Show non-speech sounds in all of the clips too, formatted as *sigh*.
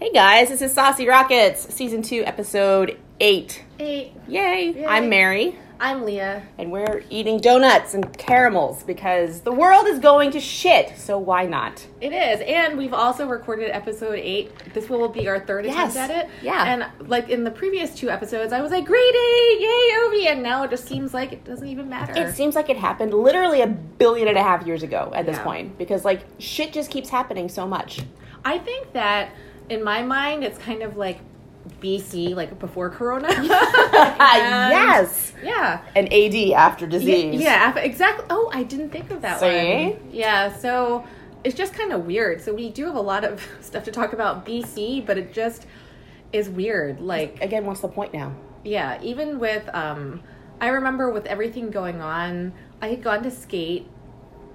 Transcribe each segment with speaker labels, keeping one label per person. Speaker 1: Hey guys, this is Saucy Rockets, season two, episode eight.
Speaker 2: Eight.
Speaker 1: Yay!
Speaker 2: Yay.
Speaker 1: I'm Mary,
Speaker 2: I'm Leah.
Speaker 1: and we're eating donuts and caramels because the world is going to shit, so why not?
Speaker 2: It is, and we've also recorded episode eight. This will be our third
Speaker 1: Yes.
Speaker 2: attempt at it.
Speaker 1: Yeah.
Speaker 2: And like in the previous two episodes, I was like, "Great eight, yay, Obi!" And now it just seems like it doesn't even matter.
Speaker 1: It seems like it happened literally a billion and a half years ago at this
Speaker 2: Yeah.
Speaker 1: point because, like, shit just keeps happening so much. *laughs*
Speaker 2: I think that in my mind, it's kind of like BC, like
Speaker 1: *laughs*
Speaker 2: before Corona. *laughs* And-
Speaker 1: yes!
Speaker 2: Yeah.
Speaker 1: And AD after disease.
Speaker 2: Yeah, yeah, exactly. Oh, I didn't think of that
Speaker 1: See?
Speaker 2: one. Yeah, so it's just kind of weird. So we do have a lot of *laughs* stuff to talk about BC, but it just is weird. Like,
Speaker 1: Again, what's the point now?
Speaker 2: yeah, even with, um, I remember with everything going on, I had gone to skate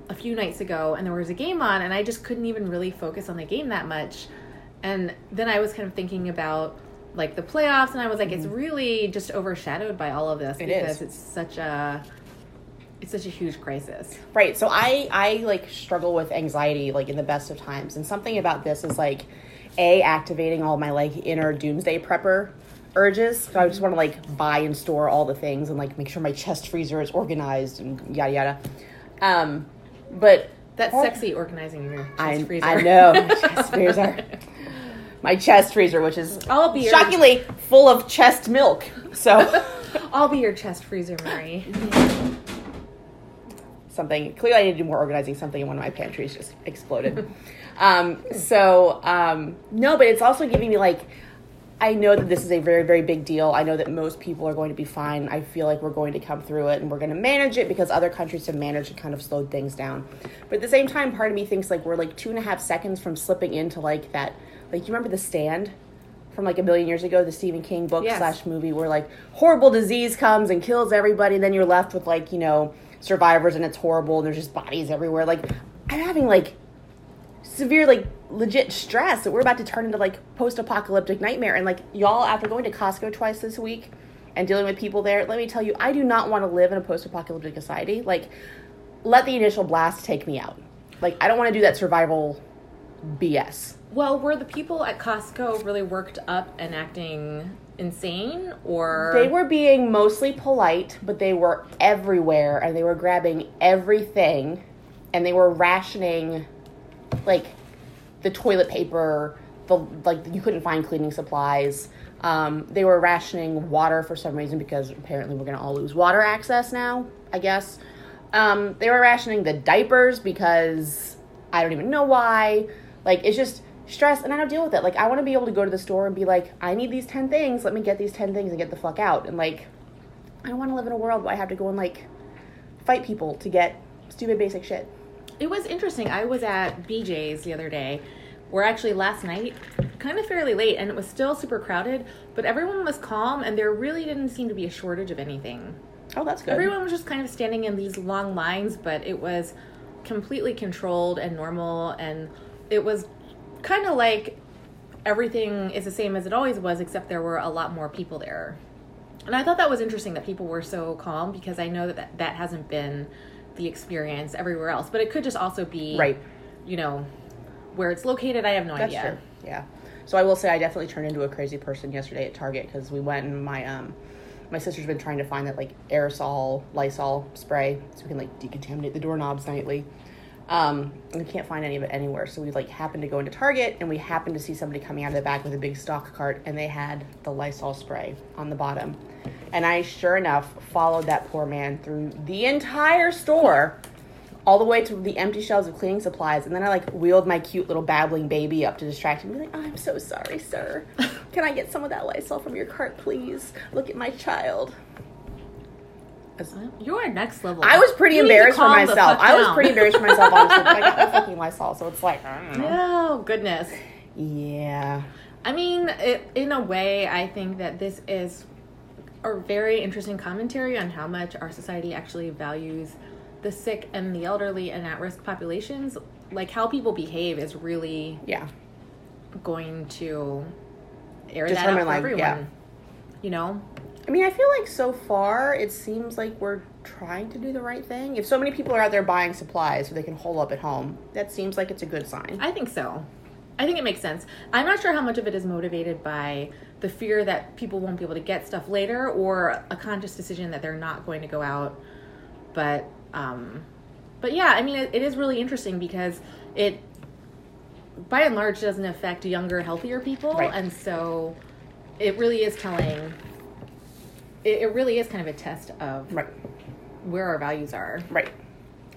Speaker 2: a few nights ago and there was a game on, and I just couldn't even really focus on the game that much. And then I was kind of thinking about like the playoffs, and I was like, it's really just overshadowed by all of this
Speaker 1: Mm-hmm. It is.
Speaker 2: because it's such a it's such a huge crisis.
Speaker 1: Right. So I I like struggle with anxiety like in the best of times, and something about this is like a activating all my like inner doomsday prepper urges. So I just want to like buy and store all the things and like make sure my chest freezer is organized and yada yada. Um, but
Speaker 2: That's
Speaker 1: Oh.
Speaker 2: sexy organizing your chest
Speaker 1: I
Speaker 2: freezer.
Speaker 1: I know my chest freezer. My chest freezer, which is
Speaker 2: *laughs* I'll be your-
Speaker 1: shockingly full of chest milk. So
Speaker 2: *laughs* I'll be your chest freezer, Mary.
Speaker 1: something. Clearly, I need to do more organizing. Something in one of my pantries just exploded. um, so um, no, but it's also giving me like. I know that this is a very, very big deal. I know that most people are going to be fine. I feel like we're going to come through it and we're going to manage it because other countries have managed and kind of slowed things down. But at the same time, part of me thinks like we're like two and a half seconds from slipping into like that. Like, you remember The Stand from like a million years ago, the Stephen King book
Speaker 2: Yes.
Speaker 1: slash movie where like horrible disease comes and kills everybody, and then you're left with like, you know, survivors and it's horrible and there's just bodies everywhere. Like, I'm having like severe like legit stress that we're about to turn into like post-apocalyptic nightmare and like y'all after going to costco twice this week and dealing with people there let me tell you i do not want to live in a post-apocalyptic society like let the initial blast take me out like i don't want to do that survival bs
Speaker 2: Well, were the people at Costco really worked up and acting insane, or
Speaker 1: they were being mostly polite but they were everywhere and they were grabbing everything and they were rationing like the toilet paper the like you couldn't find cleaning supplies um, they were rationing water for some reason because apparently we're going to all lose water access now i guess um, they were rationing the diapers because i don't even know why like it's just stress and i don't deal with it like i want to be able to go to the store and be like i need these 10 things let me get these 10 things and get the fuck out and like i don't want to live in a world where i have to go and like fight people to get stupid basic shit
Speaker 2: It was interesting. I was at BJ's the other day, or actually last night, kind of fairly late, and it was still super crowded, but everyone was calm, and there really didn't seem to be a shortage of anything.
Speaker 1: oh that's good
Speaker 2: Everyone was just kind of standing in these long lines, but it was completely controlled and normal, and it was kind of like everything is the same as it always was, except there were a lot more people there. And I thought that was interesting that people were so calm because I know that that, that hasn't been the experience everywhere else, but it could just also be,
Speaker 1: Right.
Speaker 2: you know, where it's located. I have no
Speaker 1: That's
Speaker 2: idea.
Speaker 1: true. Yeah. So I will say I definitely turned into a crazy person yesterday at Target because we went and my um my sister's been trying to find that like aerosol Lysol spray so we can like decontaminate the doorknobs nightly. Um, and we can't find any of it anywhere. So we like happened to go into Target and we happened to see somebody coming out of the back with a big stock cart and they had the Lysol spray on the bottom. And I sure enough followed that poor man through the entire store all the way to the empty shelves of cleaning supplies, and then I like wheeled my cute little babbling baby up to distract him, be like, "I'm so sorry,
Speaker 2: *laughs*
Speaker 1: sir. Can I get some of that Lysol from your cart, please? Look at my child."
Speaker 2: You are next level.
Speaker 1: I was pretty
Speaker 2: You need to
Speaker 1: embarrassed for
Speaker 2: calm the
Speaker 1: myself.
Speaker 2: fuck
Speaker 1: I was
Speaker 2: down.
Speaker 1: pretty embarrassed for myself, honestly. But I got the fucking Lysol, so it's like, I don't know.
Speaker 2: *laughs* Oh, goodness.
Speaker 1: yeah,
Speaker 2: I mean, it, in a way, I think that this is a very interesting commentary on how much our society actually values the sick and the elderly and at risk populations. Like, how people behave is really
Speaker 1: yeah,
Speaker 2: going to air that out
Speaker 1: Determine,
Speaker 2: for
Speaker 1: like,
Speaker 2: everyone.
Speaker 1: yeah.
Speaker 2: You know?
Speaker 1: I mean, I feel like so far it seems like we're trying to do the right thing. If so many people are out there buying supplies so they can hole up at home, that seems like it's a good sign.
Speaker 2: I think so. I think it makes sense. I'm not sure how much of it is motivated by the fear that people won't be able to get stuff later or a conscious decision that they're not going to go out. But um but yeah, I mean it, it is really interesting because it by and large doesn't affect younger, healthier people
Speaker 1: Right.
Speaker 2: and so it really is telling it, it really is kind of a test of
Speaker 1: Right.
Speaker 2: where our values are
Speaker 1: Right.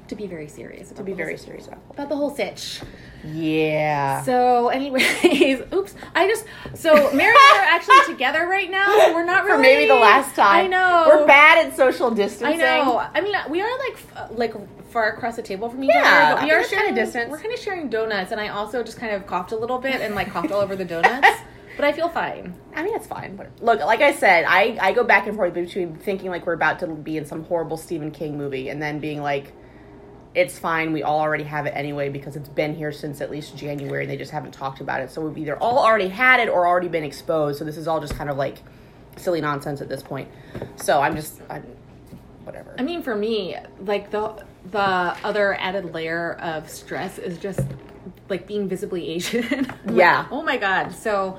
Speaker 2: to be very serious
Speaker 1: To be very serious about.
Speaker 2: about the whole sitch
Speaker 1: Yeah.
Speaker 2: so anyways *laughs* oops i just so mary and i
Speaker 1: *laughs*
Speaker 2: are actually together right now we're not
Speaker 1: For
Speaker 2: really
Speaker 1: maybe the last time.
Speaker 2: i know
Speaker 1: We're bad at social distancing.
Speaker 2: i know i mean we are like f- like far across the table from each
Speaker 1: Yeah,
Speaker 2: other
Speaker 1: I
Speaker 2: but we
Speaker 1: think
Speaker 2: are
Speaker 1: it's kinda
Speaker 2: sharing
Speaker 1: distance.
Speaker 2: we're kind of sharing donuts and i also just kind of coughed a little bit and like coughed all over the donuts
Speaker 1: *laughs*
Speaker 2: but i feel fine
Speaker 1: I mean, it's fine. Whatever. Look, like I said, I, I go back and forth between thinking like we're about to be in some horrible Stephen King movie and then being like, it's fine. We all already have it anyway because it's been here since at least January and they just haven't talked about it. So we've either all already had it or already been exposed. So this is all just kind of like silly nonsense at this point. So I'm just, I'm, whatever.
Speaker 2: I mean, for me, like the the other added layer of stress is just like being visibly *laughs* Asian. Like,
Speaker 1: Yeah.
Speaker 2: oh my god. So,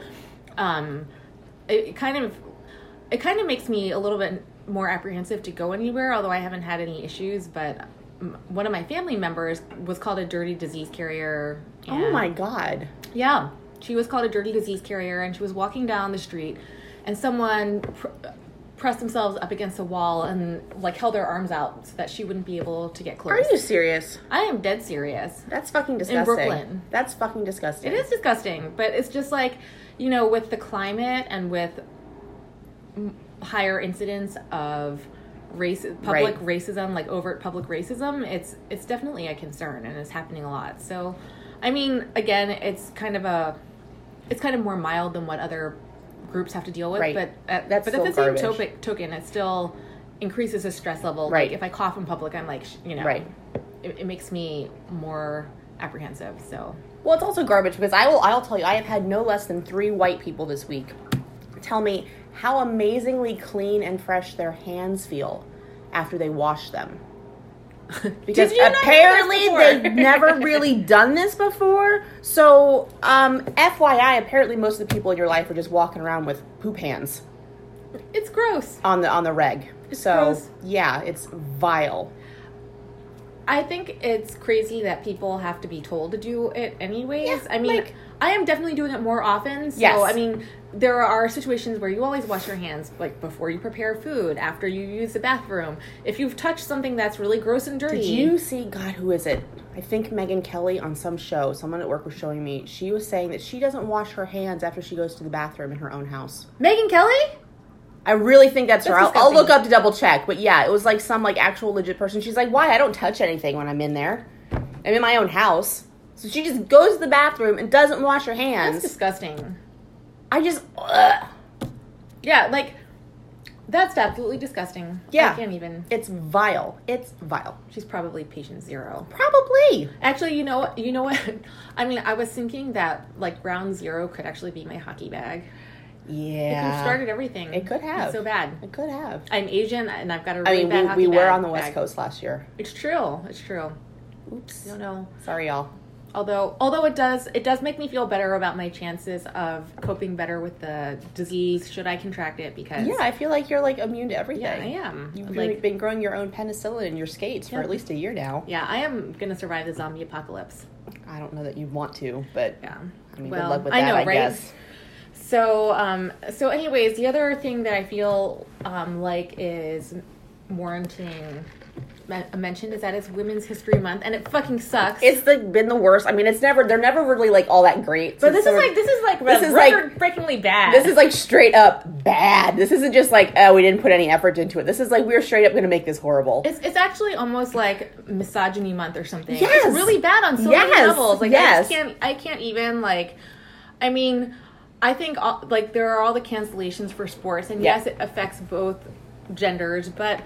Speaker 2: um, it, it kind of it kind of makes me a little bit more apprehensive to go anywhere. Although I haven't had any issues, but m- one of my family members was called a dirty disease carrier.
Speaker 1: oh
Speaker 2: and-
Speaker 1: my God.
Speaker 2: yeah, she was called a dirty disease carrier, and she was walking down the street, and someone pr- pressed themselves up against a wall and like held their arms out so that she wouldn't be able to get
Speaker 1: Are
Speaker 2: close.
Speaker 1: you serious?
Speaker 2: I am dead serious.
Speaker 1: That's fucking disgusting.
Speaker 2: Brooklyn.
Speaker 1: That's fucking disgusting.
Speaker 2: It is disgusting, but it's just like you know, with the climate and with m- higher incidence of race, public
Speaker 1: Right.
Speaker 2: racism, like overt public racism, it's it's definitely a concern and it's happening a lot. So, I mean, again, it's kind of a it's kind of more mild than what other groups have to deal with,
Speaker 1: Right.
Speaker 2: but at,
Speaker 1: That's
Speaker 2: but at the
Speaker 1: still
Speaker 2: same
Speaker 1: garbage.
Speaker 2: topic, token, it still increases the stress level.
Speaker 1: Right.
Speaker 2: Like if I cough in public, I'm like, sh- you know,
Speaker 1: Right.
Speaker 2: it, it makes me more apprehensive. So.
Speaker 1: Well, it's also garbage because I will. I'll tell you, I have had no less than three white people this week tell me how amazingly clean and fresh their hands feel after they wash
Speaker 2: *laughs*
Speaker 1: them. Because
Speaker 2: you not do this
Speaker 1: apparently
Speaker 2: before?
Speaker 1: they've never
Speaker 2: *laughs*
Speaker 1: really done this before. So, um, FYI, apparently most of the people in your life are just walking around with poop hands
Speaker 2: It's gross.
Speaker 1: on the on the reg. So
Speaker 2: gross.
Speaker 1: yeah, it's vile.
Speaker 2: I think it's crazy that people have to be told to do it anyways.
Speaker 1: Yeah,
Speaker 2: I mean,
Speaker 1: like-
Speaker 2: I am definitely doing it more often. So,
Speaker 1: Yes.
Speaker 2: I mean, there are situations where you always wash your hands, like before you prepare food, after you use the bathroom. If you've touched something that's really gross and dirty,
Speaker 1: Did you see God? Who is it? I think Megan Kelly on some show. Someone at work was showing me. She was saying that she doesn't wash her hands after she goes to the bathroom in her own house.
Speaker 2: Megan Kelly?
Speaker 1: I really think that's, her. I'll,
Speaker 2: That's
Speaker 1: I'll
Speaker 2: disgusting.
Speaker 1: look up to double check. But yeah, it was like some like actual legit person. She's like, why? I don't touch anything when I'm in there. I'm in my own house. So she just goes to the bathroom and doesn't wash her
Speaker 2: That's
Speaker 1: hands.
Speaker 2: disgusting.
Speaker 1: I just. Ugh.
Speaker 2: Yeah, like that's absolutely disgusting.
Speaker 1: Yeah.
Speaker 2: I can't even.
Speaker 1: It's vile. It's vile.
Speaker 2: She's probably patient zero.
Speaker 1: Probably.
Speaker 2: Actually, you know what? You know what? *laughs* I mean, I was thinking that like ground zero could actually be my hockey bag. It could
Speaker 1: Yeah.
Speaker 2: have started everything.
Speaker 1: It could have.
Speaker 2: It's so bad.
Speaker 1: It could have.
Speaker 2: I'm Asian and I've got a
Speaker 1: I
Speaker 2: really
Speaker 1: mean,
Speaker 2: bad
Speaker 1: we,
Speaker 2: hockey
Speaker 1: we were
Speaker 2: bag-
Speaker 1: on the West
Speaker 2: bag.
Speaker 1: Coast last year.
Speaker 2: It's true. It's true.
Speaker 1: Oops.
Speaker 2: I don't know.
Speaker 1: Sorry, y'all.
Speaker 2: Although, although it does, it does make me feel better about my chances of coping better with the disease should I contract it because
Speaker 1: Yeah, I feel like you're like immune to everything.
Speaker 2: yeah, I am.
Speaker 1: You've
Speaker 2: like,
Speaker 1: really been growing your own penicillin in your skates
Speaker 2: Yeah.
Speaker 1: for at least a year now.
Speaker 2: yeah, I am gonna survive the zombie apocalypse.
Speaker 1: I don't know that you want to, but
Speaker 2: Yeah.
Speaker 1: I mean,
Speaker 2: well,
Speaker 1: good luck with
Speaker 2: I
Speaker 1: that.
Speaker 2: know,
Speaker 1: I
Speaker 2: right?
Speaker 1: guess.
Speaker 2: So, um, so anyways, the other thing that I feel um, like is warranting men- a mention is that it's Women's History Month, and it fucking sucks.
Speaker 1: It's like been the worst. I mean, it's never. They're never really like all that great.
Speaker 2: but this is like this is like
Speaker 1: This
Speaker 2: this
Speaker 1: is
Speaker 2: is
Speaker 1: like-
Speaker 2: breakingly bad.
Speaker 1: This is like straight up bad. This isn't just like oh we didn't put any effort into it. This is like we are straight up going to make this horrible.
Speaker 2: It's, it's actually almost like misogyny month or something.
Speaker 1: Yes.
Speaker 2: It's really bad on so
Speaker 1: Yes.
Speaker 2: many levels. Like I
Speaker 1: Yes.
Speaker 2: just can't I can't even like I mean, I think all, like there are all the cancellations for sports and
Speaker 1: Yeah.
Speaker 2: yes it affects both genders, but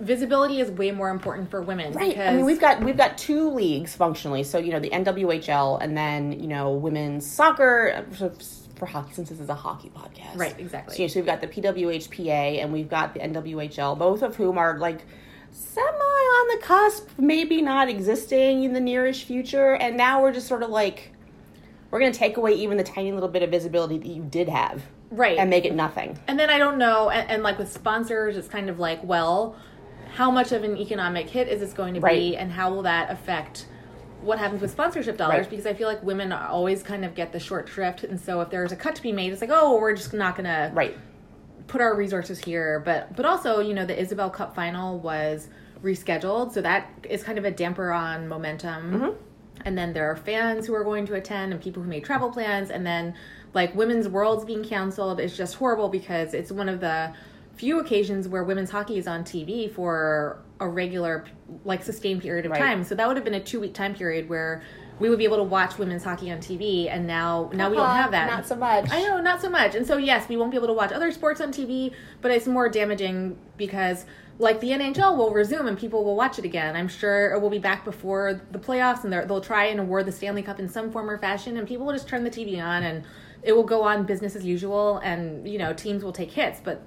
Speaker 2: visibility is way more important for women
Speaker 1: Right. I
Speaker 2: because
Speaker 1: mean, we've got we've got two leagues functionally. So you know the NWHL, and then you know women's soccer uh, so for hockey. Since this is a hockey podcast,
Speaker 2: Right, exactly.
Speaker 1: So, yeah, so we've got the PWHPA and we've got the NWHL, both of whom are like semi on the cusp, maybe not existing in the nearish future. And now we're just sort of like We're going to take away even the tiny little bit of visibility that you did have
Speaker 2: right
Speaker 1: and make it nothing.
Speaker 2: And then I don't know, and, and like with sponsors, it's kind of like, well, how much of an economic hit is this going to
Speaker 1: Right.
Speaker 2: be, and how will that affect what happens with sponsorship dollars?
Speaker 1: Right.
Speaker 2: Because I feel like women are- always kind of get the short shrift, and so if there's a cut to be made, it's like, oh, we're just not gonna
Speaker 1: Right.
Speaker 2: put our resources here. But but also, you know, the Isabel Cup final was rescheduled, so that is kind of a damper on momentum.
Speaker 1: Mm-hmm.
Speaker 2: And then there are fans who are going to attend and people who made travel plans. And then, like, Women's Worlds being canceled is just horrible because it's one of the few occasions where women's hockey is on TV for a regular, like, sustained period of
Speaker 1: Right.
Speaker 2: time. So that would have been a two week time period where we would be able to watch women's hockey on TV. And now, now we don't have that.
Speaker 1: Uh-huh. Uh, Not so much.
Speaker 2: I know, not so much. And so, yes, we won't be able to watch other sports on TV, but it's more damaging because, like, the NHL will resume and people will watch it again. I'm sure it will be back before the playoffs and they're- they'll try and award the Stanley Cup in some form or fashion, and people will just turn the TV on and it will go on business as usual, and, you know, teams will take hits, but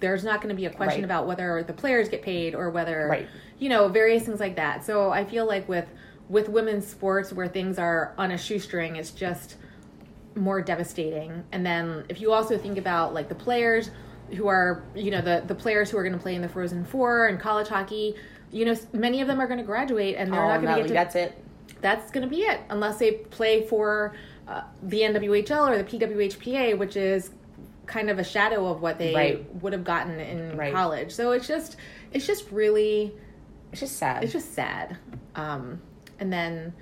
Speaker 2: there's not going to be a question
Speaker 1: Right.
Speaker 2: about whether the players get paid or whether
Speaker 1: Right.
Speaker 2: you know various things like that so i feel like with with women's sports where things are on a shoestring it's just more devastating. And then if you also think about like the players who are, you know, the the players who are going to play in the Frozen Four and college hockey, you know, s- many of them are going to graduate and they're
Speaker 1: Oh,
Speaker 2: not going
Speaker 1: no,
Speaker 2: to get to.
Speaker 1: that's it.
Speaker 2: That's going to be it unless they play for uh, the NWHL or the PWHPA, which is kind of a shadow of what they
Speaker 1: Right.
Speaker 2: would have gotten in
Speaker 1: Right.
Speaker 2: college. So it's just it's just really
Speaker 1: It's just sad.
Speaker 2: it's just sad. Um, and then,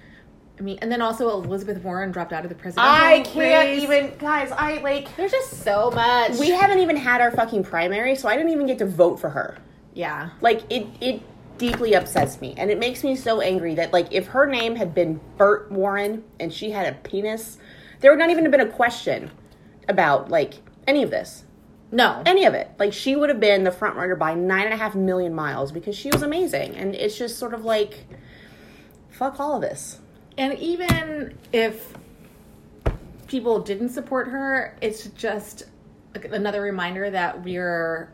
Speaker 2: I mean, and then also Elizabeth Warren dropped out of the presidential
Speaker 1: I can't
Speaker 2: race.
Speaker 1: even, guys. I like.
Speaker 2: There's just so much.
Speaker 1: We haven't even had our fucking primary, so I didn't even get to vote for her.
Speaker 2: yeah,
Speaker 1: Like it, it deeply upsets me, and it makes me so angry that like if her name had been Burt Warren and she had a penis, there would not even have been a question about like any of this,
Speaker 2: no,
Speaker 1: any of it. Like she would have been the front runner by nine and a half million miles because she was amazing, and it's just sort of like, fuck all of this.
Speaker 2: and even if people didn't support her, it's just another reminder that we're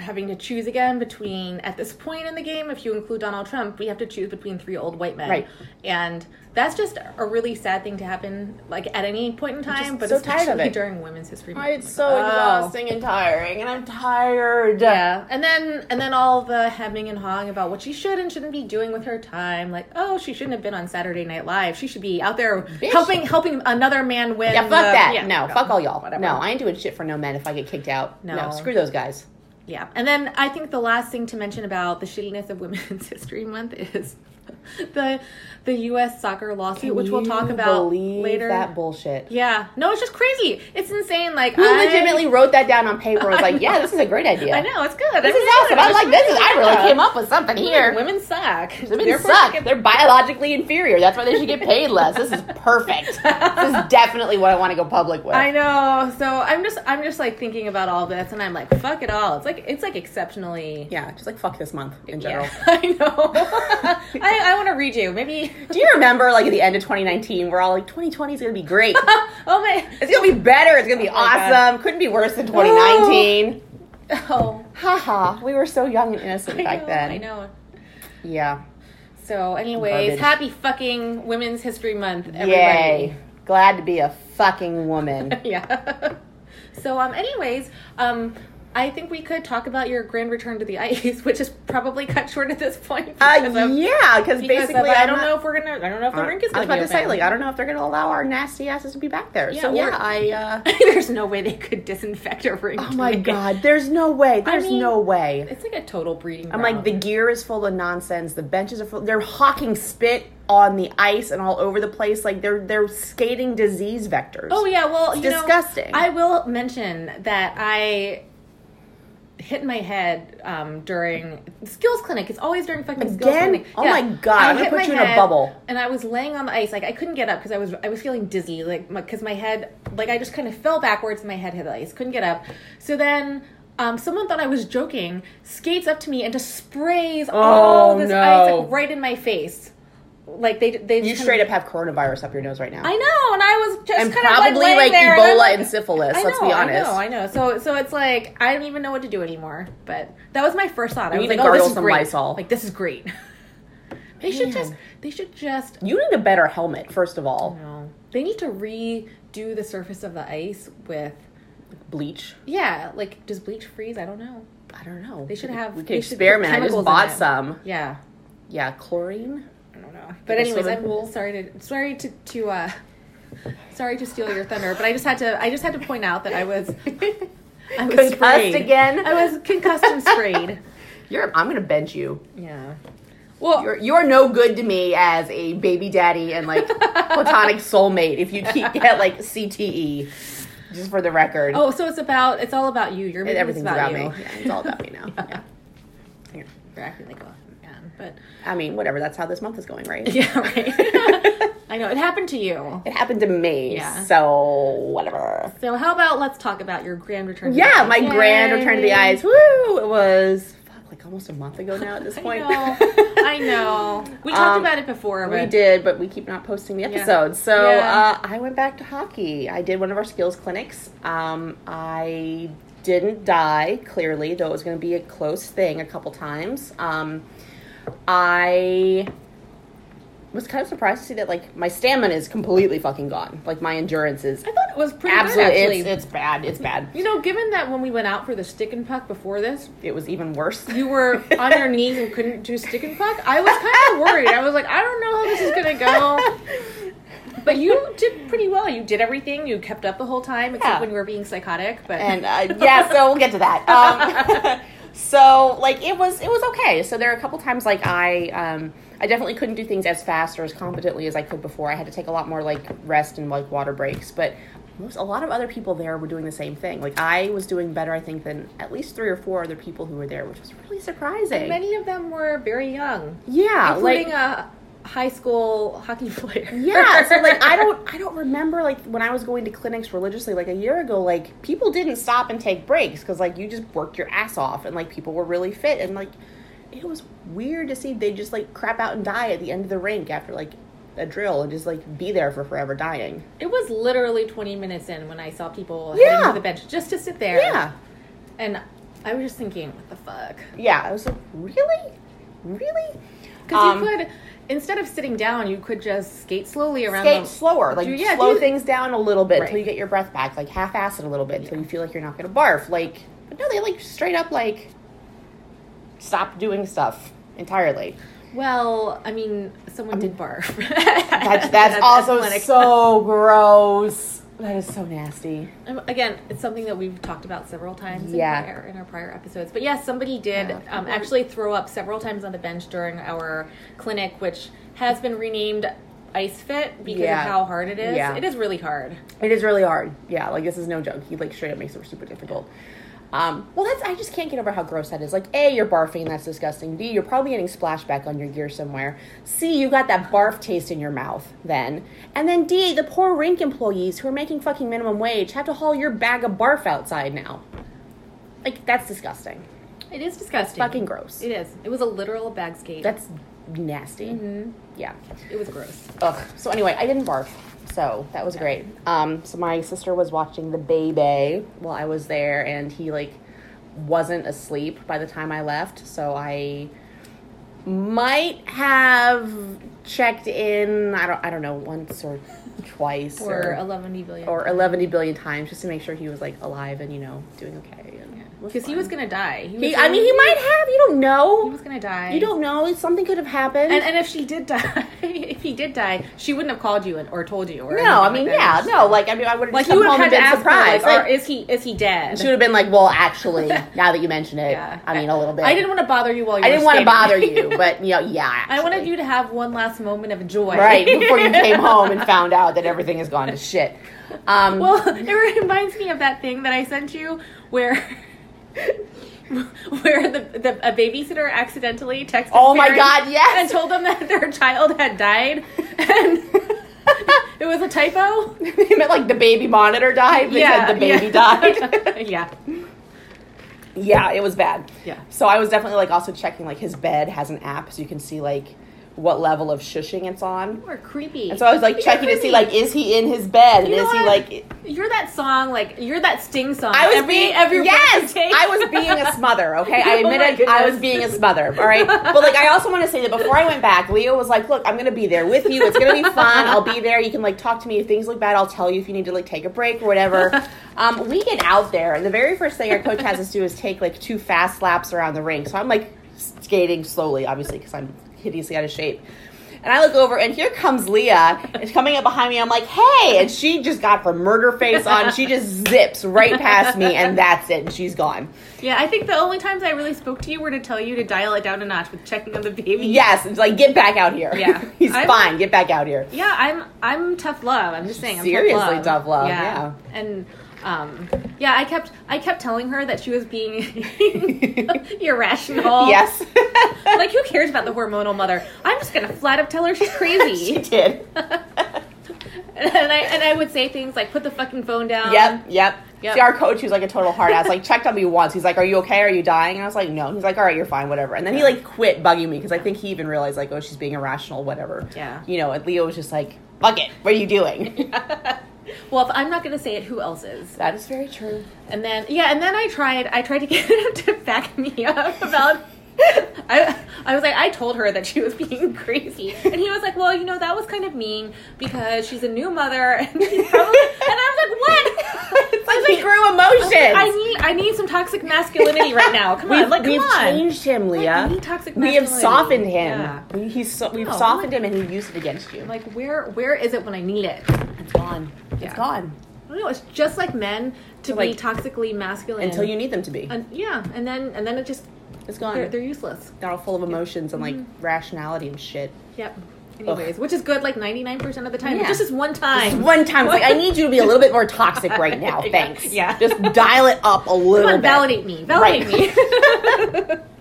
Speaker 2: having to choose again between at this point in the game if you include Donald Trump we have to choose between three old white men
Speaker 1: Right.
Speaker 2: and that's just a really sad thing to happen like at any point in time but
Speaker 1: so
Speaker 2: especially
Speaker 1: tired of it.
Speaker 2: during women's history month.
Speaker 1: It's so
Speaker 2: Oh.
Speaker 1: exhausting and tiring, and I'm tired.
Speaker 2: Yeah, and then and then all the hemming and hawing about what she should and shouldn't be doing with her time. Like, oh, she shouldn't have been on Saturday Night Live. She should be out there helping helping another man win.
Speaker 1: Yeah, fuck
Speaker 2: the-
Speaker 1: that.
Speaker 2: yeah,
Speaker 1: no, fuck all y'all.
Speaker 2: whatever.
Speaker 1: No, I ain't doing shit for no men if I get kicked out. No,
Speaker 2: No.
Speaker 1: screw those guys.
Speaker 2: Yeah, and then I think the last thing to mention about the shittiness of Women's *laughs* History Month is *laughs* the the U.S. soccer lawsuit, which we'll
Speaker 1: You
Speaker 2: talk about
Speaker 1: believe
Speaker 2: later.
Speaker 1: That bullshit.
Speaker 2: yeah, no, it's just crazy. It's insane. Like,
Speaker 1: Who
Speaker 2: I
Speaker 1: legitimately wrote that down on paper? and Was like, yeah, this is a great idea.
Speaker 2: *laughs* I know it's good.
Speaker 1: This is awesome. I like this. Is, I really came up with something here. Women,
Speaker 2: Women suck. Therefore,
Speaker 1: suck.
Speaker 2: they get-
Speaker 1: They're biologically inferior. That's why they should get paid less. This is
Speaker 2: *laughs*
Speaker 1: perfect. this is definitely what I want to go public with.
Speaker 2: I know. So I'm just I'm just like thinking about all this and I'm like, fuck it all. It's like it's like exceptionally
Speaker 1: yeah, just like fuck this month in
Speaker 2: Yeah, *laughs* I know. I, I wanna read you. Maybe
Speaker 1: Do you remember, like at the end of 2019, we're all like, 2020 is gonna be
Speaker 2: *laughs*
Speaker 1: great.
Speaker 2: Oh my
Speaker 1: It's gonna be better. It's gonna be
Speaker 2: Oh my God.
Speaker 1: awesome. Couldn't be worse than 2019.
Speaker 2: Oh
Speaker 1: Haha, we were so young and innocent
Speaker 2: I
Speaker 1: back
Speaker 2: know,
Speaker 1: then.
Speaker 2: I know.
Speaker 1: Yeah.
Speaker 2: So anyways,
Speaker 1: Garbage.
Speaker 2: happy fucking women's history month, everybody. *laughs*
Speaker 1: Yay. Glad to be a fucking woman.
Speaker 2: Yeah. so um anyways, um I think we could talk about your grand return to the ice, *laughs* which is probably cut short at this point.
Speaker 1: uh,
Speaker 2: because of-
Speaker 1: yeah, because
Speaker 2: because
Speaker 1: basically,
Speaker 2: of, I
Speaker 1: I'm
Speaker 2: don't
Speaker 1: not- Uh,
Speaker 2: know if we're gonna. I don't know if the rink is
Speaker 1: I was
Speaker 2: gonna
Speaker 1: about
Speaker 2: be
Speaker 1: to say,
Speaker 2: open.
Speaker 1: like, I don't know if they're gonna allow our nasty asses to be back there.
Speaker 2: Yeah,
Speaker 1: so
Speaker 2: we're-
Speaker 1: yeah, I. uh
Speaker 2: *laughs* There's no way they could disinfect a rink.
Speaker 1: Oh my god, there's no way. There's
Speaker 2: mean-
Speaker 1: no way.
Speaker 2: It's like a total breeding.
Speaker 1: I'm like, the gear is full of nonsense. The benches are full. They're hawking spit on the ice and all over the place. Like they're they're skating disease vectors.
Speaker 2: oh yeah, well, you know,
Speaker 1: disgusting.
Speaker 2: I will mention that I hit my head um, during skills clinic. It's always during fucking skills
Speaker 1: Again?
Speaker 2: clinic.
Speaker 1: Oh my God,
Speaker 2: I
Speaker 1: I'm gonna
Speaker 2: hit
Speaker 1: put
Speaker 2: my
Speaker 1: you in a
Speaker 2: head
Speaker 1: bubble.
Speaker 2: And I was laying on the ice, like I couldn't get up because I was I was feeling dizzy, like because my head, like I just kind of fell backwards. and My head hit the ice, couldn't get up. So then. Um, someone thought I was joking, skates up to me and just sprays all this
Speaker 1: Oh,
Speaker 2: ice
Speaker 1: no.
Speaker 2: like, right in my face. Like they they
Speaker 1: you
Speaker 2: just
Speaker 1: straight
Speaker 2: kinda-
Speaker 1: up have coronavirus up your nose right now.
Speaker 2: I know, and I was just
Speaker 1: and
Speaker 2: kind of
Speaker 1: probably
Speaker 2: like,
Speaker 1: like,
Speaker 2: laying there,
Speaker 1: Ebola
Speaker 2: I'm
Speaker 1: and,
Speaker 2: like-
Speaker 1: syphilis.
Speaker 2: I
Speaker 1: let's
Speaker 2: know,
Speaker 1: be honest.
Speaker 2: I know, I know. So, so it's like I don't even know what to do anymore. But that was my first thought. I
Speaker 1: You
Speaker 2: was
Speaker 1: need
Speaker 2: like,
Speaker 1: to
Speaker 2: oh,
Speaker 1: gargle
Speaker 2: this is
Speaker 1: some
Speaker 2: great. *laughs*
Speaker 1: Lysol.
Speaker 2: Like this is great. they should just.
Speaker 1: Man.
Speaker 2: They should just.
Speaker 1: You need a better helmet, first of all.
Speaker 2: No. They need to redo the surface of the ice with
Speaker 1: Bleach.
Speaker 2: yeah, like does bleach freeze? I don't know.
Speaker 1: I don't know.
Speaker 2: They should have-
Speaker 1: We can
Speaker 2: they should put
Speaker 1: experiment. I
Speaker 2: chemicals
Speaker 1: just
Speaker 2: in
Speaker 1: bought
Speaker 2: it.
Speaker 1: some.
Speaker 2: Yeah.
Speaker 1: Yeah, chlorine.
Speaker 2: I don't know. But
Speaker 1: a
Speaker 2: anyways,
Speaker 1: swimming
Speaker 2: I'm
Speaker 1: pool?
Speaker 2: sorry to sorry to to uh *laughs* sorry to steal your thunder, but I just had to I just had to point out that
Speaker 1: *laughs*
Speaker 2: I was I was
Speaker 1: Concussed
Speaker 2: sprayed.
Speaker 1: again?
Speaker 2: I was concussed and *laughs* sprayed.
Speaker 1: *laughs* You're. I'm gonna bench you.
Speaker 2: Yeah. Well,
Speaker 1: You're you're no good to me as a baby daddy and
Speaker 2: *laughs*
Speaker 1: like platonic soulmate if you keep get like CTE. Just for the record.
Speaker 2: oh, so it's about it's all about you. You're
Speaker 1: And
Speaker 2: making
Speaker 1: everything's
Speaker 2: this
Speaker 1: about,
Speaker 2: about, you.
Speaker 1: me. Yeah, it's all about me now. Yeah. Yeah.
Speaker 2: *laughs* You're acting like a man,
Speaker 1: *laughs*
Speaker 2: but
Speaker 1: I mean, whatever. That's how this month is going, right?
Speaker 2: *laughs* yeah, right. *laughs* I know it happened to you.
Speaker 1: *laughs* It happened to me,
Speaker 2: Yeah.
Speaker 1: so whatever.
Speaker 2: So how about let's talk about your grand return? to
Speaker 1: Yeah,
Speaker 2: the
Speaker 1: my
Speaker 2: Eyes.
Speaker 1: grand return to the
Speaker 2: Yay.
Speaker 1: eyes. Woo! It was fuck, like almost a month ago now at this
Speaker 2: I
Speaker 1: point. *laughs*
Speaker 2: know. I know. We talked
Speaker 1: Um,
Speaker 2: about it before.
Speaker 1: We
Speaker 2: but-
Speaker 1: did, but we keep not posting the
Speaker 2: Yeah.
Speaker 1: episodes. So
Speaker 2: Yeah.
Speaker 1: uh, I went back to hockey. I did one of our skills clinics. Um, I didn't die, clearly, though it was going to be a close thing a couple times. Um, I was kind of surprised to see that, like, my stamina is completely fucking gone. Like, my endurance is
Speaker 2: I thought it was pretty
Speaker 1: absolutely,
Speaker 2: good actually.
Speaker 1: it's, it's bad, it's bad.
Speaker 2: you know, given that when we went out for the stick and puck before this,
Speaker 1: It was even worse.
Speaker 2: you were on your knees and couldn't do stick and puck, I was kind of worried. I was like, I don't know how this is gonna go. But you did pretty well. You did everything. You kept up the whole time, except
Speaker 1: Yeah.
Speaker 2: when you were being psychotic. But
Speaker 1: and uh, yeah, so we'll get to
Speaker 2: *laughs*
Speaker 1: that. Um, so like it was it was okay. So there are a couple times like I um, I definitely couldn't do things as fast or as competently as I could before. I had to take a lot more like rest and like water breaks, but. Most, a lot of other people there were doing the same thing. Like I was doing better, I think, than at least three or four other people who were there, which was really surprising.
Speaker 2: many of them were very young,
Speaker 1: yeah, like
Speaker 2: including a high school hockey *laughs* player.
Speaker 1: yeah so like i don't i don't remember like when i was going to clinics religiously like a year ago like people didn't stop and take breaks because like you just worked your ass off and like people were really fit and like it was weird to see they just like crap out and die at the end of the rink after like a drill and just like be there for forever dying
Speaker 2: It was literally 20 minutes in when I saw people
Speaker 1: Yeah.
Speaker 2: heading to the bench just to sit there.
Speaker 1: yeah
Speaker 2: And I was just thinking, what the fuck?
Speaker 1: yeah i was like really really
Speaker 2: Because
Speaker 1: Um,
Speaker 2: you could, instead of sitting down, you could just skate slowly around.
Speaker 1: skate
Speaker 2: the,
Speaker 1: slower, like
Speaker 2: Do- yeah,
Speaker 1: slow
Speaker 2: do-
Speaker 1: things down a little bit
Speaker 2: Right.
Speaker 1: until you get your breath back, like half-ass it a little bit until you feel like you're not gonna barf. Like, but no, they like straight up like stop doing stuff entirely.
Speaker 2: Well, I mean, someone did barf.
Speaker 1: *laughs*
Speaker 2: *laughs*
Speaker 1: That's that's
Speaker 2: At
Speaker 1: also
Speaker 2: athletic.
Speaker 1: so gross. That is so nasty.
Speaker 2: Um, Again, it's something that we've talked about several times
Speaker 1: Yeah.
Speaker 2: in, prior, in our prior episodes. But yes, somebody did
Speaker 1: Yeah.
Speaker 2: um, actually throw up several times on the bench during our clinic, which has been renamed Ice Fit because
Speaker 1: Yeah.
Speaker 2: of how hard it is.
Speaker 1: Yeah.
Speaker 2: It is really hard.
Speaker 1: It is really hard. Yeah, like this is no joke. He like straight up makes it super difficult. Um, well, that's I just can't get over how gross that is. Like, a, you're barfing, that's disgusting. B, you're probably getting splashback on your gear somewhere. C, you got that barf taste in your mouth. Then, and then D, the poor rink employees who are making fucking minimum wage have to haul your bag of barf outside now. Like, that's disgusting.
Speaker 2: It is disgusting.
Speaker 1: Fucking gross.
Speaker 2: It is. It was a literal bag skate.
Speaker 1: That's nasty. Yeah.
Speaker 2: it was gross.
Speaker 1: Ugh. So anyway, I didn't barf. So that was great. Um, so my sister was watching the baby while I was there, and he like wasn't asleep by the time I left. So I might have checked in. I don't. I don't know once or twice
Speaker 2: Or 11 billion.
Speaker 1: or eleven billion times just to make sure he was like alive and you know doing okay. And was
Speaker 2: because he
Speaker 1: fine.
Speaker 2: was gonna die. He was
Speaker 1: He, I mean, he might have. You don't
Speaker 2: He
Speaker 1: know.
Speaker 2: was gonna die.
Speaker 1: You don't know. Something could have happened.
Speaker 2: And, and if she did die, *laughs* if he did die, she wouldn't have called you and, or told you. Or
Speaker 1: no, I mean,
Speaker 2: anything like
Speaker 1: yeah,
Speaker 2: that.
Speaker 1: no. Like, I mean, I would have
Speaker 2: Like
Speaker 1: just
Speaker 2: you
Speaker 1: come
Speaker 2: would have
Speaker 1: home
Speaker 2: had
Speaker 1: and
Speaker 2: to
Speaker 1: been surprised.
Speaker 2: ask surprise, like,
Speaker 1: Like,
Speaker 2: or is he is he dead?
Speaker 1: She would have been like, "Well, actually, *laughs* now that you mention it,
Speaker 2: Yeah.
Speaker 1: I mean, a little bit."
Speaker 2: I didn't want to bother you while you
Speaker 1: I
Speaker 2: were
Speaker 1: didn't want to
Speaker 2: skating.
Speaker 1: bother you, but you know, yeah.
Speaker 2: *laughs* I wanted
Speaker 1: actually.
Speaker 2: you to have one last moment of joy.
Speaker 1: right before you came home and found out that everything has
Speaker 2: *laughs*
Speaker 1: gone to shit. Um, *laughs*
Speaker 2: Well, *laughs* it reminds me of that thing that I sent you where *laughs* where the, the a babysitter accidentally texted
Speaker 1: Oh my
Speaker 2: parents
Speaker 1: God, yes!
Speaker 2: and told them that their child had died and *laughs* it was a typo.
Speaker 1: they meant like the baby monitor died. *laughs* They said the
Speaker 2: *laughs*
Speaker 1: baby died.
Speaker 2: yeah.
Speaker 1: yeah, it was bad.
Speaker 2: Yeah.
Speaker 1: So I was definitely like also checking like his bed has an app, so you can see like what level of shushing it's on.
Speaker 2: Or creepy.
Speaker 1: And so I was like checking to see like is he in his bed and
Speaker 2: You know
Speaker 1: is he
Speaker 2: what?
Speaker 1: like
Speaker 2: *laughs* You're that song, like you're that Sting song.
Speaker 1: I was
Speaker 2: every,
Speaker 1: being
Speaker 2: every breath
Speaker 1: yes,
Speaker 2: you take.
Speaker 1: I was being a smother. Okay, I
Speaker 2: Oh my
Speaker 1: admitted I
Speaker 2: goodness.
Speaker 1: was being a smother. All right, but like I also want to say that before I went back, Leo was like, "Look, I'm gonna be there with you. It's gonna be fun. I'll be there. You can like talk to me if things look bad. I'll tell you if you need to like take a break or whatever." Um, we get out there, and the very first thing our coach has us do is take like two fast laps around the ring. So I'm like skating slowly, obviously, because I'm hideously out of shape. And I look over, and here comes Leah. It's coming up behind me. I'm like, hey! And she just got from murder face on. She just zips right past me, and that's it. And she's gone.
Speaker 2: *laughs* Yeah, I think the only times I really spoke to you were to tell you to dial it down a notch with checking on the baby.
Speaker 1: Yes, it's like, get back out here.
Speaker 2: Yeah.
Speaker 1: *laughs* He's
Speaker 2: I'm-
Speaker 1: fine. Get back out here.
Speaker 2: Yeah, I'm I'm tough love. I'm just saying. I'm
Speaker 1: Seriously
Speaker 2: tough love.
Speaker 1: tough love,
Speaker 2: And um, yeah, I kept I kept telling her that she was being *laughs* irrational.
Speaker 1: *laughs*
Speaker 2: *laughs*
Speaker 1: Yes.
Speaker 2: Like who cares about the hormonal mother? I'm just gonna flat up tell her she's
Speaker 1: *laughs* she
Speaker 2: crazy.
Speaker 1: did.
Speaker 2: *laughs* and I and I would say things like put the fucking phone down.
Speaker 1: Yep, yep.
Speaker 2: Yep.
Speaker 1: See, our coach, who's like a total hard ass, like checked on me once. He's like, "Are you okay? Are you dying?" And I was like, "No." He's like, "All right, you're fine, whatever." And then he like quit bugging me because I think he even realized like, "Oh, she's being irrational, whatever."
Speaker 2: Yeah.
Speaker 1: You know, and Leo was just like, "Fuck it, what are you
Speaker 2: *laughs*
Speaker 1: doing?"
Speaker 2: *laughs* Well, if I'm not gonna say it, who else is?
Speaker 1: that is very true.
Speaker 2: And then yeah, and then I tried I tried to *laughs* get him to back me up about *laughs* I I was like I told her that she was being *laughs* crazy. And he was like, "Well, you know, that was kind of mean because she's a new mother." *laughs* And, she probably, and I was like, "What?"
Speaker 1: *laughs* It's like he grew *laughs* emotions.
Speaker 2: I need I need some toxic masculinity right now. Come on,
Speaker 1: We've,
Speaker 2: like come
Speaker 1: we've
Speaker 2: on.
Speaker 1: changed him,
Speaker 2: Like,
Speaker 1: Leah.
Speaker 2: we need toxic
Speaker 1: we have
Speaker 2: masculinity.
Speaker 1: softened him.
Speaker 2: Yeah.
Speaker 1: We, he's so, we've
Speaker 2: No,
Speaker 1: softened him, and he used it against you.
Speaker 2: Like where where is it when I need it?
Speaker 1: It's gone. It's
Speaker 2: Yeah.
Speaker 1: gone
Speaker 2: I don't know. It's just like men to
Speaker 1: So,
Speaker 2: be
Speaker 1: like,
Speaker 2: toxically masculine
Speaker 1: until you need them to be.
Speaker 2: And, yeah, and then and then it just
Speaker 1: It's gone.
Speaker 2: they're, Mm-hmm.
Speaker 1: They're,
Speaker 2: they're useless.
Speaker 1: all full of emotions and like rationality and shit.
Speaker 2: Yep. Anyways, which is good like 99% of the time.
Speaker 1: Yeah.
Speaker 2: but Just this one time.
Speaker 1: Just one time, it's like
Speaker 2: *laughs*
Speaker 1: I need you to be a little bit more toxic right now. Thanks.
Speaker 2: Yeah.
Speaker 1: Just dial it up a little
Speaker 2: Come on,
Speaker 1: bit.
Speaker 2: validate me. Validate
Speaker 1: Right. *laughs*
Speaker 2: me. *laughs*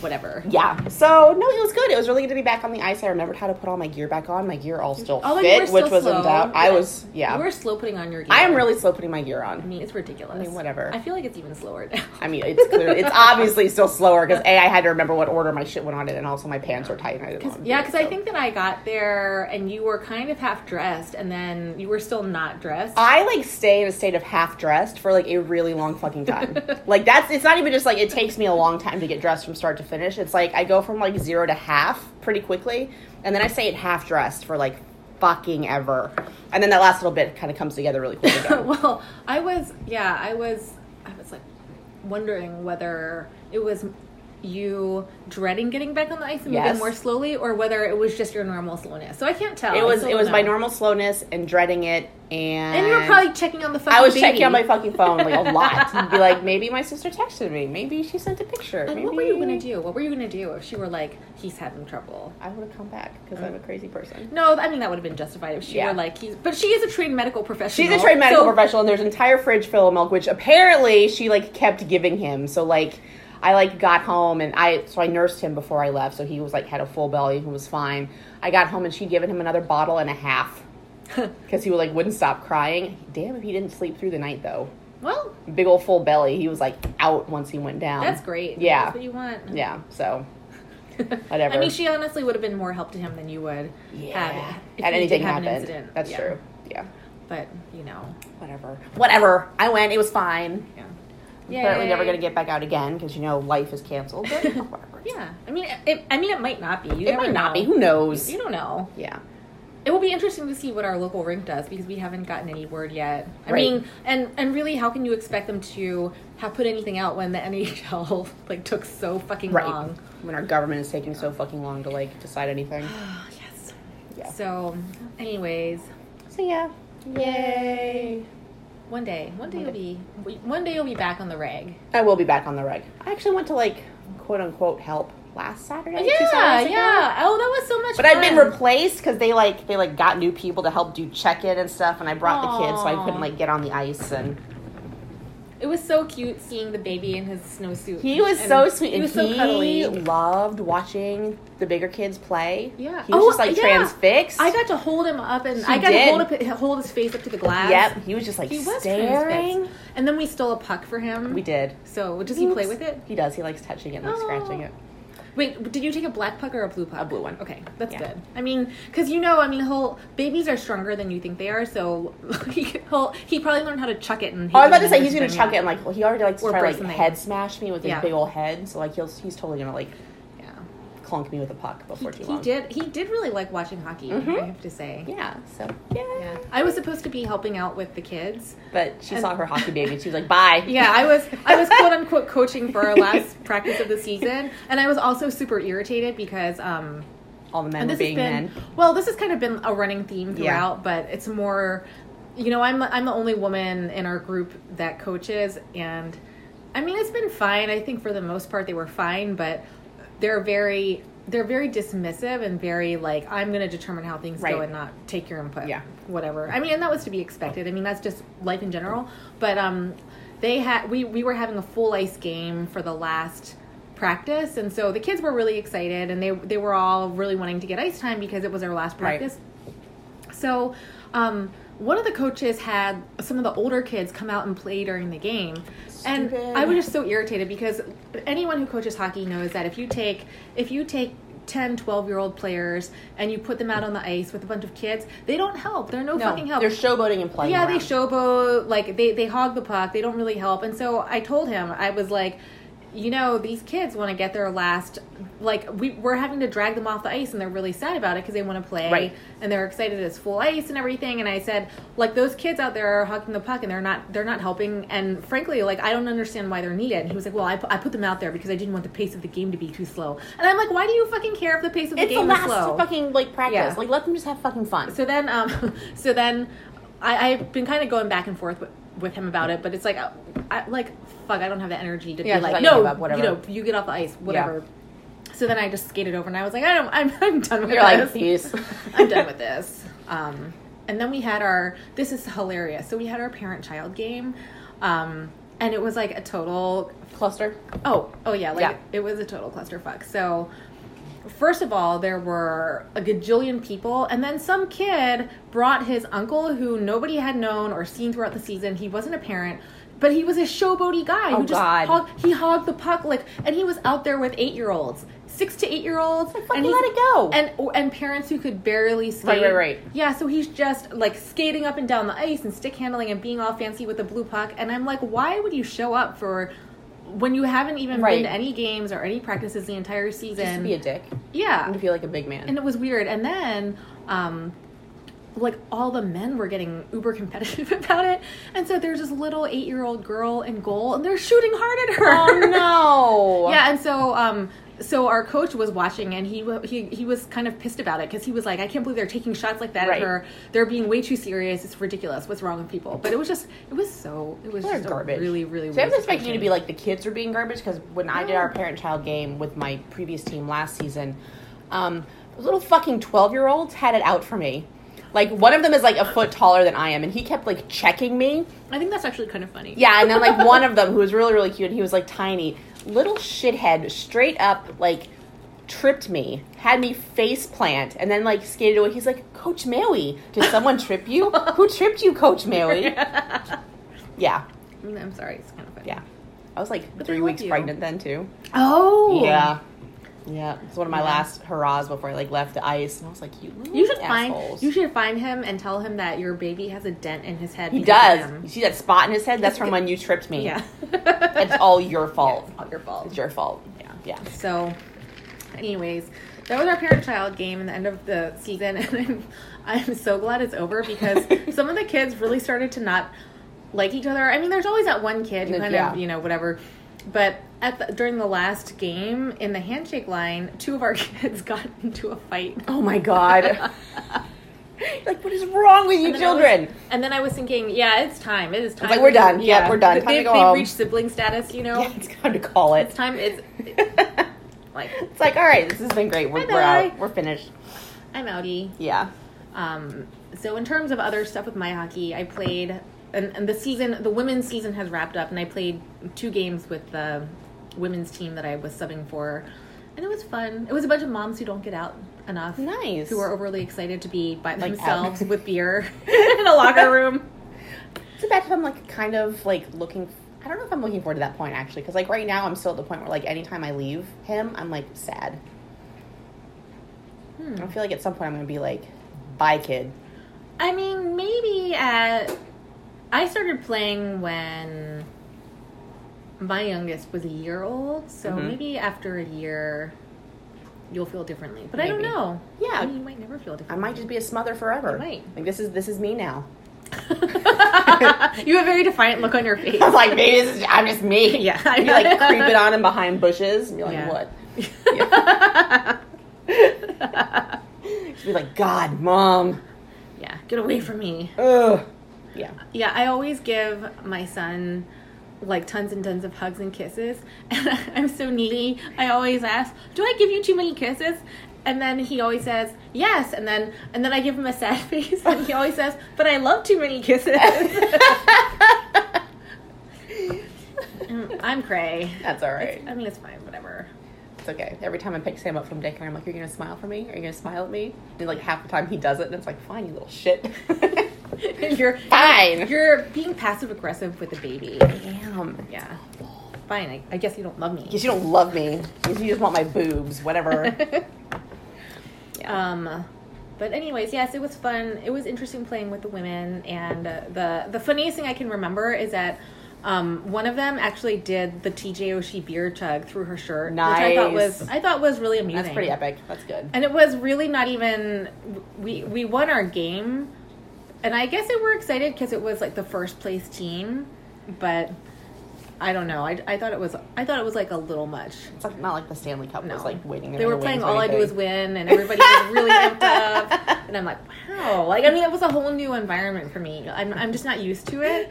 Speaker 2: Whatever.
Speaker 1: Yeah. So no, it was good. It was really good to be back on the ice. I remembered how to put all my gear back on. My gear all still
Speaker 2: Although you
Speaker 1: fit,
Speaker 2: Oh, were still
Speaker 1: which was
Speaker 2: slow.
Speaker 1: in doubt. I
Speaker 2: Yeah.
Speaker 1: was yeah.
Speaker 2: You were slow putting on your gear.
Speaker 1: I am really slow putting my gear
Speaker 2: I
Speaker 1: on.
Speaker 2: mean, it's ridiculous. I
Speaker 1: mean, whatever.
Speaker 2: I feel like it's even slower now.
Speaker 1: *laughs*
Speaker 2: *laughs*
Speaker 1: I mean, it's clear. it's obviously still slower because a I had to remember what order my shit went on it, and also my pants were tight. And I didn't. want to do
Speaker 2: yeah,
Speaker 1: it,
Speaker 2: because I
Speaker 1: so.
Speaker 2: think that I got there and you were kind of half dressed and then you were still not dressed.
Speaker 1: I like stay in a state of half dressed for like a really long fucking
Speaker 2: *laughs*
Speaker 1: time. like that's it's not even just like it takes me a long time to get dressed from start to finish. It's like I go from like zero to half pretty quickly, and then I stay at half dressed for like fucking ever. And then that last little bit kind of comes together really quick
Speaker 2: *laughs*
Speaker 1: again.
Speaker 2: well, I was yeah, I was I was like wondering whether it was you dreading getting back on the ice and
Speaker 1: Yes.
Speaker 2: moving more slowly or whether it was just your normal slowness. So I can't tell.
Speaker 1: it was
Speaker 2: Oh, So
Speaker 1: it was
Speaker 2: no.
Speaker 1: my normal slowness and dreading it, and
Speaker 2: And you were probably checking on the fucking
Speaker 1: I was
Speaker 2: baby.
Speaker 1: checking on my fucking phone like a lot and be like, maybe my sister texted me, maybe she sent a picture.
Speaker 2: And
Speaker 1: maybe...
Speaker 2: what were you going to do? What were you going to do if she were like he's having trouble?
Speaker 1: I would have come back because I'm a crazy person.
Speaker 2: No, I mean that would have been justified if she
Speaker 1: Yeah.
Speaker 2: were like he's but she is a trained medical professional.
Speaker 1: She's a trained medical
Speaker 2: so-
Speaker 1: professional, and there's an entire fridge full of milk, which apparently she like kept giving him. So like, I like got home and I so I nursed him before I left, so he was like had a full belly and was fine. I got home and she'd given him another bottle and a half because he would like wouldn't stop crying. Damn, if he didn't sleep through the night though,
Speaker 2: *laughs* Well,
Speaker 1: big old full belly, he was like out once he went down.
Speaker 2: that's great.
Speaker 1: Yeah.
Speaker 2: That's what you want.
Speaker 1: Yeah, so whatever.
Speaker 2: I mean, she honestly would have been more help to him than you would
Speaker 1: yeah,
Speaker 2: have if
Speaker 1: had
Speaker 2: you
Speaker 1: anything
Speaker 2: did have an
Speaker 1: happened,
Speaker 2: incident.
Speaker 1: that's
Speaker 2: Yeah.
Speaker 1: true. Yeah,
Speaker 2: But you know,
Speaker 1: whatever, whatever. I went. It was fine.
Speaker 2: yeah.
Speaker 1: Apparently,
Speaker 2: Yay.
Speaker 1: never going to get back out again because you know life is canceled.
Speaker 2: *laughs*
Speaker 1: But whatever.
Speaker 2: Yeah, I mean, it, I mean, it might not be. You
Speaker 1: it
Speaker 2: never
Speaker 1: might not
Speaker 2: know.
Speaker 1: be. Who knows?
Speaker 2: You don't know.
Speaker 1: Yeah,
Speaker 2: It will be interesting to see what our local rink does because we haven't gotten any word yet. I
Speaker 1: Right.
Speaker 2: mean, and and really, how can you expect them to have put anything out when the *laughs* NHL like took so fucking
Speaker 1: right. *sighs*
Speaker 2: long?
Speaker 1: When our government is taking so fucking long to like decide anything.
Speaker 2: Oh, yes.
Speaker 1: Yeah.
Speaker 2: So, anyways,
Speaker 1: So yeah. Yay!
Speaker 2: one day, one day
Speaker 1: One
Speaker 2: you'll be, one day you'll be back on the rag.
Speaker 1: I will be back on the reg. I actually went to like quote unquote help last Saturday. two
Speaker 2: Yeah,
Speaker 1: Saturdays ago.
Speaker 2: yeah. Oh, that was so much.
Speaker 1: But I've been
Speaker 2: fun.
Speaker 1: replaced because they like they like got new people to help do check in and stuff, and I brought the kids so I
Speaker 2: Aw.
Speaker 1: couldn't like get on the ice and
Speaker 2: It was so cute seeing the baby in his snowsuit.
Speaker 1: He was
Speaker 2: And
Speaker 1: so sweet.
Speaker 2: He
Speaker 1: and
Speaker 2: was so
Speaker 1: he
Speaker 2: cuddly.
Speaker 1: loved watching the bigger kids play.
Speaker 2: Yeah.
Speaker 1: He was
Speaker 2: Oh,
Speaker 1: just like
Speaker 2: yeah.
Speaker 1: transfixed.
Speaker 2: I got to hold him up and
Speaker 1: He
Speaker 2: I got
Speaker 1: did.
Speaker 2: to hold, up, hold his face up to the glass.
Speaker 1: Yep. He was just like
Speaker 2: He was
Speaker 1: staring.
Speaker 2: transfixed. And then we stole a puck for him.
Speaker 1: We did.
Speaker 2: So does he play with it?
Speaker 1: He does. He likes touching it and like,
Speaker 2: Oh.
Speaker 1: scratching it.
Speaker 2: Wait, did you take a black puck or a blue puck?
Speaker 1: A blue one.
Speaker 2: Okay, that's
Speaker 1: Yeah.
Speaker 2: good. I mean, because you know, I mean, whole babies are stronger than you think they are. So *laughs* he whole, he probably learned how to chuck it. And
Speaker 1: Oh, I was about to say he's gonna chuck it and like well, he already likes to
Speaker 2: Or
Speaker 1: try to,
Speaker 2: break
Speaker 1: like
Speaker 2: something.
Speaker 1: head smash me with his
Speaker 2: Yeah.
Speaker 1: big old head, so like he'll he's totally gonna like
Speaker 2: Yeah,
Speaker 1: clunk me with a puck
Speaker 2: he,
Speaker 1: before too
Speaker 2: he
Speaker 1: long.
Speaker 2: did. He did really like watching hockey. I
Speaker 1: Mhm.
Speaker 2: have to say.
Speaker 1: Yeah, so yeah.
Speaker 2: Yeah. I was supposed to be helping out with the kids.
Speaker 1: But she
Speaker 2: And-
Speaker 1: saw her hockey baby and she was like, Bye.
Speaker 2: Yeah, I was I was quote unquote coaching for our last practice of the season, and I was also super irritated because um,
Speaker 1: all the men
Speaker 2: and
Speaker 1: were
Speaker 2: this
Speaker 1: being
Speaker 2: has been
Speaker 1: men.
Speaker 2: well, this has kind of been a running theme
Speaker 1: Yeah.
Speaker 2: throughout, but it's more, you know, I'm I'm the only woman in our group that coaches, and I mean it's been fine. I think for the most part they were fine, but they're very they're very dismissive and very like I'm going to determine how things go
Speaker 1: Right.
Speaker 2: and not take your input
Speaker 1: Yeah.
Speaker 2: whatever. I mean, and that was to be expected. I mean, that's just life in general. But um, they had we we were having a full ice game for the last practice, and so the kids were really excited, and they they were all really wanting to get ice time because it was our last
Speaker 1: Right.
Speaker 2: practice. So, um, one of the coaches had some of the older kids come out and play during the game. And
Speaker 1: Stupid.
Speaker 2: I was just so irritated because anyone who coaches hockey knows that if you take if you take 10, 12 year old players and you put them out on the ice with a bunch of kids, they don't help. They're no, fucking help.
Speaker 1: They're showboating and playing.
Speaker 2: Yeah,
Speaker 1: around.
Speaker 2: they showboat. Like they they hog the puck. They don't really help. And so I told him I was like, you know, these kids want to get their last. Like we we're having to drag them off the ice, and they're really sad about it because they want to play
Speaker 1: Right.
Speaker 2: and they're excited it's full ice and everything. And I said, like those kids out there are hogging the puck and they're not they're not helping. And frankly, like I don't understand why they're needed. And he was like, well, I, pu- I put them out there because I didn't want the pace of the game to be too slow. And I'm like, why do you fucking care if the pace of the
Speaker 1: It's the
Speaker 2: game
Speaker 1: last
Speaker 2: is slow?
Speaker 1: fucking like practice.
Speaker 2: Yeah.
Speaker 1: Like let them just have fucking fun.
Speaker 2: So then, um, *laughs* so then, I, I've been kind of going back and forth with, with him about it, but it's like, I, I, like, fuck, I don't have the energy to
Speaker 1: Yeah,
Speaker 2: be
Speaker 1: just
Speaker 2: like,
Speaker 1: like, give
Speaker 2: no,
Speaker 1: up, whatever."
Speaker 2: you know, you get off the ice, whatever. So then I just skated over, and I was like, I don't, I'm, *laughs* I'm done with
Speaker 1: You're
Speaker 2: this.
Speaker 1: like,
Speaker 2: *laughs*
Speaker 1: peace.
Speaker 2: I'm done with this. Um, and then we had our this is hilarious. So we had our parent child game, um, and it was like a total
Speaker 1: cluster.
Speaker 2: Oh, oh yeah, like
Speaker 1: Yeah.
Speaker 2: it was a total clusterfuck. So, first of all, there were a gajillion people, and then some kid brought his uncle who nobody had known or seen throughout the season. He wasn't a parent. But he was a showboaty guy
Speaker 1: Oh,
Speaker 2: who just
Speaker 1: God.
Speaker 2: hog, he hogged the puck like, and he was out there with eight year olds, six to eight year olds,
Speaker 1: fucking
Speaker 2: and he's-
Speaker 1: let it go.
Speaker 2: and and parents who could barely skate.
Speaker 1: Right, right, right.
Speaker 2: Yeah, so he's just like skating up and down the ice and stick handling and being all fancy with the blue puck. And I'm like, why would you show up for when you haven't even
Speaker 1: Right.
Speaker 2: been to any games or any practices the entire
Speaker 1: Just to
Speaker 2: season?
Speaker 1: be a dick.
Speaker 2: yeah,
Speaker 1: And to feel like a big man.
Speaker 2: and it was weird. And then, um, like all the men were getting uber *laughs* competitive about it, and so there's this little eight year old girl in goal, and they're shooting hard at her.
Speaker 1: oh *laughs*
Speaker 2: *laughs*
Speaker 1: no.
Speaker 2: Yeah, and so um, so our coach was watching, and he wa- he he was kind of pissed about it because he was like, I can't believe they're taking shots like that
Speaker 1: Right.
Speaker 2: at her. They're being way too serious. It's ridiculous. What's wrong with people? But it was just it was so it was
Speaker 1: They're
Speaker 2: just a
Speaker 1: garbage.
Speaker 2: really really.
Speaker 1: So I'm
Speaker 2: weird
Speaker 1: expecting you to
Speaker 2: situation.
Speaker 1: be like the kids are being garbage because when I did
Speaker 2: No.
Speaker 1: our parent child game with my previous team last season, um, those little fucking twelve year olds had it out for me. Like one of them is like a foot taller than I am, and he kept like checking me.
Speaker 2: I think that's actually kind of funny. *laughs*
Speaker 1: Yeah, and then like one of them who was really really cute, and he was like tiny, little shithead, straight up like tripped me, had me face plant, and then like skated away. He's like, Coach Maui, did someone trip you? Who tripped you, Coach
Speaker 2: *laughs*
Speaker 1: Maui? Yeah,
Speaker 2: I mean, I'm sorry. It's kind of funny.
Speaker 1: yeah. I was like
Speaker 2: But they
Speaker 1: three
Speaker 2: love
Speaker 1: weeks
Speaker 2: you.
Speaker 1: pregnant then too.
Speaker 2: Oh.
Speaker 1: Yeah. Yeah. It's one of my
Speaker 2: Yeah.
Speaker 1: last hurrahs before I like left the ice and I was like, You, little
Speaker 2: You should
Speaker 1: assholes."
Speaker 2: find you should find him and tell him that your baby has a dent in his head.
Speaker 1: He
Speaker 2: because
Speaker 1: does.
Speaker 2: of
Speaker 1: You
Speaker 2: him.
Speaker 1: see that spot in his head?
Speaker 2: *laughs*
Speaker 1: That's from when you tripped me.
Speaker 2: Yeah. *laughs*
Speaker 1: It's all your fault.
Speaker 2: It's all your fault.
Speaker 1: It's your fault.
Speaker 2: Yeah.
Speaker 1: Yeah.
Speaker 2: So, anyways, that was our parent child game and the end of the season, *laughs* and I'm, I'm so glad it's over because
Speaker 1: *laughs*
Speaker 2: some of the kids really started to not like each other. I mean, there's always that one kid who
Speaker 1: Yeah.
Speaker 2: kind of you know whatever, but at the, during the last game in the handshake line, two of our *laughs* kids got into a fight.
Speaker 1: Oh my god. *laughs* like what is wrong with you
Speaker 2: And then I was-
Speaker 1: children?
Speaker 2: *laughs* and then I was thinking, yeah, it's time. It is time.
Speaker 1: like, we're done. Yep, we're done.
Speaker 2: *laughs* They-
Speaker 1: Time to
Speaker 2: They've,
Speaker 1: go
Speaker 2: they've
Speaker 1: home.
Speaker 2: reached sibling status, you know.
Speaker 1: yeah, it's time to call it.
Speaker 2: It's time. It's like
Speaker 1: *laughs* it's like, all right, this has been great. We're, we're
Speaker 2: Bye-bye.
Speaker 1: out. We're finished.
Speaker 2: I'm outie.
Speaker 1: Yeah.
Speaker 2: Um, so in terms of other stuff with my hockey, I played, and, and the season, the women's season has wrapped up, and I played two games with the women's team that I was subbing for, and it was fun. It was a bunch of moms who don't get out enough,
Speaker 1: Nice.
Speaker 2: who are overly excited to be by
Speaker 1: Like, out.
Speaker 2: themselves with beer *laughs* in a locker room.
Speaker 1: *laughs* It's about time, like, kind of like looking. I don't know if I'm looking forward to that point actually, because like right now I'm still at the point where like anytime I leave him, I'm like sad.
Speaker 2: Hmm.
Speaker 1: I feel like at some point I'm gonna be like, bye kid.
Speaker 2: I mean, maybe at. I started playing when my youngest was a year old, so
Speaker 1: Mhm.
Speaker 2: maybe after a year, you'll feel differently. But I don't
Speaker 1: Maybe.
Speaker 2: know.
Speaker 1: Yeah.
Speaker 2: Maybe you might never feel
Speaker 1: I
Speaker 2: differently.
Speaker 1: might just be a smother forever.
Speaker 2: You might.
Speaker 1: Like this is this is me now.
Speaker 2: *laughs*
Speaker 1: *laughs*
Speaker 2: you have a very defiant look on your
Speaker 1: *laughs*
Speaker 2: face.
Speaker 1: I'm like maybe this is, I'm just me.
Speaker 2: *laughs* Yeah.
Speaker 1: I'd *laughs* be like
Speaker 2: *laughs*
Speaker 1: creeping on him behind bushes and be like,
Speaker 2: Yeah.
Speaker 1: what? She'd be like, God, mom.
Speaker 2: *laughs* yeah, get away from me.
Speaker 1: Ugh.
Speaker 2: *laughs*
Speaker 1: Yeah.
Speaker 2: Yeah, I always give my son like tons and tons of hugs and kisses. *laughs* And I'm so needy. I always ask, "Do I give you too many kisses?" And then he always says, "Yes." And then and then I give him a sad *laughs* face, and he always says, "But I love too many kisses." *laughs* Mm, I'm cray.
Speaker 1: That's all right.
Speaker 2: I mean, it's
Speaker 1: *laughs*
Speaker 2: fine, whatever.
Speaker 1: It's okay. Every time I pick Sam up from daycare, I'm like, "You're gonna smile for me? Are you gonna smile at me?" And like half the time he does it, and it's like, "Fine, you little shit." *laughs*
Speaker 2: you're
Speaker 1: Fine.
Speaker 2: You're being passive aggressive with a baby.
Speaker 1: Damn.
Speaker 2: Yeah. Fine. I, I guess you don't love me.
Speaker 1: Because you don't love me. 'Cause you just want my boobs,
Speaker 2: *laughs*
Speaker 1: whatever.
Speaker 2: Um, but anyways, yes, it was fun. It was interesting playing with the women, and uh, the the funniest thing I can remember is that. Um, one of them actually did the TJ Oshie beer chug through her shirt, which I thought
Speaker 1: Nice.
Speaker 2: was I thought was really amusing.
Speaker 1: That's pretty epic. That's good.
Speaker 2: And it was really not even we we won our game, and I guess they were excited because it was like the first place team, but I don't know. I, I thought it was I thought it was like a little much.
Speaker 1: It's like, not like the Stanley Cup was like waiting.
Speaker 2: They
Speaker 1: in
Speaker 2: were
Speaker 1: the
Speaker 2: playing
Speaker 1: wings or
Speaker 2: All I Do Is
Speaker 1: anything.
Speaker 2: Win, and everybody was really amped up.
Speaker 1: *laughs*
Speaker 2: And I'm like, wow. Like, I mean, it was a whole new environment for me. I'm, I'm just not used to it.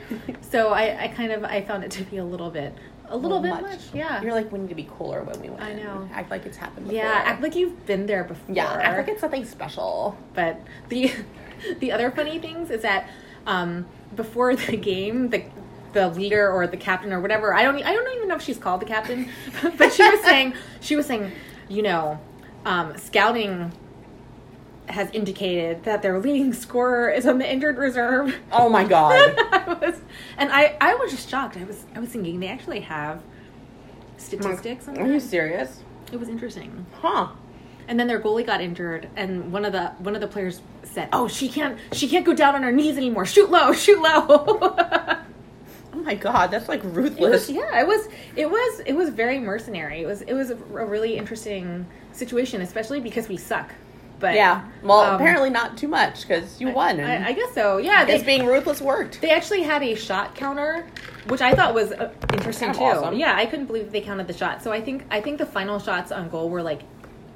Speaker 2: So I, I kind of, I found it to be a little bit, a little, bit much. Yeah.
Speaker 1: You're like, we need to be cooler when we win.
Speaker 2: I know.
Speaker 1: Act like it's happened. Before.
Speaker 2: yeah. Act like you've been there before.
Speaker 1: yeah. Act like it's something special.
Speaker 2: But the *laughs* the other funny things is that um, before the game, the the leader or the captain or whatever I don't I don't even know if she's called the captain, *laughs* but she was saying she was saying you know um, scouting has indicated that their leading scorer is on the injured reserve. *laughs*
Speaker 1: Oh my god.
Speaker 2: I was, and I I was just shocked. I was I was thinking they actually have statistics on
Speaker 1: Are you
Speaker 2: that.
Speaker 1: serious?
Speaker 2: It was interesting.
Speaker 1: Huh.
Speaker 2: And then their goalie got injured, and one of the one of the players said, "Oh, she can't she can't go down on her knees anymore. Shoot low, *laughs* shoot low."
Speaker 1: Oh my god. That's like
Speaker 2: It was- *laughs*
Speaker 1: ruthless.
Speaker 2: yeah, it was it was it was very mercenary. It was it was a, a really interesting situation, especially because we suck. But
Speaker 1: Yeah. Well,
Speaker 2: um,
Speaker 1: apparently not too much because you won. and
Speaker 2: I, I guess so. Yeah, they,
Speaker 1: guess being ruthless worked.
Speaker 2: they actually had a shot counter, which I thought was uh, interesting
Speaker 1: Kind of
Speaker 2: too.
Speaker 1: awesome.
Speaker 2: Yeah, I couldn't believe they counted the shots. So I think I think the final shots on goal were like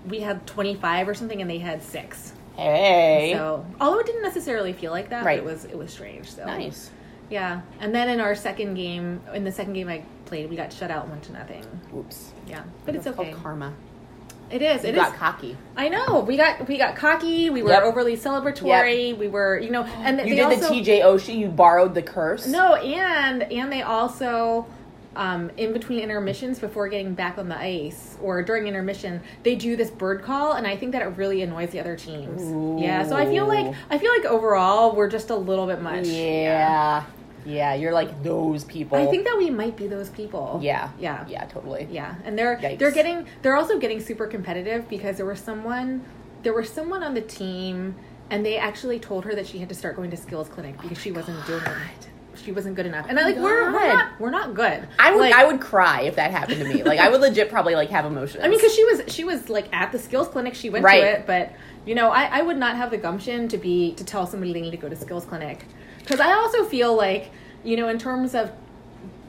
Speaker 2: we had twenty five or something, and they had six.
Speaker 1: Hey.
Speaker 2: So, although it didn't necessarily feel like that, but
Speaker 1: Right.
Speaker 2: it was it was strange. So
Speaker 1: nice.
Speaker 2: yeah. And then in our second game, in the second game I played, we got shut out one to nothing.
Speaker 1: Oops.
Speaker 2: Yeah, but it's
Speaker 1: That's called
Speaker 2: okay.
Speaker 1: Karma.
Speaker 2: It is.
Speaker 1: You
Speaker 2: It is.
Speaker 1: got cocky.
Speaker 2: I know. We got we got cocky. We were
Speaker 1: Yep.
Speaker 2: overly celebratory. We were,
Speaker 1: *gasps*
Speaker 2: you know, and
Speaker 1: You
Speaker 2: they
Speaker 1: did
Speaker 2: also,
Speaker 1: the TJ Oshie. You borrowed the curse.
Speaker 2: No, and and they also um, in between intermissions before getting back on the ice or during intermission, they do this bird call and I think that it really annoys the other teams. Yeah, so I feel
Speaker 1: Ooh.
Speaker 2: like I feel like overall we're just a little bit much.
Speaker 1: Yeah. Yeah. You're like those people.
Speaker 2: I think that we might be those people.
Speaker 1: Yeah.
Speaker 2: Yeah.
Speaker 1: Yeah. Totally.
Speaker 2: Yeah. And they're
Speaker 1: Yikes.
Speaker 2: they're getting they're also getting super competitive because there was someone there was someone on the team and they actually told her that she had to start going to skills clinic because
Speaker 1: Oh
Speaker 2: she wasn't doing it. She wasn't good enough. And I like we're we're
Speaker 1: God.
Speaker 2: not we're not good.
Speaker 1: I would
Speaker 2: Like,
Speaker 1: I would cry if that happened to me. Like I would *laughs* legit probably like have emotions.
Speaker 2: I mean, because she was she was like at the skills clinic, she went
Speaker 1: Right.
Speaker 2: to it, but you know, I, I would not have the gumption to be to tell somebody they need to go to skills clinic, because I also feel like you know, in terms of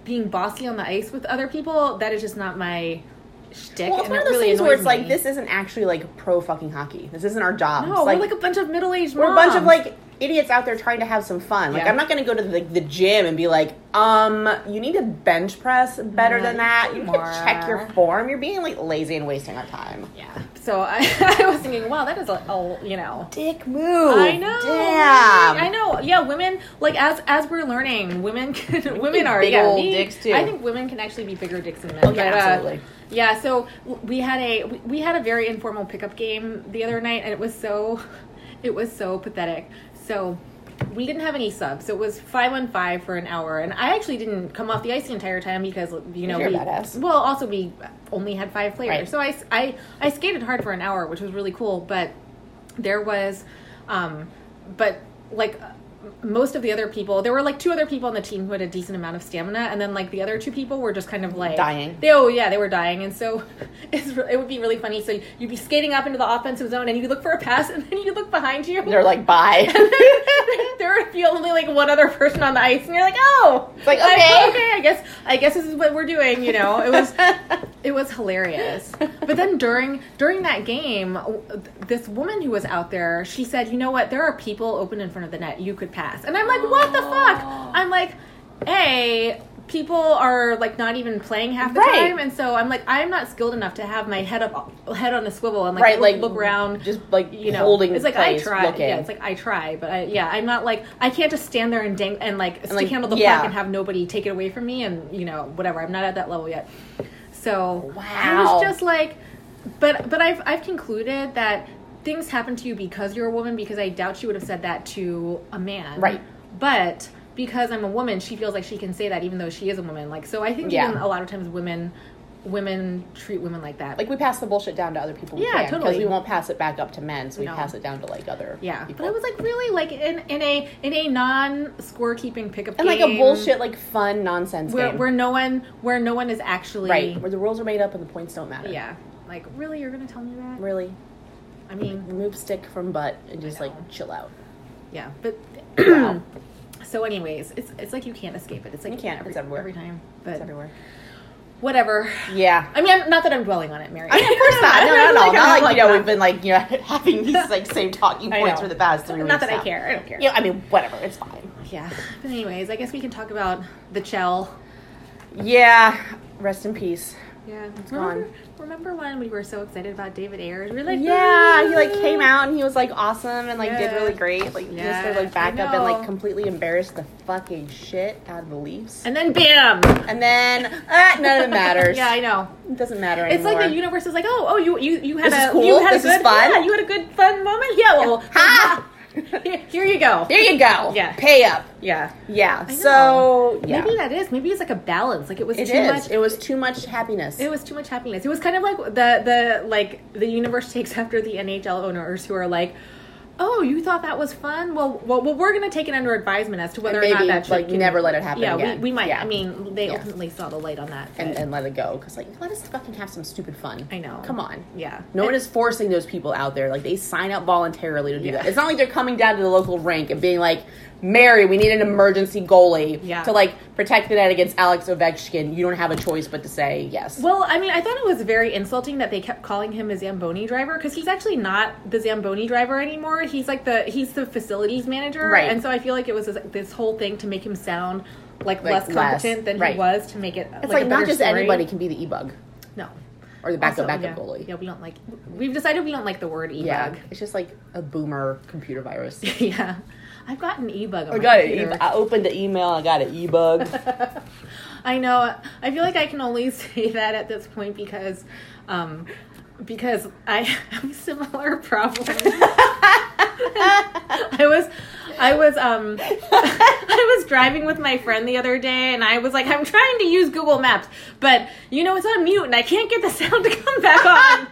Speaker 2: being bossy on the ice with other people, that is just not my shtick.
Speaker 1: well, it's
Speaker 2: and
Speaker 1: one
Speaker 2: it
Speaker 1: of those
Speaker 2: really
Speaker 1: things where
Speaker 2: annoys
Speaker 1: it's like
Speaker 2: me.
Speaker 1: this isn't actually like pro fucking hockey. This isn't our job.
Speaker 2: No,
Speaker 1: It's like,
Speaker 2: we're like a bunch of middle aged.
Speaker 1: we're a bunch of like idiots out there trying to have some fun. Like
Speaker 2: Yeah.
Speaker 1: I'm not going to go to the, the gym and be like, um, you need to bench press better
Speaker 2: Yeah,
Speaker 1: than
Speaker 2: you
Speaker 1: that.
Speaker 2: can
Speaker 1: You
Speaker 2: do
Speaker 1: need to check
Speaker 2: more."
Speaker 1: your form. You're being like lazy and wasting our time.
Speaker 2: yeah. So *laughs* I, I was thinking, wow, that is a, a you know.
Speaker 1: Dick move.
Speaker 2: I know.
Speaker 1: Oh, Damn.
Speaker 2: I know. Yeah, women like as as we're learning, women *laughs* can, women are
Speaker 1: big
Speaker 2: yeah,
Speaker 1: old
Speaker 2: we-
Speaker 1: dicks, too.
Speaker 2: I think women can actually be bigger dicks than men.
Speaker 1: Oh, yeah,
Speaker 2: but, uh,
Speaker 1: absolutely.
Speaker 2: yeah, so w- we had a we- we had a very *laughs* informal pickup game the other night, and it was so it was so pathetic. So we didn't have any subs. It was five on five for an hour, and I actually didn't come off the ice the entire time because you know
Speaker 1: You're a
Speaker 2: we,
Speaker 1: badass.
Speaker 2: well also we only had five players,
Speaker 1: Right.
Speaker 2: so I, s- I I skated hard for an hour, which was really cool. But there was, um, but like. uh, Most of the other people, there were like two other people on the team who had a decent amount of stamina, and then like the other two people were just kind of like
Speaker 1: Dying.
Speaker 2: They, oh yeah, they were dying, and so *laughs* it's, re- it would be really funny. So you'd be skating up into the offensive zone, and you'd look for a pass, and then you'd look behind you,
Speaker 1: They're like,
Speaker 2: *laughs*
Speaker 1: bye.
Speaker 2: there would be only like one other person on the ice, and you're like, oh,
Speaker 1: It's like, okay.
Speaker 2: okay, I guess, I guess this is what we're doing. You know, it
Speaker 1: *laughs*
Speaker 2: was, it was hilarious. But then during during that game, w- this woman who was out there, she said, you know what? There are people open in front of the net. You could pass, and I'm like, what the fuck? I'm like, hey. People are like not even playing half the
Speaker 1: Right.
Speaker 2: time, and so I'm like, I'm not skilled enough to have my head up, head on a swivel, and
Speaker 1: *laughs*
Speaker 2: like,
Speaker 1: right,
Speaker 2: look,
Speaker 1: like
Speaker 2: look around,
Speaker 1: just like
Speaker 2: you know,
Speaker 1: holding.
Speaker 2: it's like
Speaker 1: place,
Speaker 2: I try.
Speaker 1: Looking.
Speaker 2: Yeah, it's like I try, but I, yeah, I'm not like I can't just stand there and dang and like stick
Speaker 1: like,
Speaker 2: handle the
Speaker 1: yeah.
Speaker 2: puck and have nobody take it away from me and you know whatever. I'm not at that level yet. So I
Speaker 1: Wow.
Speaker 2: was just like, but but I've I've concluded that things happen to you because you're a woman. Because I doubt she would have said that to a man,
Speaker 1: Right.
Speaker 2: But because I'm a woman, she feels like she can say that even though she is a woman. Like so, I think
Speaker 1: Yeah.
Speaker 2: even a lot of times women women treat women like that.
Speaker 1: Like, we pass the bullshit down to other people. We
Speaker 2: Yeah,
Speaker 1: can, 'cause
Speaker 2: totally.
Speaker 1: we won't pass it back up to men, so we
Speaker 2: No.
Speaker 1: pass it down to like other.
Speaker 2: Yeah,
Speaker 1: people.
Speaker 2: but I was like really like in in a in a non scorekeeping pickup
Speaker 1: and like
Speaker 2: game
Speaker 1: a bullshit, like fun nonsense
Speaker 2: where
Speaker 1: game.
Speaker 2: where no one where no one is actually
Speaker 1: right, where the rules are made up and the points don't matter.
Speaker 2: Yeah, like really, you're gonna tell me that?
Speaker 1: really,
Speaker 2: I mean,
Speaker 1: remove stick from butt and just like
Speaker 2: know.
Speaker 1: chill out.
Speaker 2: yeah,
Speaker 1: *clears throat*
Speaker 2: but
Speaker 1: Wow.
Speaker 2: so anyways, it's it's like you can't escape it. It's like
Speaker 1: You can't.
Speaker 2: every,
Speaker 1: It's everywhere.
Speaker 2: every time, but
Speaker 1: It's everywhere.
Speaker 2: whatever.
Speaker 1: Yeah.
Speaker 2: I mean, I'm, not that I'm dwelling on it, Mary.
Speaker 1: I mean, of course
Speaker 2: *laughs*
Speaker 1: not. No, no,
Speaker 2: I'm
Speaker 1: no.
Speaker 2: like, I'm
Speaker 1: not like you know
Speaker 2: that.
Speaker 1: we've been like you know *laughs* having these like same talking
Speaker 2: I
Speaker 1: points
Speaker 2: know.
Speaker 1: for the past three
Speaker 2: Not
Speaker 1: weeks
Speaker 2: that I
Speaker 1: now.
Speaker 2: care. I don't care.
Speaker 1: Yeah, I mean whatever. It's fine.
Speaker 2: Yeah. But anyways, I guess we can talk about the chell.
Speaker 1: Yeah. Rest in peace.
Speaker 2: Yeah, it's
Speaker 1: Remember-
Speaker 2: remember, Remember when we were so excited about David Ayers? We were like,
Speaker 1: Yeah, he like
Speaker 2: "Woo!"
Speaker 1: came out and he was like awesome and like did
Speaker 2: Yeah.
Speaker 1: really great. Like he was sort of like
Speaker 2: Yeah,
Speaker 1: back
Speaker 2: I
Speaker 1: up and like
Speaker 2: know.
Speaker 1: completely embarrassed the fucking shit out of the Leafs.
Speaker 2: and then bam.
Speaker 1: And then *laughs* ah, none of it matters.
Speaker 2: *laughs* yeah, I know.
Speaker 1: it doesn't matter
Speaker 2: It's
Speaker 1: anymore.
Speaker 2: like the universe is like, oh, oh, you, you, you had
Speaker 1: This is
Speaker 2: a,
Speaker 1: cool.
Speaker 2: you had
Speaker 1: This
Speaker 2: a
Speaker 1: is
Speaker 2: good,
Speaker 1: fun.
Speaker 2: yeah, you had a good fun moment. Yeah, well,
Speaker 1: *laughs* ha!
Speaker 2: here, *laughs* here you go.
Speaker 1: There you go.
Speaker 2: Yeah.
Speaker 1: Pay up.
Speaker 2: Yeah.
Speaker 1: *laughs* Yeah.
Speaker 2: I know.
Speaker 1: So yeah,
Speaker 2: Maybe that is. Maybe it's like a balance. Like it was
Speaker 1: it
Speaker 2: too
Speaker 1: is.
Speaker 2: much.
Speaker 1: It was too much happiness.
Speaker 2: It was too much happiness. It was kind of like the the like the universe *laughs* takes after the NHL owners who are like, oh, you thought that was fun? Well, well, well we're going to take it under advisement as to whether
Speaker 1: And
Speaker 2: or not
Speaker 1: maybe,
Speaker 2: that should
Speaker 1: like, never let it happen
Speaker 2: Yeah,
Speaker 1: again.
Speaker 2: We, we might.
Speaker 1: Yeah.
Speaker 2: I mean, they
Speaker 1: Yeah.
Speaker 2: ultimately saw the light on that.
Speaker 1: and,
Speaker 2: but-
Speaker 1: and let it go because like let us fucking have some stupid fun.
Speaker 2: I know.
Speaker 1: Come on.
Speaker 2: yeah,
Speaker 1: No one is forcing those people out there. Like they sign up voluntarily to do
Speaker 2: Yeah.
Speaker 1: that. It's not like they're coming down to the local rink and being like, "Mary, we need an emergency goalie
Speaker 2: Yeah.
Speaker 1: to like protect the net against Alex Ovechkin." You don't have a choice but to say yes.
Speaker 2: Well, I mean, I thought it was very insulting that they kept calling him a Zamboni driver because he's actually not the Zamboni driver anymore. He's like the he's the facilities manager,
Speaker 1: Right.
Speaker 2: And so I feel like it was this, this whole thing to make him sound like,
Speaker 1: Like
Speaker 2: less
Speaker 1: less,
Speaker 2: competent than
Speaker 1: right.
Speaker 2: he was to make it.
Speaker 1: it's like,
Speaker 2: a
Speaker 1: not
Speaker 2: better
Speaker 1: just
Speaker 2: story.
Speaker 1: anybody can be the e-bug
Speaker 2: No,
Speaker 1: or the backup
Speaker 2: Also,
Speaker 1: backup
Speaker 2: yeah.
Speaker 1: goalie.
Speaker 2: Yeah, we don't like. We've decided we don't like the word e
Speaker 1: Yeah,
Speaker 2: bug.
Speaker 1: it's just like a boomer computer virus.
Speaker 2: *laughs* Yeah. I've got an e bug.
Speaker 1: *laughs* I got it. I opened the email. I got an e-bug.
Speaker 2: I know. I feel like I can only *laughs* say that at this point because, um, because I *laughs* have similar problems. I was, I was, um, I was driving with my friend the other day, and I was like, I'm trying to use Google Maps, but you know it's on mute, and I can't get the *laughs* sound to come back on.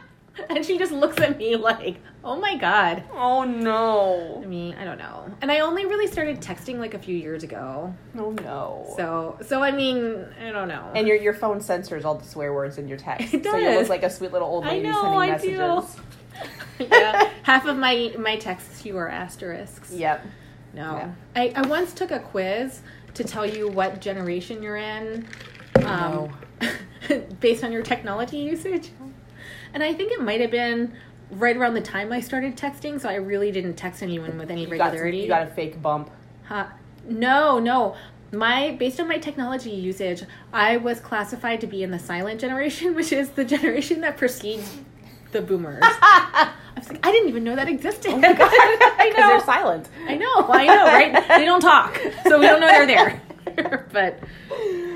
Speaker 2: and she just looks at me like, Oh my god.
Speaker 1: *laughs* oh no!
Speaker 2: I mean, I don't know. And I only really started texting like a few years ago.
Speaker 1: Oh no!
Speaker 2: So, so I mean, I don't know.
Speaker 1: And your your phone censors all the swear words in your text.
Speaker 2: It
Speaker 1: So you look
Speaker 2: does.
Speaker 1: like a sweet little old
Speaker 2: I
Speaker 1: lady
Speaker 2: know,
Speaker 1: sending
Speaker 2: I
Speaker 1: messages.
Speaker 2: *laughs*
Speaker 1: *laughs*
Speaker 2: yeah. Half of my my texts you are asterisks.
Speaker 1: Yep.
Speaker 2: No.
Speaker 1: Yeah.
Speaker 2: I, I once took a quiz to tell you what generation you're in um, *laughs* based on your technology usage. And I think it might have been right around the time I started texting, so I really didn't text anyone with any
Speaker 1: You got, some-
Speaker 2: regularity.
Speaker 1: you got a fake *laughs* bump.
Speaker 2: Huh. No, no. My based on my technology usage, I was classified to be in the silent generation, *laughs* which is the generation that precedes
Speaker 1: *laughs*
Speaker 2: the boomers. I was like, I didn't even know that
Speaker 1: Oh
Speaker 2: existed. *laughs* I
Speaker 1: Because they're
Speaker 2: know.
Speaker 1: silent.
Speaker 2: I know. I know. Right? They don't talk, so we don't know they're there. *laughs* but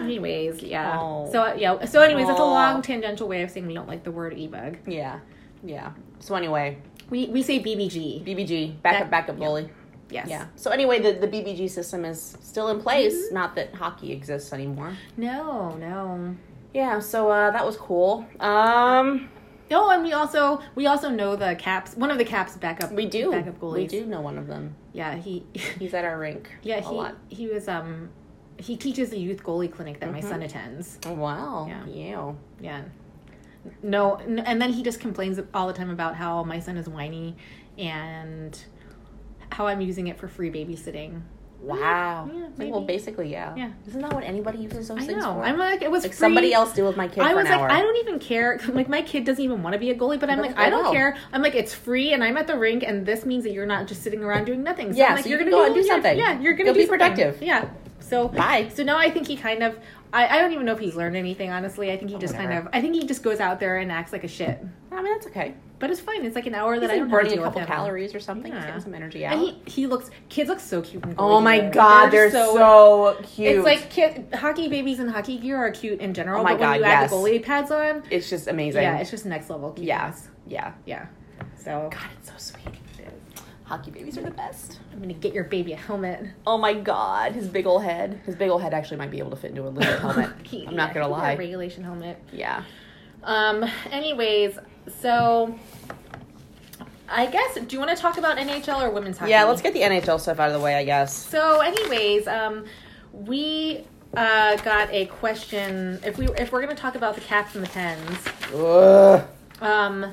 Speaker 2: anyways, yeah.
Speaker 1: Oh.
Speaker 2: So uh, yeah. So anyways, that's a
Speaker 1: Oh.
Speaker 2: long tangential way of saying we don't like the word e-bug.
Speaker 1: Yeah. Yeah. So anyway,
Speaker 2: We we say BBG.
Speaker 1: BBG, backup
Speaker 2: Back-
Speaker 1: backup goalie.
Speaker 2: Yes.
Speaker 1: Yeah. So anyway, the, the BBG system is still in place. Not that hockey exists anymore.
Speaker 2: No, no.
Speaker 1: Yeah. So uh, that was cool. Um,
Speaker 2: Oh, and we also we also know the caps. One of the caps backup.
Speaker 1: we do.
Speaker 2: backup goalies.
Speaker 1: We do know one of them.
Speaker 2: Yeah, he. *laughs*
Speaker 1: He's at our rink.
Speaker 2: Yeah,
Speaker 1: a
Speaker 2: he
Speaker 1: lot.
Speaker 2: he was um he teaches the youth goalie clinic that my
Speaker 1: Mm-hmm.
Speaker 2: son attends.
Speaker 1: Wow.
Speaker 2: Yeah. Oh,
Speaker 1: Ew.
Speaker 2: Yeah. No, n- and then he just complains all the time about how my son is whiny and how I'm using it for free babysitting.
Speaker 1: Wow.
Speaker 2: Yeah,
Speaker 1: Like, well,
Speaker 2: maybe.
Speaker 1: basically, yeah.
Speaker 2: Yeah.
Speaker 1: Isn't that what anybody uses those
Speaker 2: I
Speaker 1: things
Speaker 2: know.
Speaker 1: for?
Speaker 2: I'm like, it was
Speaker 1: like
Speaker 2: free.
Speaker 1: somebody else deal with my kid
Speaker 2: I
Speaker 1: for
Speaker 2: was
Speaker 1: an
Speaker 2: like,
Speaker 1: hour.
Speaker 2: I don't even care. *laughs* Like my kid doesn't even want to be a goalie, but I'm
Speaker 1: But
Speaker 2: like, I don't
Speaker 1: wow.
Speaker 2: care. I'm like, it's free, and I'm at the rink, and this means that you're not just sitting around doing nothing. So
Speaker 1: Yeah,
Speaker 2: I'm like,
Speaker 1: so
Speaker 2: you're
Speaker 1: you
Speaker 2: gonna
Speaker 1: can go out and do
Speaker 2: yeah,
Speaker 1: something.
Speaker 2: Yeah, you're gonna
Speaker 1: Go
Speaker 2: do
Speaker 1: be
Speaker 2: something.
Speaker 1: productive.
Speaker 2: Yeah. So
Speaker 1: Bye.
Speaker 2: So now I think he kind of. I, I don't even know if he's learned anything. Honestly, I think he just kind
Speaker 1: Oh, whatever.
Speaker 2: of. I think he just goes out there and acts like a shit.
Speaker 1: I mean, that's okay.
Speaker 2: But it's fine. It's like an hour that
Speaker 1: He's
Speaker 2: I
Speaker 1: like
Speaker 2: don't have to
Speaker 1: burning a
Speaker 2: deal with
Speaker 1: couple
Speaker 2: him.
Speaker 1: calories or something. He's
Speaker 2: Yeah.
Speaker 1: getting some energy out.
Speaker 2: And he, he looks. Kids look so cute. And
Speaker 1: oh my
Speaker 2: gorgeous.
Speaker 1: god, they're, so, cute.
Speaker 2: It's like kid, hockey babies and hockey gear are cute in general.
Speaker 1: Oh my
Speaker 2: but
Speaker 1: God,
Speaker 2: when you add
Speaker 1: yes.
Speaker 2: the goalie pads on,
Speaker 1: it's just amazing.
Speaker 2: yeah, it's just next level. Cute.
Speaker 1: yeah. Yeah.
Speaker 2: yeah. So
Speaker 1: God, it's so sweet. Hockey babies are the best.
Speaker 2: I'm gonna get your baby a helmet.
Speaker 1: Oh my god, his big old head. His big old head actually might be able to fit into a
Speaker 2: *laughs*
Speaker 1: little helmet.
Speaker 2: He-
Speaker 1: I'm not gonna
Speaker 2: yeah, he can wear A
Speaker 1: lie.
Speaker 2: regulation helmet.
Speaker 1: Yeah.
Speaker 2: Um. Anyways, so I guess do you want to talk about NHL or women's hockey?
Speaker 1: Yeah, let's get the NHL stuff out of the way, I guess.
Speaker 2: So, anyways, um, we uh, got a question. If we if we're gonna talk about the caps and the pens,
Speaker 1: Ugh.
Speaker 2: um,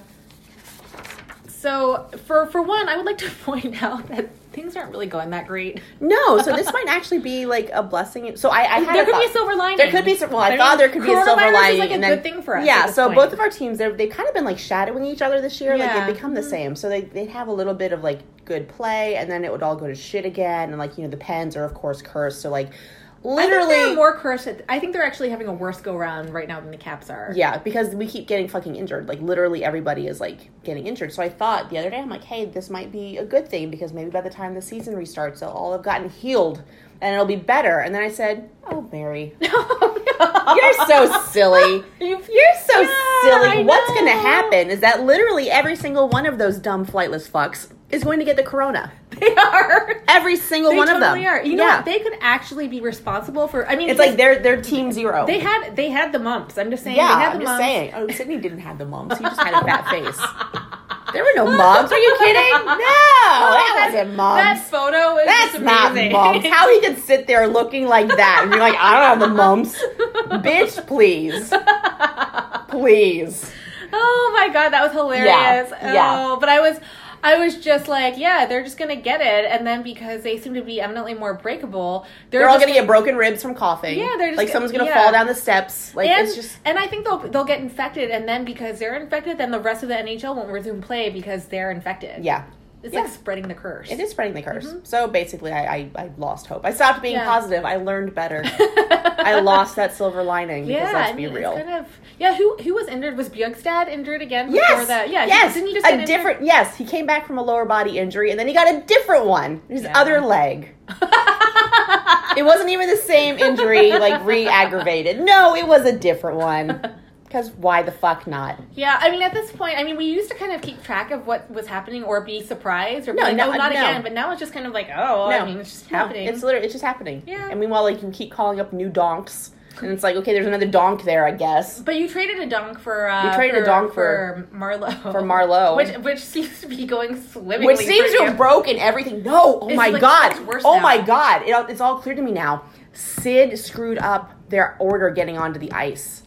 Speaker 2: so for for one, I would like to *laughs* point out that things aren't really going that great.
Speaker 1: No, so this might actually be like a blessing. So I, I had
Speaker 2: There could be a
Speaker 1: thought-
Speaker 2: silver lining.
Speaker 1: There could be some. Well, I thought there could be a silver
Speaker 2: Coronavirus
Speaker 1: lining.
Speaker 2: is, like, a
Speaker 1: and then,
Speaker 2: good thing for us at
Speaker 1: Yeah.
Speaker 2: this
Speaker 1: So
Speaker 2: point.
Speaker 1: both of our teams, they're- they've kind of been like shadowing each other this year. Like
Speaker 2: Yeah.
Speaker 1: they've become the same. So they they have a little bit of like good play, and then it would all go to shit again. And like you know, the pens are of course cursed. So like
Speaker 2: I think they're
Speaker 1: literally.
Speaker 2: more cursed. at- I think they're actually having a worse go round right now than the caps are. *laughs*
Speaker 1: Yeah, because we keep getting fucking injured. Like literally everybody is like getting injured. So I thought the other day I'm like, hey, this might be a good thing because maybe by the time the season restarts, they'll all have gotten healed and it'll be better. And then I said, oh
Speaker 2: *laughs*
Speaker 1: Mary, you're so silly.
Speaker 2: You've-
Speaker 1: You're so
Speaker 2: Yeah, I
Speaker 1: silly. What's going to
Speaker 2: know.
Speaker 1: happen is that literally every single one of those dumb flightless fucks is going to get the corona.
Speaker 2: *laughs* they are.
Speaker 1: Every single
Speaker 2: They
Speaker 1: one of
Speaker 2: totally
Speaker 1: them.
Speaker 2: are. You know
Speaker 1: yeah.
Speaker 2: what? They could actually be responsible for. I mean,
Speaker 1: it's
Speaker 2: because
Speaker 1: like they're they're team zero.
Speaker 2: they had they had the mumps. I'm just saying.
Speaker 1: yeah,
Speaker 2: they had the
Speaker 1: I'm just
Speaker 2: mumps.
Speaker 1: saying. Oh, Sydney didn't have the mumps. He just had
Speaker 2: *laughs*
Speaker 1: a fat face. There were no mumps. Are you kidding?
Speaker 2: *laughs*
Speaker 1: No, Oh, that wasn't mumps.
Speaker 2: Oh, That photo is
Speaker 1: That's
Speaker 2: just
Speaker 1: not
Speaker 2: amazing.
Speaker 1: mumps. How he could sit there looking like that and be like, I don't have the
Speaker 2: *laughs*
Speaker 1: mumps. Bitch, please. Please.
Speaker 2: *laughs* oh my god, that was hilarious.
Speaker 1: Yeah, yeah.
Speaker 2: Oh, but I was I was just like, yeah, they're just gonna get it, and then because they seem to be eminently more breakable, they're,
Speaker 1: They're all
Speaker 2: just
Speaker 1: gonna get broken ribs from coughing.
Speaker 2: Yeah, they're just
Speaker 1: like
Speaker 2: gonna-
Speaker 1: someone's gonna
Speaker 2: yeah.
Speaker 1: fall down the steps. Like
Speaker 2: and,
Speaker 1: it's just
Speaker 2: and I think they'll they'll get infected, and then because they're infected, then the rest of the NHL won't resume play because they're infected.
Speaker 1: yeah.
Speaker 2: it's
Speaker 1: Yeah.
Speaker 2: like spreading the curse. *laughs*
Speaker 1: It is spreading the curse. So basically, I, I I lost hope. I stopped being
Speaker 2: Mm-hmm. Yeah.
Speaker 1: positive. I learned
Speaker 2: *laughs*
Speaker 1: better. I lost that silver lining because
Speaker 2: Yeah,
Speaker 1: let's
Speaker 2: I
Speaker 1: be
Speaker 2: mean,
Speaker 1: real.
Speaker 2: It's kind of, yeah, who who was injured? Was Bjugstad injured again?
Speaker 1: Yes.
Speaker 2: Before that? Yeah. he-
Speaker 1: Yes.
Speaker 2: didn't he just
Speaker 1: a
Speaker 2: get injured?
Speaker 1: different? Yes, he came back from a lower body injury, and then he got a different one. His
Speaker 2: Yeah.
Speaker 1: other
Speaker 2: *laughs*
Speaker 1: leg. it wasn't even the same injury, like re-aggravated. No, it was a different
Speaker 2: *laughs*
Speaker 1: one. Because why the fuck not?
Speaker 2: Yeah, I mean, at this point, I mean, we used to kind of keep track of what was happening or be surprised or be
Speaker 1: No,
Speaker 2: like,
Speaker 1: no,
Speaker 2: oh, not
Speaker 1: no.
Speaker 2: again. But now it's just kind of like, oh, I mean, it's just
Speaker 1: No,
Speaker 2: happening.
Speaker 1: It's literally it's just happening.
Speaker 2: Yeah.
Speaker 1: And meanwhile, like you keep calling up new donks, and it's like, okay, there's another donk there, I guess.
Speaker 2: but you traded a donk for uh,
Speaker 1: We traded a
Speaker 2: for-
Speaker 1: donk
Speaker 2: for Marlowe
Speaker 1: for Marlowe.
Speaker 2: *laughs* which which seems to be going swimmingly.
Speaker 1: Which seems
Speaker 2: for
Speaker 1: to
Speaker 2: you.
Speaker 1: have broken everything. No, oh
Speaker 2: It's
Speaker 1: my
Speaker 2: like
Speaker 1: god,
Speaker 2: so much worse
Speaker 1: oh
Speaker 2: now.
Speaker 1: my god, it, all- it's all clear to me now. Sid screwed up their order getting onto the ice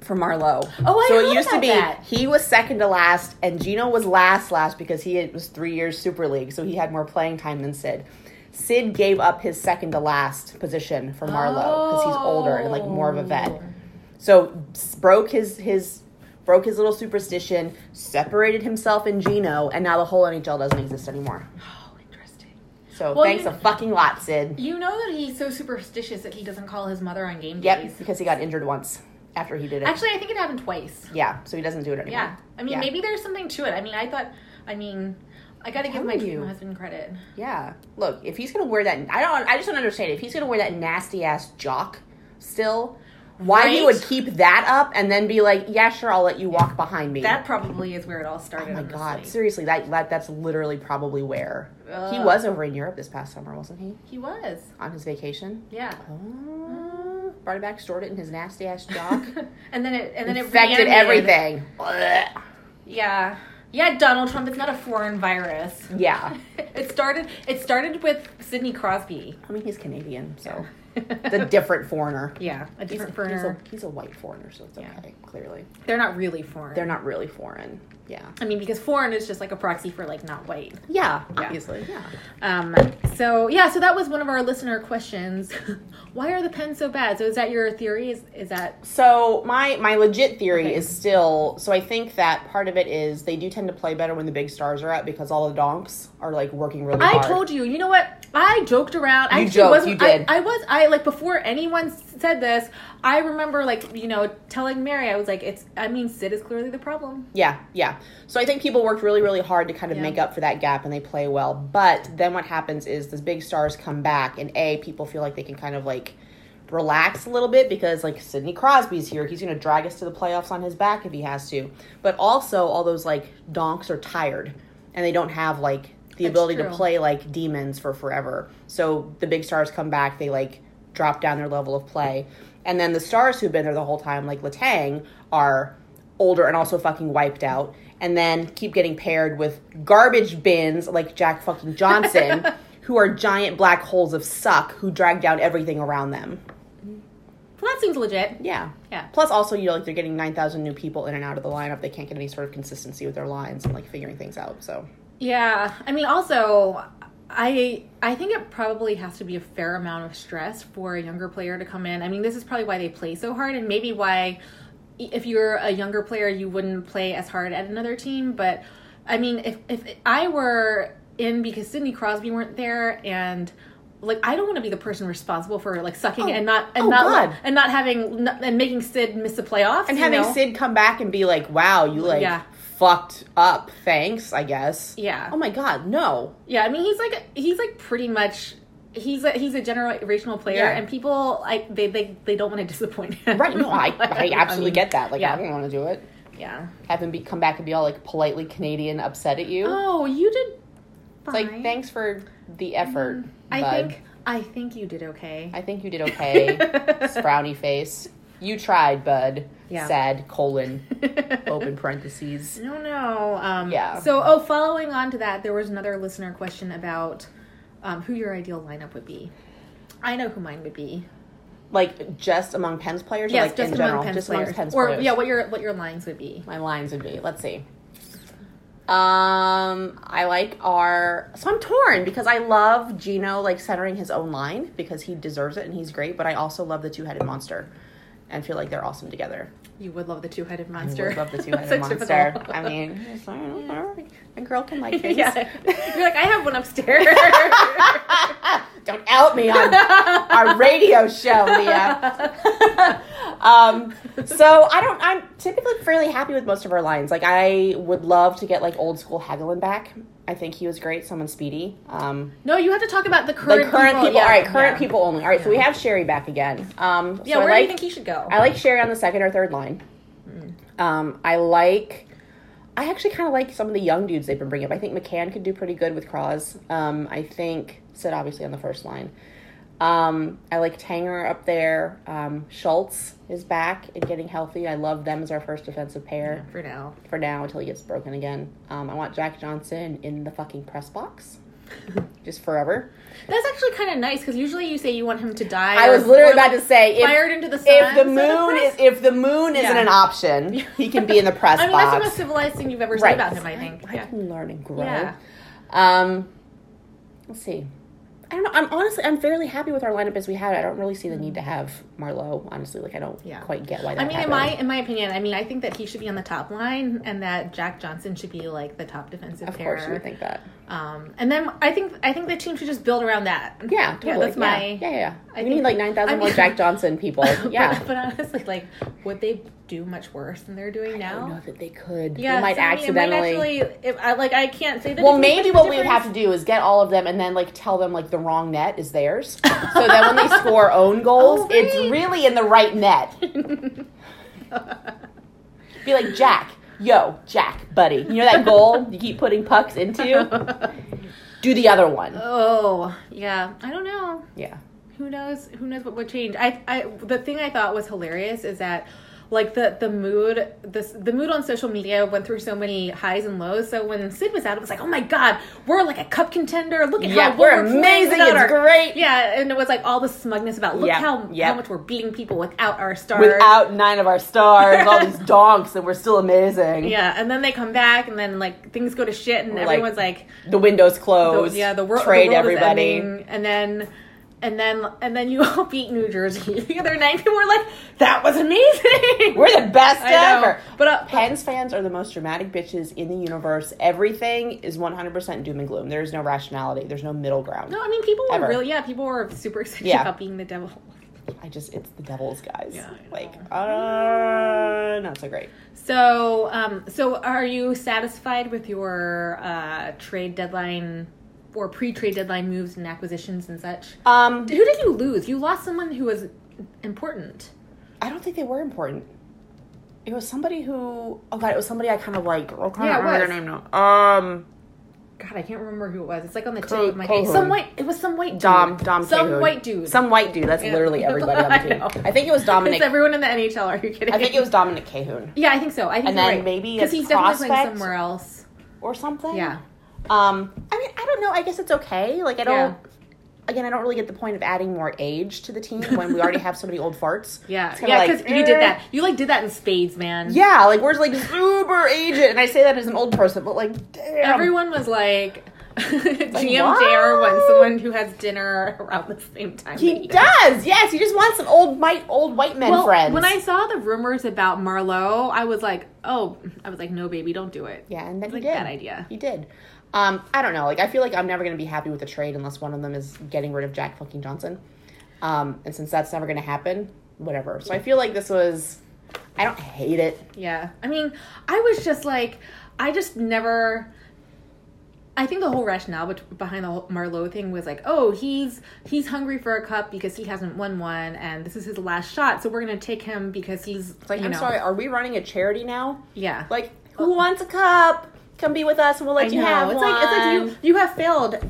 Speaker 1: for Marlowe.
Speaker 2: Oh, I
Speaker 1: so
Speaker 2: heard
Speaker 1: it used to
Speaker 2: about
Speaker 1: be
Speaker 2: that.
Speaker 1: he was second to last, and Gino was last last because he had- was three years Super League, so he had more playing time than Sid. Sid gave up his second to last position for Marlowe because he's older and like more of a
Speaker 2: Oh.
Speaker 1: vet. So s- broke his his broke his little superstition, separated himself and Gino, and now the whole NHL doesn't exist anymore.
Speaker 2: Oh, interesting.
Speaker 1: So
Speaker 2: Well,
Speaker 1: thanks
Speaker 2: you-
Speaker 1: a fucking lot, Sid.
Speaker 2: You know that he's so superstitious that he doesn't call his mother on game
Speaker 1: Yep,
Speaker 2: days.
Speaker 1: because he got injured once after he did it.
Speaker 2: Actually, I think it happened twice.
Speaker 1: yeah, so he doesn't do it anymore.
Speaker 2: Yeah, I mean,
Speaker 1: Yeah.
Speaker 2: maybe there's something to it. I mean, I thought, I mean, I gotta give my
Speaker 1: telling you.
Speaker 2: husband credit.
Speaker 1: Yeah. Look, if he's gonna wear that, I don't. I just don't understand. If he's gonna wear that nasty ass jock still, Why he would
Speaker 2: Right?
Speaker 1: keep that up and then be like, yeah, sure, I'll let you walk behind me.
Speaker 2: That probably is where it all started.
Speaker 1: oh my god,
Speaker 2: honestly.
Speaker 1: seriously, that, that that's literally probably where he
Speaker 2: Ugh.
Speaker 1: was over in Europe this past summer, wasn't he?
Speaker 2: He was.
Speaker 1: On his vacation.
Speaker 2: Yeah.
Speaker 1: Oh, brought it back, stored it in his nasty ass jock.
Speaker 2: *laughs* and then it and then
Speaker 1: Infected
Speaker 2: it reanimated. *laughs*
Speaker 1: everything. Blech.
Speaker 2: Yeah. Yeah, Donald Trump, it's not a foreign virus.
Speaker 1: Yeah,
Speaker 2: *laughs* It started it started with Sidney Crosby.
Speaker 1: I mean he's Canadian, so
Speaker 2: *laughs*
Speaker 1: the different foreigner.
Speaker 2: yeah, a
Speaker 1: He's,
Speaker 2: different
Speaker 1: he's a,
Speaker 2: foreigner.
Speaker 1: he's a white foreigner, so it's okay.
Speaker 2: Yeah.
Speaker 1: Clearly,
Speaker 2: They're not really foreign.
Speaker 1: they're not really foreign. Yeah,
Speaker 2: I mean, because foreign is just like a proxy for like not white.
Speaker 1: yeah, obviously, yeah.
Speaker 2: Um, so yeah, so that was one of our
Speaker 1: *laughs*
Speaker 2: listener questions. Why are the pens so bad? So is that your theory? Is is that
Speaker 1: So my my legit theory
Speaker 2: Okay.
Speaker 1: is still so I think that part of it is they do tend to play better when the big stars are out because all the donks are like working really
Speaker 2: I
Speaker 1: hard.
Speaker 2: told you. You know what? I joked around. I
Speaker 1: You
Speaker 2: actually
Speaker 1: joked,
Speaker 2: wasn't-
Speaker 1: you did.
Speaker 2: I, I was. I like before anyone s- said this. I remember like you know telling Mary. I was like, it's. I mean, Sid is clearly the problem.
Speaker 1: Yeah, yeah. So I think people worked really, really hard to kind of
Speaker 2: Yeah.
Speaker 1: make up for that gap and they play well. But then what happens is the big stars come back and A, people feel like they can kind of like relax a little bit because like Sidney Crosby's here. He's gonna drag us to the playoffs on his back if he has to. But also all those like donks are tired and they don't have like the
Speaker 2: That's
Speaker 1: ability to
Speaker 2: true.
Speaker 1: play like demons for forever. So the big stars come back, they like drop down their level of play. And then the stars who've been there the whole time, like Latang, are older and also fucking wiped out, and then keep getting paired with garbage bins like Jack fucking Johnson, who are giant black holes of suck who drag down everything around them.
Speaker 2: Well, that seems legit.
Speaker 1: Yeah.
Speaker 2: Yeah.
Speaker 1: Plus, also, you know, like they're getting 9,000 new people in and out of the lineup. They can't get any sort of consistency with their lines and like figuring things out. So,
Speaker 2: Yeah. I mean, also, I I think it probably has to be a fair amount of stress for a younger player to come in. I mean, this is probably why they play so hard, and maybe why i- if you're a younger player, you wouldn't play as hard at another team. But I mean, if if I were in because Sidney Crosby weren't there and. Like I don't want to be the person responsible for like sucking and not and
Speaker 1: oh,
Speaker 2: not
Speaker 1: God.
Speaker 2: and not having and making Sid miss the playoffs
Speaker 1: and
Speaker 2: you
Speaker 1: having
Speaker 2: know?
Speaker 1: Sid come back and be like, wow, you like
Speaker 2: Yeah.
Speaker 1: fucked up. Thanks, I guess.
Speaker 2: yeah
Speaker 1: Oh my God, no.
Speaker 2: Yeah, I mean he's like he's like pretty much he's a he's a generational player
Speaker 1: Yeah.
Speaker 2: and people like they they, they don't want to *laughs* disappoint him.
Speaker 1: Right, no,
Speaker 2: *laughs*
Speaker 1: I, I absolutely
Speaker 2: mean,
Speaker 1: get that. Like,
Speaker 2: yeah.
Speaker 1: I don't want to do it.
Speaker 2: Yeah.
Speaker 1: Have him be, come back and be all like politely Canadian upset at you.
Speaker 2: Oh, you did
Speaker 1: It's like, thanks for the effort.
Speaker 2: Mm, I
Speaker 1: bud.
Speaker 2: think I think you did okay.
Speaker 1: I think you
Speaker 2: *laughs*
Speaker 1: did okay. Frowny face. You tried, bud.
Speaker 2: Yeah.
Speaker 1: Sad colon open parentheses.
Speaker 2: No, no. Um,
Speaker 1: Yeah.
Speaker 2: So, oh, following on to that, there was another listener question about um, who your ideal lineup would be. I know who mine would be.
Speaker 1: Like just among Pens players. or
Speaker 2: Yes,
Speaker 1: like
Speaker 2: just
Speaker 1: in
Speaker 2: among
Speaker 1: general,
Speaker 2: Pens
Speaker 1: just
Speaker 2: players,
Speaker 1: among Pens
Speaker 2: or
Speaker 1: players.
Speaker 2: yeah, what your what your lines would be.
Speaker 1: my lines would be. Let's see. Um, I like our. So I'm torn because I love Gino like centering his own line because he deserves it and he's great. But I also love the two headed monster, and feel like they're awesome together.
Speaker 2: You would love the two-headed
Speaker 1: I
Speaker 2: monster.
Speaker 1: would love the
Speaker 2: *laughs*
Speaker 1: two
Speaker 2: So
Speaker 1: headed monster.
Speaker 2: typical.
Speaker 1: I mean, it's like, oh, a girl can like things.
Speaker 2: *laughs* yeah. You're like, I have
Speaker 1: *laughs*
Speaker 2: one upstairs.
Speaker 1: Don't out me
Speaker 2: *laughs*
Speaker 1: on our radio show, Leah. um, so I don't. I'm typically fairly happy with most of our lines. Like I would love to get like old school Hagelin back. I think he was great. Someone speedy. Um,
Speaker 2: no, you have to talk about the current
Speaker 1: like current people.
Speaker 2: yeah,
Speaker 1: all right, current
Speaker 2: yeah.
Speaker 1: people only. All right, so we have Sherry back again. Um,
Speaker 2: Yeah,
Speaker 1: so I
Speaker 2: where do
Speaker 1: like,
Speaker 2: you think he should go?
Speaker 1: I like Sherry on the second or third line. Um, I like. I actually kind of like some of the young dudes they've been bringing up. I think McCann could do pretty good with Cross. Um, I think Sid obviously on the first line. Um, I like Tanger up there. Um, Schultz is back and getting healthy. I love them as our first defensive pair
Speaker 2: for now.
Speaker 1: for now until he gets broken again. Um, I want Jack Johnson in the fucking press box, just forever.
Speaker 2: That's actually kind of nice because usually you say you want him to die.
Speaker 1: I
Speaker 2: or-
Speaker 1: was literally
Speaker 2: or,
Speaker 1: about
Speaker 2: like,
Speaker 1: to say if,
Speaker 2: fired into the sun.
Speaker 1: if the
Speaker 2: so that's
Speaker 1: moon
Speaker 2: nice.
Speaker 1: is if the moon isn't
Speaker 2: *laughs* Yeah.
Speaker 1: an option, he can be in the press
Speaker 2: I mean, that's the most
Speaker 1: box.
Speaker 2: civilized thing you've ever
Speaker 1: Right.
Speaker 2: said about him. I think.
Speaker 1: I
Speaker 2: Yeah.
Speaker 1: can learn and grow.
Speaker 2: Yeah.
Speaker 1: Um, let's see. I don't know. I'm honestly I'm fairly happy with our lineup as we had. it. I don't really see the need to have Marlowe. Honestly, like I don't
Speaker 2: Yeah.
Speaker 1: quite get why that.
Speaker 2: I mean,
Speaker 1: happened.
Speaker 2: in my in my opinion, I mean, I think that he should be on the top line, and that Jack Johnson should be like the top defensive
Speaker 1: of
Speaker 2: pair.
Speaker 1: course you would think that.
Speaker 2: Um, and then I think I think the team should just build around that. *laughs*
Speaker 1: Yeah, totally.
Speaker 2: yeah that's my
Speaker 1: yeah, yeah. yeah.
Speaker 2: I
Speaker 1: we
Speaker 2: think-
Speaker 1: need like nine thousand
Speaker 2: I
Speaker 1: more
Speaker 2: mean- *laughs*
Speaker 1: Jack Johnson people. Yeah,
Speaker 2: but, but honestly, like, would they do much worse than they're doing
Speaker 1: I
Speaker 2: now.
Speaker 1: don't know that they could.
Speaker 2: Yeah,
Speaker 1: they might
Speaker 2: so, I mean, it
Speaker 1: accidentally.
Speaker 2: actually, if I like, I can't say that.
Speaker 1: well,
Speaker 2: it's gonna
Speaker 1: maybe
Speaker 2: make
Speaker 1: what
Speaker 2: a
Speaker 1: we would
Speaker 2: difference.
Speaker 1: have to do is get all of them and then like tell them like the wrong net is theirs, so that when
Speaker 2: *laughs*
Speaker 1: they score own goals,
Speaker 2: Oh,
Speaker 1: it's
Speaker 2: right.
Speaker 1: really in the right net. Be like Jack, yo, Jack, buddy, you know that goal you keep putting pucks
Speaker 2: *laughs*
Speaker 1: into? *laughs* Do the other one.
Speaker 2: Oh, yeah. I don't know.
Speaker 1: Yeah.
Speaker 2: Who knows? Who knows what would change? I, I, the thing I thought was hilarious is that, like the the mood, this the mood on social media went through so many highs and lows. So when Sid was out, it was like, oh my god, we're like a cup contender. Look at
Speaker 1: Yeah,
Speaker 2: how
Speaker 1: we're
Speaker 2: playing
Speaker 1: amazing.
Speaker 2: without
Speaker 1: It's
Speaker 2: our-"
Speaker 1: great.
Speaker 2: Yeah, and it was like all the smugness about look
Speaker 1: Yep,
Speaker 2: how
Speaker 1: yep.
Speaker 2: how much we're beating people without our stars.
Speaker 1: Without nine of our stars, all
Speaker 2: *laughs*
Speaker 1: these donks, and we're still amazing.
Speaker 2: yeah, and then they come back, and then like things go to shit, and
Speaker 1: We're like-
Speaker 2: everyone's like
Speaker 1: The windows
Speaker 2: the-
Speaker 1: closed.
Speaker 2: yeah, the world
Speaker 1: Trade
Speaker 2: the world
Speaker 1: everybody.
Speaker 2: Is ending, and then and then and then you *laughs* all beat New Jersey *laughs* the other night. People were like, "That was amazing."
Speaker 1: We're the best
Speaker 2: I know.
Speaker 1: ever.
Speaker 2: But uh,
Speaker 1: Pens fans are the most dramatic bitches in the universe. Everything is 100% doom and gloom. There is no rationality. There's no middle ground.
Speaker 2: no, I mean, people were
Speaker 1: Ever.
Speaker 2: really yeah, people were super excited
Speaker 1: Yeah.
Speaker 2: about being the devil.
Speaker 1: I just, it's the devil's guys.
Speaker 2: Yeah, I know.
Speaker 1: like, uh, not so great.
Speaker 2: So, um, so are you satisfied with your uh, trade deadline or pre-trade deadline moves and acquisitions and such?
Speaker 1: Um,
Speaker 2: Who did you lose? You lost someone who was important.
Speaker 1: I don't think they were important. It was somebody who, oh god, it was somebody I kind of like. I can't
Speaker 2: Yeah, it
Speaker 1: remember their
Speaker 2: was.
Speaker 1: name now. Um,
Speaker 2: God, I can't remember who it was. It's like on the tip
Speaker 1: Co-
Speaker 2: of my face.
Speaker 1: Cohen.
Speaker 2: Some white. It was some white dude.
Speaker 1: Dom, Dom,
Speaker 2: Some
Speaker 1: Cahoon.
Speaker 2: white dude.
Speaker 1: Some white dude. That's
Speaker 2: Yeah. *laughs*
Speaker 1: literally everybody on the
Speaker 2: I
Speaker 1: team.
Speaker 2: know.
Speaker 1: I, think it was Dominic.
Speaker 2: It's everyone in the NHL. Are you kidding?
Speaker 1: I think it was Dominic Cahoon
Speaker 2: Yeah, I think so. I think
Speaker 1: And
Speaker 2: you're
Speaker 1: then
Speaker 2: right.
Speaker 1: maybe a
Speaker 2: he's definitely playing
Speaker 1: prospect.
Speaker 2: somewhere else.
Speaker 1: or something.
Speaker 2: Yeah.
Speaker 1: Um, I mean, I don't know. I guess it's okay. Like, I don't.
Speaker 2: Yeah.
Speaker 1: Again, I don't really get the point of adding more age to the team when we already have so many old farts.
Speaker 2: Yeah,
Speaker 1: It's kinda
Speaker 2: yeah,
Speaker 1: like,
Speaker 2: because you did
Speaker 1: eh.
Speaker 2: that. You like did that in spades, man.
Speaker 1: Yeah, like we're just like uber aged, and I say that as an old person, but like, damn.
Speaker 2: Everyone was like, *laughs* GM
Speaker 1: what?
Speaker 2: JR wants someone who has dinner around the same time. that
Speaker 1: he
Speaker 2: you do.
Speaker 1: does. Yes, he just wants some old white old white men
Speaker 2: Well,
Speaker 1: friends.
Speaker 2: when I saw the rumors about Marlowe, I was like, oh, I was like, no, baby, don't do it.
Speaker 1: yeah, and then
Speaker 2: like
Speaker 1: he did.
Speaker 2: that idea.
Speaker 1: He did. Um, I don't know. Like, I feel like I'm never gonna be happy with the trade unless one of them is getting rid of Jack fucking Johnson. Um, and since that's never gonna happen, whatever. So I feel like this was. I don't hate it.
Speaker 2: Yeah. I mean, I was just like, I just never. I think the whole rationale bet- behind the whole Marlowe thing was like, oh, he's he's hungry for a cup because he hasn't won one, and this is his last shot, so we're gonna take him because he's
Speaker 1: Like,
Speaker 2: you
Speaker 1: I'm
Speaker 2: know,
Speaker 1: sorry, are we running a charity now?
Speaker 2: yeah.
Speaker 1: Like, who wants a cup? Come be with us and we'll let
Speaker 2: I
Speaker 1: you
Speaker 2: know.
Speaker 1: have
Speaker 2: it's
Speaker 1: one.
Speaker 2: like it's like you you have failed at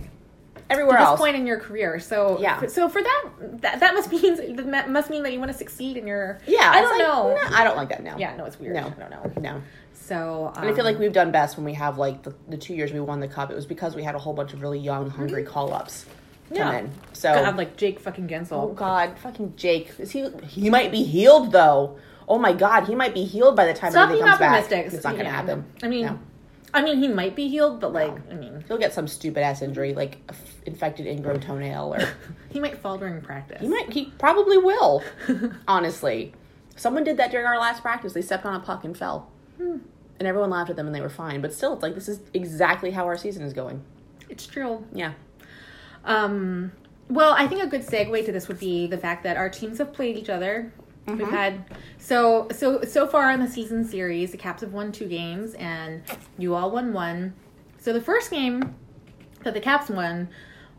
Speaker 1: everywhere
Speaker 2: this
Speaker 1: else.
Speaker 2: point in your career, so
Speaker 1: Yeah.
Speaker 2: So for that, that that must *laughs* mean that must mean that you want to succeed in your
Speaker 1: yeah,
Speaker 2: I
Speaker 1: it's
Speaker 2: don't
Speaker 1: like,
Speaker 2: know.
Speaker 1: no, I don't like that now.
Speaker 2: Yeah, no, it's weird.
Speaker 1: No.
Speaker 2: I don't know.
Speaker 1: No.
Speaker 2: So um,
Speaker 1: And I feel like we've done best when we have like the, the two years we won the cup. It was because we had a whole bunch of really young, hungry call ups
Speaker 2: Yeah.
Speaker 1: come in. So
Speaker 2: God, like Jake fucking Gensel.
Speaker 1: oh god, fucking Jake, is he? He might be healed though. Oh my god, he might be healed by the time
Speaker 2: Stop
Speaker 1: everything
Speaker 2: being
Speaker 1: comes back.
Speaker 2: optimistic.
Speaker 1: It's not gonna
Speaker 2: Yeah,
Speaker 1: happen.
Speaker 2: I mean,
Speaker 1: No.
Speaker 2: I mean, he might be healed, but like, I mean,
Speaker 1: he'll get some stupid ass injury like a f- infected ingrown toenail *laughs* or.
Speaker 2: he might fall during practice.
Speaker 1: He might. He probably will. honestly, someone did that during our last practice. They stepped on a puck and fell, and everyone laughed at them, and they were fine. But still, it's like this is exactly how our season is going.
Speaker 2: *laughs* It's true.
Speaker 1: Yeah.
Speaker 2: Um, well, I think a good segue to this would be the fact that our teams have played each other. We've had so so so far in the season series, the Caps have won two games, and you all won one. So the first game that the Caps won,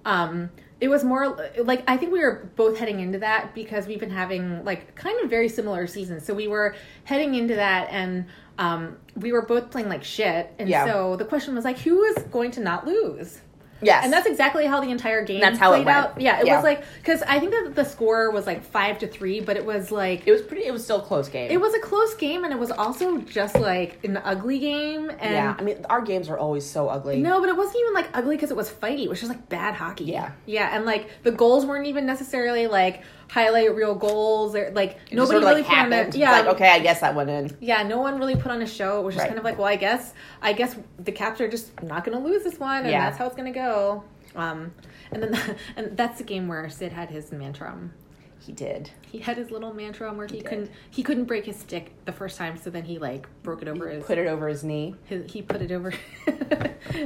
Speaker 2: um, it was more like I think we were both heading into that because we've been having like kind of very similar seasons. So we were heading into that, and um, we were both playing like shit, and
Speaker 1: Yeah.
Speaker 2: so the question was like, who is going to not lose?
Speaker 1: Yes.
Speaker 2: And that's exactly how the entire game
Speaker 1: That's how it
Speaker 2: played
Speaker 1: went.
Speaker 2: out. Yeah, it
Speaker 1: Yeah.
Speaker 2: was like because I think that the score was like five to three, but it was like
Speaker 1: it was pretty. It was still a close game.
Speaker 2: it was a close game, and it was also just like an ugly game. And
Speaker 1: yeah. I mean, our games are always so ugly.
Speaker 2: no, but it wasn't even like ugly because it was fighty. It was just like bad hockey.
Speaker 1: Yeah.
Speaker 2: yeah, and like the goals weren't even necessarily like highlight real goals. They're like
Speaker 1: It just
Speaker 2: nobody
Speaker 1: sorta,
Speaker 2: really
Speaker 1: like
Speaker 2: put on
Speaker 1: happened.
Speaker 2: a
Speaker 1: It's
Speaker 2: yeah
Speaker 1: like okay, I guess that went in.
Speaker 2: yeah, no one really put on a show. It was just
Speaker 1: Right.
Speaker 2: kind of like, well, I guess, I guess the Caps are just not going to lose this one, and
Speaker 1: Yeah.
Speaker 2: that's how it's going to go. Um, and then, and that's the *laughs* game where Sid had his mantrum.
Speaker 1: He did.
Speaker 2: He had his little mantrum where he,
Speaker 1: did.
Speaker 2: couldn't he couldn't break his stick the first time, so then he like broke it over his,
Speaker 1: Put it over his knee.
Speaker 2: his he put it over. *laughs*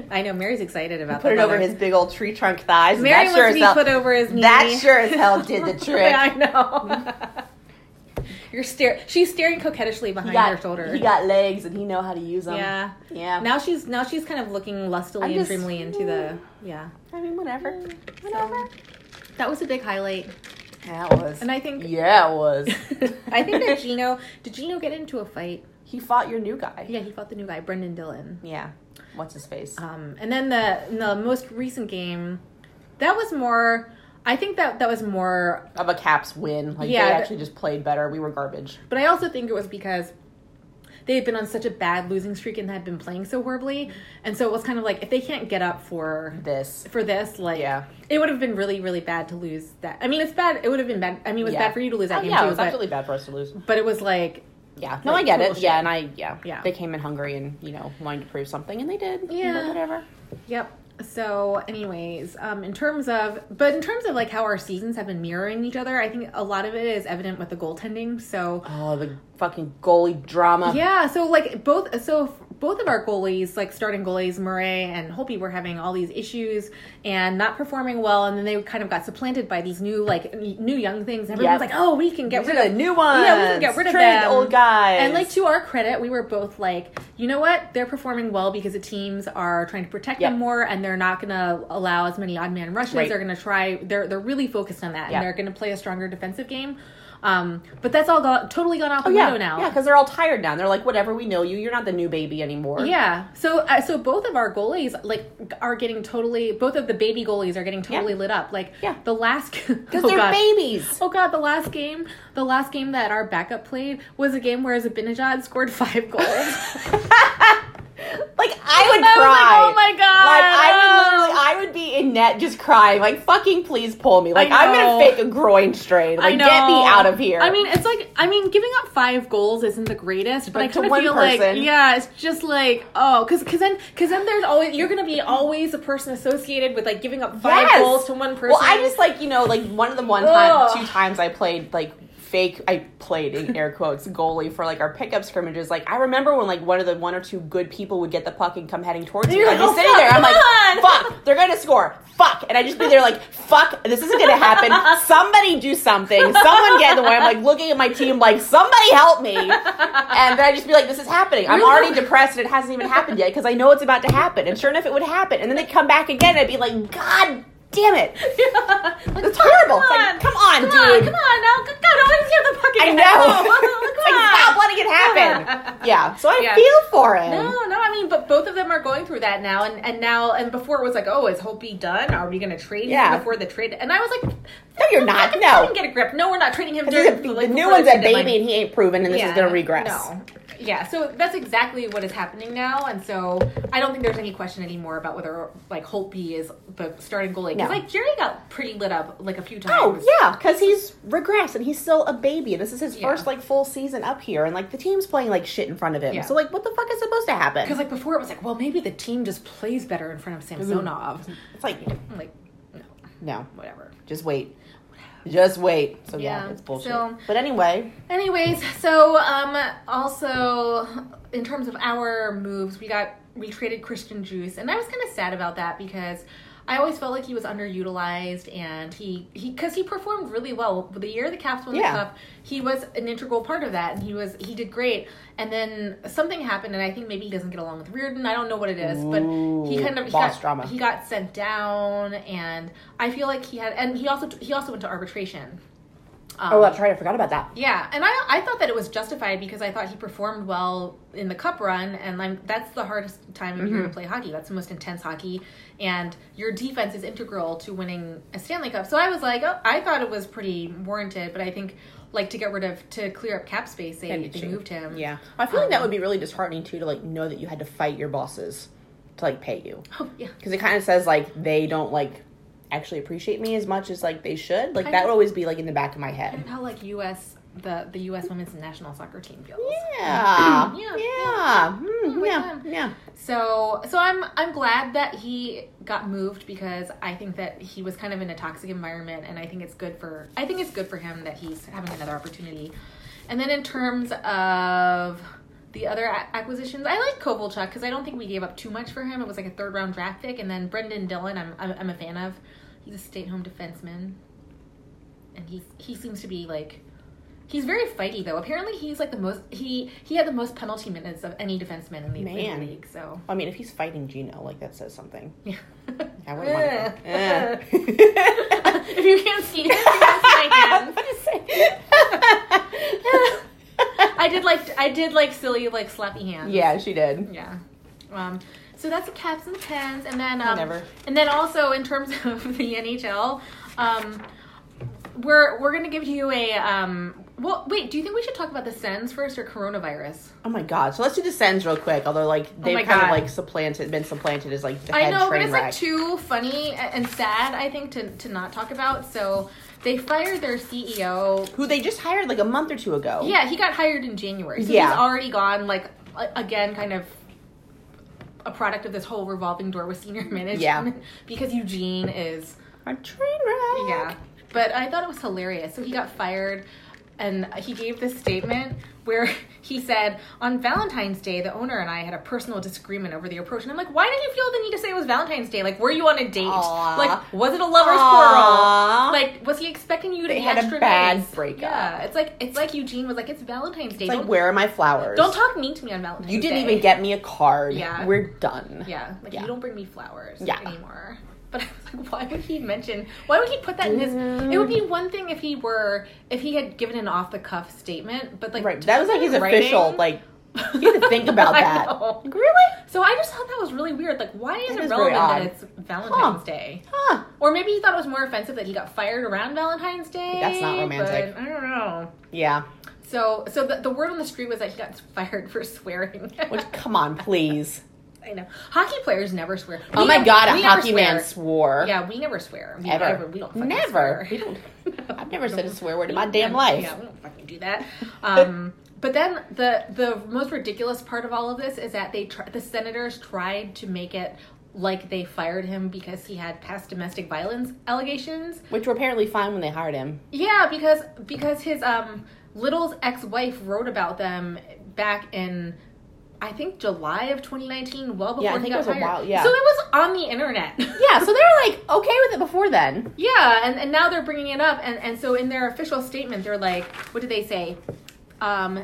Speaker 2: I know Mary's excited about
Speaker 1: Put
Speaker 2: that.
Speaker 1: it over
Speaker 2: mother.
Speaker 1: his big old tree trunk thighs. and
Speaker 2: Mary
Speaker 1: that
Speaker 2: wants
Speaker 1: sure
Speaker 2: to
Speaker 1: as
Speaker 2: be
Speaker 1: hell.
Speaker 2: put over his knee. *laughs*
Speaker 1: That sure as hell did the trick.
Speaker 2: yeah, I know. *laughs* You're stare. She's staring coquettishly
Speaker 1: He
Speaker 2: behind
Speaker 1: got,
Speaker 2: her shoulder.
Speaker 1: he got legs and he know how to use them.
Speaker 2: yeah.
Speaker 1: Yeah.
Speaker 2: Now she's now she's kind of looking
Speaker 1: I'm
Speaker 2: lustily
Speaker 1: just-
Speaker 2: and dreamily into the yeah.
Speaker 1: I mean, whatever. Mm. Whatever.
Speaker 2: That was a big highlight,
Speaker 1: That was.
Speaker 2: and I think
Speaker 1: yeah, it *laughs* was.
Speaker 2: I
Speaker 1: *laughs*
Speaker 2: think that Gino did Gino get into a fight?
Speaker 1: he fought your new guy.
Speaker 2: Yeah, he fought the new guy, Brendan Dillon.
Speaker 1: Yeah. What's his face?
Speaker 2: Um, and then the in the most recent game, that was more. I think that that was more,
Speaker 1: of a Uh, Caps win. Like
Speaker 2: Yeah,
Speaker 1: they
Speaker 2: th-
Speaker 1: actually just played better. We were garbage.
Speaker 2: but I also think it was because they had been on such a bad losing streak and had been playing so horribly, and so it was kind of like if they can't get up for
Speaker 1: This.
Speaker 2: for this, like
Speaker 1: Yeah.
Speaker 2: it would have been really really bad to lose that. I mean, it's bad. It would have been bad. I mean, it was
Speaker 1: Yeah.
Speaker 2: bad for you to lose that
Speaker 1: Oh,
Speaker 2: game
Speaker 1: yeah,
Speaker 2: too.
Speaker 1: it was
Speaker 2: but,
Speaker 1: absolutely bad for us to lose.
Speaker 2: but it was like
Speaker 1: Yeah. No, I
Speaker 2: Like,
Speaker 1: get
Speaker 2: total
Speaker 1: it.
Speaker 2: shit.
Speaker 1: Yeah, and I yeah.
Speaker 2: Yeah.
Speaker 1: They came in hungry and, you know, wanted to prove something and they did.
Speaker 2: Yeah.
Speaker 1: But whatever.
Speaker 2: Yep. So, anyways, um, in terms of, but in terms of like how our seasons have been mirroring each other, I think a lot of it is evident with the goaltending. So,
Speaker 1: Oh, the fucking goalie drama.
Speaker 2: yeah. So, like both, so f- both of our goalies, like starting goalies Murray and Holpe, were having all these issues and not performing well, and then they kind of got supplanted by these new, like n- new young things. Everyone's
Speaker 1: Yep.
Speaker 2: like, oh, we can get
Speaker 1: These
Speaker 2: rid
Speaker 1: are the
Speaker 2: of
Speaker 1: new ones.
Speaker 2: Yeah, we can get rid of
Speaker 1: Trade
Speaker 2: them.
Speaker 1: old guys.
Speaker 2: And like to our credit, we were both like, you know what? They're performing well because the teams are trying to protect
Speaker 1: Yep.
Speaker 2: them more, and they're not going to allow as many odd man rushes.
Speaker 1: Right.
Speaker 2: They're going to try. They're they're really focused on that,
Speaker 1: Yeah.
Speaker 2: and they're going to play a stronger defensive game. Um, but that's all gone, totally gone out the
Speaker 1: Oh, yeah,
Speaker 2: window now.
Speaker 1: yeah, because they're all tired now. They're like, whatever, we know you. You're not the new baby anymore.
Speaker 2: Yeah. So uh, so both of our goalies like are getting totally. Both of the baby goalies are getting totally lit up. Like
Speaker 1: Yeah.
Speaker 2: the last
Speaker 1: because
Speaker 2: oh,
Speaker 1: they're
Speaker 2: God.
Speaker 1: babies.
Speaker 2: Oh god, the last game, the last game that our backup played was a game where Zabinajad scored *laughs* five goals.
Speaker 1: *laughs* Like I would
Speaker 2: I was
Speaker 1: cry.
Speaker 2: like, oh my god.
Speaker 1: Like I would literally, I would be in net just crying, like fucking please pull me. Like
Speaker 2: I
Speaker 1: I'm gonna
Speaker 2: know.
Speaker 1: fake a groin strain. Like
Speaker 2: I know.
Speaker 1: get me out of here.
Speaker 2: I mean, it's like I mean, giving up five goals isn't the greatest, but
Speaker 1: But
Speaker 2: I
Speaker 1: to
Speaker 2: kind of
Speaker 1: one
Speaker 2: feel
Speaker 1: person.
Speaker 2: like yeah, it's just like oh, because because then because then there's always you're gonna be always a person associated with like giving up five
Speaker 1: Yes.
Speaker 2: goals to one person.
Speaker 1: well, I just like you know, like one of the one time,
Speaker 2: Ugh.
Speaker 1: two times I played like fake. I played in air quotes goalie for like our pickup scrimmages. Like I remember when like one of the one or two good people would get the puck and come heading towards me.
Speaker 2: You're
Speaker 1: I'd be
Speaker 2: like, "Oh,
Speaker 1: sitting there. I'm
Speaker 2: fuck,
Speaker 1: like,
Speaker 2: come
Speaker 1: fuck, they're gonna score. Fuck, and I just be there like, fuck, this isn't gonna
Speaker 2: *laughs*
Speaker 1: happen. Somebody do something. Someone get in the way. I'm like looking at my team like, somebody help me. And then I just be like, this is happening. I'm
Speaker 2: You're
Speaker 1: already
Speaker 2: the-
Speaker 1: depressed and it hasn't even happened yet because I know it's about to happen. And sure enough, it would happen. And then they come back again. And I'd be like, God damn it.
Speaker 2: like,
Speaker 1: It's horrible.
Speaker 2: Come
Speaker 1: It's
Speaker 2: on,
Speaker 1: like, come on,
Speaker 2: come on,
Speaker 1: dude.
Speaker 2: come on now. God, I want to see the fucking
Speaker 1: I know.
Speaker 2: *laughs* Come
Speaker 1: *laughs* It's like,
Speaker 2: on.
Speaker 1: stop letting it
Speaker 2: *laughs*
Speaker 1: happen. Yeah. So I
Speaker 2: Yeah.
Speaker 1: feel for him.
Speaker 2: No, no, I mean, but both of them are going through that now, and, and now, and before it was like, oh, is Holtby done? Are we going to trade
Speaker 1: Yeah.
Speaker 2: him before the trade? And I was like,
Speaker 1: No, you're not.
Speaker 2: fucking
Speaker 1: No.
Speaker 2: fucking get a grip. No, we're not trading him.
Speaker 1: 'Cause
Speaker 2: During,
Speaker 1: the,
Speaker 2: like,
Speaker 1: the new
Speaker 2: before
Speaker 1: one's
Speaker 2: the
Speaker 1: a
Speaker 2: deadline.
Speaker 1: baby and he ain't proven and this is
Speaker 2: Yeah,
Speaker 1: going to regress.
Speaker 2: No. Yeah, so that's exactly what is happening now, and so I don't think there's any question anymore about whether like Holtby is the starting goalie.
Speaker 1: No.
Speaker 2: Because like Jerry got pretty lit up like a few times.
Speaker 1: Oh yeah, because he's regressed and he's still a baby. This is his
Speaker 2: Yeah.
Speaker 1: first like full season up here, and like the team's playing like shit in front of him.
Speaker 2: Yeah.
Speaker 1: So like, what the fuck is supposed to happen?
Speaker 2: Because like before it was like, well, maybe the team just plays better in front of Samsonov.
Speaker 1: it's like,
Speaker 2: I'm like, no,
Speaker 1: no,
Speaker 2: whatever.
Speaker 1: just wait, just wait. So yeah,
Speaker 2: Yeah,
Speaker 1: it's bullshit.
Speaker 2: so-
Speaker 1: but anyway,
Speaker 2: Anyways, so um also in terms of our moves, we got we traded Christian Juice, and I was kind of sad about that because I always felt like he was underutilized, and he he because he performed really well the year the Caps won
Speaker 1: Yeah.
Speaker 2: the cup. He was an integral part of that, and he was he did great. And then something happened, and I think maybe he doesn't get along with Reardon. I don't know what it is, but he
Speaker 1: Ooh,
Speaker 2: kind of he
Speaker 1: boss
Speaker 2: got,
Speaker 1: drama.
Speaker 2: He got sent down, and I feel like he had, and he also he also went to arbitration. Um,
Speaker 1: oh, that's right, I forgot about that.
Speaker 2: yeah, and I I thought that it was justified because I thought he performed well in the cup run, and I'm, that's the hardest time if you're
Speaker 1: Mm-hmm.
Speaker 2: going to play hockey. That's the most intense hockey, and your defense is integral to winning a Stanley Cup. So I was like, oh, I thought it was pretty warranted, but I think like to get rid of to clear up cap space, they,
Speaker 1: And
Speaker 2: they
Speaker 1: she-
Speaker 2: moved him.
Speaker 1: Yeah, I feel like
Speaker 2: Um,
Speaker 1: that would be really disheartening too to like know that you had to fight your bosses to like pay you
Speaker 2: *laughs* Oh, yeah.
Speaker 1: because it kind of says like they don't like actually appreciate me as much as like they should. Like
Speaker 2: I
Speaker 1: that
Speaker 2: know.
Speaker 1: would always be like in the back of my head.
Speaker 2: And how like U.S. the the U.S. women's national soccer team feels.
Speaker 1: Yeah.
Speaker 2: Yeah,
Speaker 1: Yeah.
Speaker 2: Oh
Speaker 1: Mm,
Speaker 2: my
Speaker 1: yeah.
Speaker 2: God.
Speaker 1: Yeah.
Speaker 2: So so I'm I'm glad that he got moved because I think that he was kind of in a toxic environment and I think it's good for I think it's good for him that he's having another opportunity. And then in terms of the other a- acquisitions, I like Kovalchuk because I don't think we gave up too much for him. It was like a third round draft pick, and then Brendan Dillon, I'm I'm, I'm a fan of. He's a stay at home defenseman, and he he seems to be like He's very fighty though. Apparently, he's like the most he he had the most penalty minutes of any defenseman in the, in the
Speaker 1: Man.
Speaker 2: league. So
Speaker 1: I mean, if he's fighting Gino, like that says something.
Speaker 2: yeah.
Speaker 1: I wouldn't want to.
Speaker 2: Eh.
Speaker 1: Eh.
Speaker 2: *laughs* if you can't see him, you can't see my hands.
Speaker 1: What is it?
Speaker 2: I did like I did like silly like slappy hands.
Speaker 1: *laughs* Yeah, she did.
Speaker 2: Yeah. Um, so that's the caps and pens, and then um,
Speaker 1: Whatever.
Speaker 2: and then also in terms *laughs* of the NHL, um, we're we're gonna give you a um. Well, wait. Do you think we should talk about the Sens first or coronavirus?
Speaker 1: Oh my god. So let's do the Sens real quick, although like they've
Speaker 2: Oh my
Speaker 1: kind of
Speaker 2: God.
Speaker 1: like supplanted been supplanted as like the
Speaker 2: I
Speaker 1: head
Speaker 2: know, but
Speaker 1: train
Speaker 2: it's
Speaker 1: wreck.
Speaker 2: like too funny a- and sad. I think to to not talk about. So they fired their E CEO.
Speaker 1: Who they just hired like a month or two ago.
Speaker 2: Yeah, he got hired in January, so he's
Speaker 1: Yeah.
Speaker 2: already gone. Like a- again, kind of a product of this whole revolving door with senior *laughs* management. because Eugene is.
Speaker 1: A train wreck.
Speaker 2: Yeah. But I thought it was hilarious. So he got fired and he gave this statement where *laughs* he said, On Valentine's Day, the owner and I had a personal disagreement over the approach. And I'm like, Why did you feel the need to say it was Valentine's Day? Like, were you on a date?
Speaker 1: Aw.
Speaker 2: Like, was it a lover's
Speaker 1: Aw.
Speaker 2: quarrel? Like, was he expecting you
Speaker 1: Uh-huh.
Speaker 2: to
Speaker 1: They
Speaker 2: be
Speaker 1: had a
Speaker 2: extra
Speaker 1: bad
Speaker 2: nice?
Speaker 1: breakup.
Speaker 2: Yeah. It's like it's like Eugene was like, It's Valentine's Day.
Speaker 1: It's like
Speaker 2: don't,
Speaker 1: where are my flowers?
Speaker 2: don't talk mean to me on Valentine's Day.
Speaker 1: You didn't even get me a card.
Speaker 2: Yeah.
Speaker 1: We're done.
Speaker 2: Yeah, like
Speaker 1: Yeah.
Speaker 2: you don't bring me flowers
Speaker 1: Yeah.
Speaker 2: anymore. But I was like, why would he mention? Why would he put that in his? It would be one thing if he were if he had given an off the cuff statement, but like
Speaker 1: Right. That was like his official
Speaker 2: writing-
Speaker 1: like you had to think about
Speaker 2: *laughs* I
Speaker 1: that.
Speaker 2: know.
Speaker 1: Like, really?
Speaker 2: So I just thought that was really weird. Like, why is
Speaker 1: That
Speaker 2: it
Speaker 1: is very
Speaker 2: relevant that
Speaker 1: odd.
Speaker 2: it's Valentine's Day?
Speaker 1: Huh.
Speaker 2: Or maybe he thought it was more offensive that he got fired around Valentine's Day.
Speaker 1: That's not romantic.
Speaker 2: but I don't know.
Speaker 1: Yeah.
Speaker 2: So, so the, the word on the street was that he got fired for *laughs* swearing.
Speaker 1: Which come on, please.
Speaker 2: *laughs* I know. Hockey players never swear.
Speaker 1: oh
Speaker 2: We
Speaker 1: my
Speaker 2: nev-
Speaker 1: god,
Speaker 2: we
Speaker 1: a
Speaker 2: never
Speaker 1: hockey man
Speaker 2: swear.
Speaker 1: swore.
Speaker 2: Yeah, we never swear. We
Speaker 1: Ever.
Speaker 2: never. We don't. Fucking
Speaker 1: Never.
Speaker 2: Swear.
Speaker 1: We
Speaker 2: *laughs*
Speaker 1: don't.
Speaker 2: No.
Speaker 1: I've never said a swear word in
Speaker 2: We
Speaker 1: my
Speaker 2: don't-
Speaker 1: damn life.
Speaker 2: Yeah, we don't fucking do that. Um, *laughs* but then the the most ridiculous part of all of this is that they tr- the senators tried to make it like they fired him because he had past domestic violence allegations.
Speaker 1: Which were apparently fine when they hired him.
Speaker 2: Yeah, because because his um Little's ex-wife wrote about them back in I think July of 2019, well before
Speaker 1: Yeah, I
Speaker 2: he
Speaker 1: think
Speaker 2: got
Speaker 1: it was a
Speaker 2: fired.
Speaker 1: while- yeah.
Speaker 2: So it was on the internet. *laughs*
Speaker 1: Yeah, so they were like okay with it before then.
Speaker 2: Yeah, and, and now they're bringing it up, and, and so in their official statement, they're like, what did they say? Um,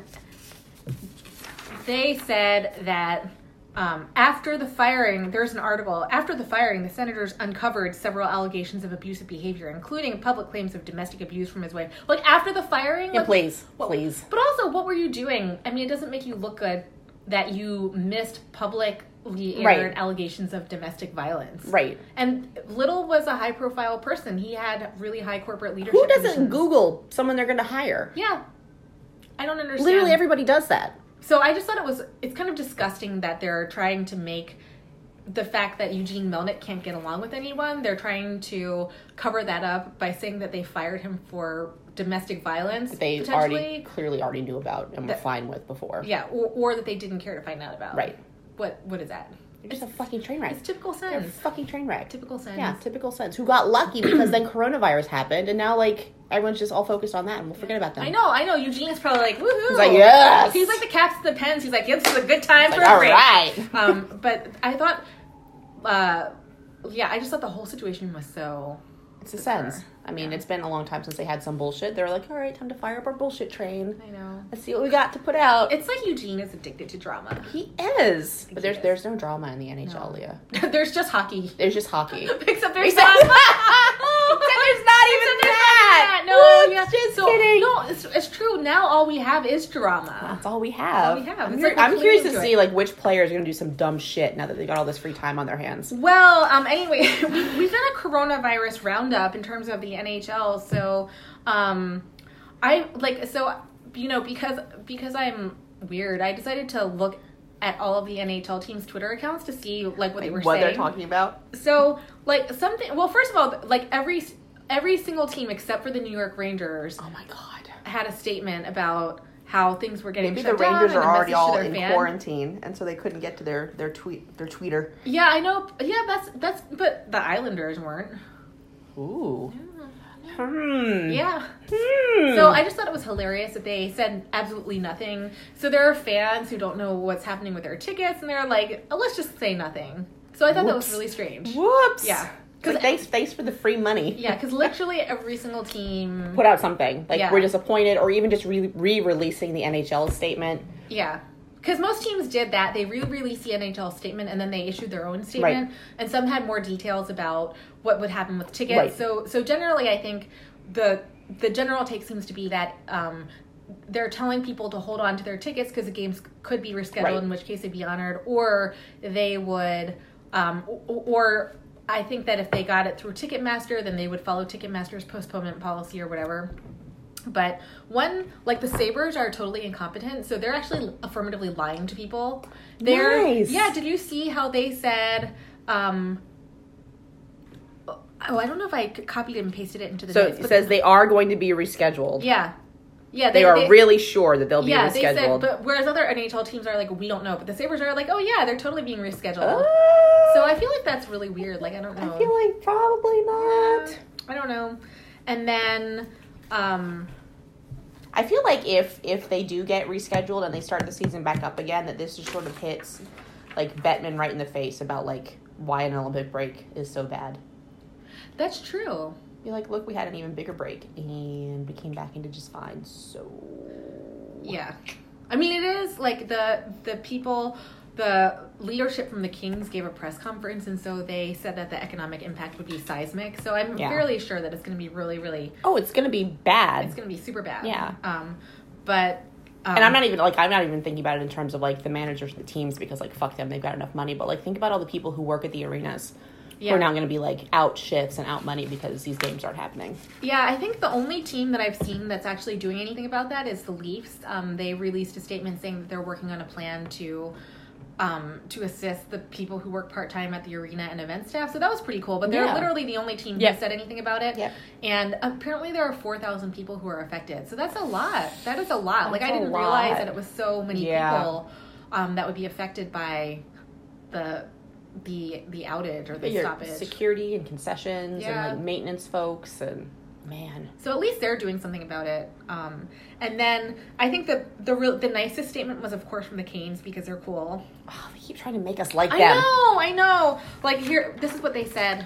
Speaker 2: they said that um, after the firing, there's an article. After the firing, the senators uncovered several allegations of abusive behavior, including public claims of domestic abuse from his wife. Like after the firing,
Speaker 1: Yeah,
Speaker 2: like,
Speaker 1: please,
Speaker 2: what-
Speaker 1: please.
Speaker 2: But also, what were you doing? I mean, it doesn't make you look good that you missed publicly aired
Speaker 1: Right.
Speaker 2: allegations of domestic violence.
Speaker 1: Right.
Speaker 2: And Little was a high profile person. He had really high corporate leadership.
Speaker 1: Who doesn't
Speaker 2: positions.
Speaker 1: Google someone they're going to hire?
Speaker 2: Yeah. I don't understand.
Speaker 1: Literally everybody does that.
Speaker 2: So I just thought it was it's kind of disgusting that they're trying to make the fact that Eugene Melnick can't get along with anyone, they're trying to cover that up by saying that they fired him for domestic violence.
Speaker 1: They
Speaker 2: potentially.
Speaker 1: already clearly already knew about and were
Speaker 2: That-
Speaker 1: fine with before.
Speaker 2: Yeah, or, or that they didn't care to find out about.
Speaker 1: Right.
Speaker 2: What what is that?
Speaker 1: It's just a fucking train wreck.
Speaker 2: It's typical
Speaker 1: They're a
Speaker 2: sense.
Speaker 1: fucking train wreck.
Speaker 2: Typical sense.
Speaker 1: Yeah, typical sense. Who got lucky because then coronavirus happened and now like everyone's just all focused on that and we'll forget about them.
Speaker 2: I know, I know. Eugene is probably like, woohoo.
Speaker 1: He's like, yes!
Speaker 2: He's like the caps to the pens. He's like, this is a good time
Speaker 1: Like,
Speaker 2: for a
Speaker 1: all
Speaker 2: break.
Speaker 1: right. *laughs*
Speaker 2: um, but I thought, uh, yeah, I just thought the whole situation was so.
Speaker 1: It's a sense. I mean, it's been a long time since they had some bullshit. They're like, all right, time to fire up our bullshit train.
Speaker 2: I know.
Speaker 1: Let's see what we got to put out.
Speaker 2: It's like Eugene is addicted to drama. *laughs*
Speaker 1: he is, but there's
Speaker 2: is.
Speaker 1: there's no drama in the NHL, Leah.
Speaker 2: there's just hockey. *laughs*
Speaker 1: There's just hockey.
Speaker 2: Except there's
Speaker 1: Except- *laughs*
Speaker 2: not.
Speaker 1: Except there's
Speaker 2: *laughs*
Speaker 1: not even that.
Speaker 2: No,
Speaker 1: Whoops,
Speaker 2: yeah.
Speaker 1: just
Speaker 2: so,
Speaker 1: kidding.
Speaker 2: No, it's, it's true. Now all we have is drama.
Speaker 1: That's all we have.
Speaker 2: all we have.
Speaker 1: I'm,
Speaker 2: It's
Speaker 1: cur-
Speaker 2: like we're
Speaker 1: I'm curious to
Speaker 2: clinging to
Speaker 1: see
Speaker 2: it.
Speaker 1: like which players are gonna do some dumb shit now that they got all this free time on their hands.
Speaker 2: Well, um, anyway, *laughs* we, we've done a coronavirus roundup in terms of the NHL. So, um, I like so you know because because I'm weird, I decided to look at all of the NHL teams' Twitter accounts to see like what they were
Speaker 1: what
Speaker 2: saying.
Speaker 1: they're talking about.
Speaker 2: So, like something. Well, first of all, like every every single team except for the New York Rangers
Speaker 1: Oh my god.
Speaker 2: had a statement about how things were getting.
Speaker 1: Maybe the
Speaker 2: shut down
Speaker 1: Rangers
Speaker 2: and
Speaker 1: are already
Speaker 2: a message to
Speaker 1: all
Speaker 2: their
Speaker 1: in
Speaker 2: fans.
Speaker 1: quarantine, and so they couldn't get to their their tweet their tweeter.
Speaker 2: Yeah, I know. Yeah, that's that's. But the Islanders weren't.
Speaker 1: Ooh. Hmm.
Speaker 2: Yeah.
Speaker 1: Hmm.
Speaker 2: So I just thought it was hilarious that they said absolutely nothing. So there are fans who don't know what's happening with their tickets, and they're like, "Oh, "Let's just say nothing." So I thought that was
Speaker 1: Whoops.
Speaker 2: really strange.
Speaker 1: Whoops.
Speaker 2: Yeah.
Speaker 1: 'Cause thanks, thanks for the free money.
Speaker 2: Yeah, because literally every single team.
Speaker 1: Put out something like
Speaker 2: Yeah.
Speaker 1: we're disappointed, or even just re- re-releasing the NHL statement.
Speaker 2: Yeah. Because most teams did that. They re released the NHL statement and then they issued their own statement. And some had more details about what would happen with tickets.
Speaker 1: Right.
Speaker 2: So so generally I think the the general take seems to be that um, they're telling people to hold on to their tickets because the games could be rescheduled,
Speaker 1: Right.
Speaker 2: in which case they'd be honored, or they would, um, o- or I think that if they got it through Ticketmaster, then they would follow Ticketmaster's postponement policy or whatever. But one, like the Sabres are totally incompetent, so they're actually affirmatively lying to people. They're
Speaker 1: Nice.
Speaker 2: yeah. Did you see how they said? Um, oh, I don't know if I c- copied and pasted it into the
Speaker 1: So
Speaker 2: notes,
Speaker 1: it
Speaker 2: but-
Speaker 1: says they are going to be rescheduled.
Speaker 2: yeah, yeah.
Speaker 1: They are really sure that they'll be
Speaker 2: yeah. They said,
Speaker 1: rescheduled.
Speaker 2: but whereas other NHL teams are like, we don't know, but the Sabres are like, oh yeah, they're totally being rescheduled.
Speaker 1: Oh,
Speaker 2: So I feel like that's really weird. Like I don't know.
Speaker 1: I feel like probably not.
Speaker 2: I don't know. And then, um,
Speaker 1: I feel like if if they do get rescheduled and they start the season back up again, that this just sort of hits like Bettman right in the face about like why an Olympic break is so bad.
Speaker 2: that's true.
Speaker 1: Be like, look, we had an even bigger break and we came back and did just fine. So
Speaker 2: Yeah. I mean, it is like the the people, the leadership from the Kings gave a press conference, and so they said that the economic impact would be seismic. So I'm
Speaker 1: Yeah.
Speaker 2: fairly sure that it's going to be really, really,
Speaker 1: oh, it's gonna be bad.
Speaker 2: it's going to be super bad.
Speaker 1: Yeah.
Speaker 2: Um, but um,
Speaker 1: and I'm not even like I'm not even thinking about it in terms of like the managers and the teams because like fuck them, they've got enough money. But like think about all the people who work at the arenas
Speaker 2: Yeah.
Speaker 1: who are now gonna be like out shifts and out money because these games aren't happening.
Speaker 2: Yeah, I think the only team that I've seen that's actually doing anything about that is the Leafs. Um, they released a statement saying that they're working on a plan to um, to assist the people who work part time at the arena and event staff. So that was pretty cool. But they're
Speaker 1: Yeah.
Speaker 2: literally the only team
Speaker 1: Yep.
Speaker 2: who said anything about it.
Speaker 1: Yep.
Speaker 2: And apparently there are four thousand people who are affected. So that's a lot. That is a lot. like I
Speaker 1: That's a
Speaker 2: didn't realize
Speaker 1: lot.
Speaker 2: that it was so many
Speaker 1: Yeah.
Speaker 2: people um, that would be affected by the the the outage or the
Speaker 1: Your
Speaker 2: stoppage.
Speaker 1: security and concessions
Speaker 2: Yeah.
Speaker 1: and like maintenance folks and man.
Speaker 2: So at least they're doing something about it. Um, and then I think the the real the nicest statement was of course from the Canes because they're cool.
Speaker 1: Oh, they keep trying to make us like
Speaker 2: I
Speaker 1: them.
Speaker 2: know, I know. Like here, this is what they said: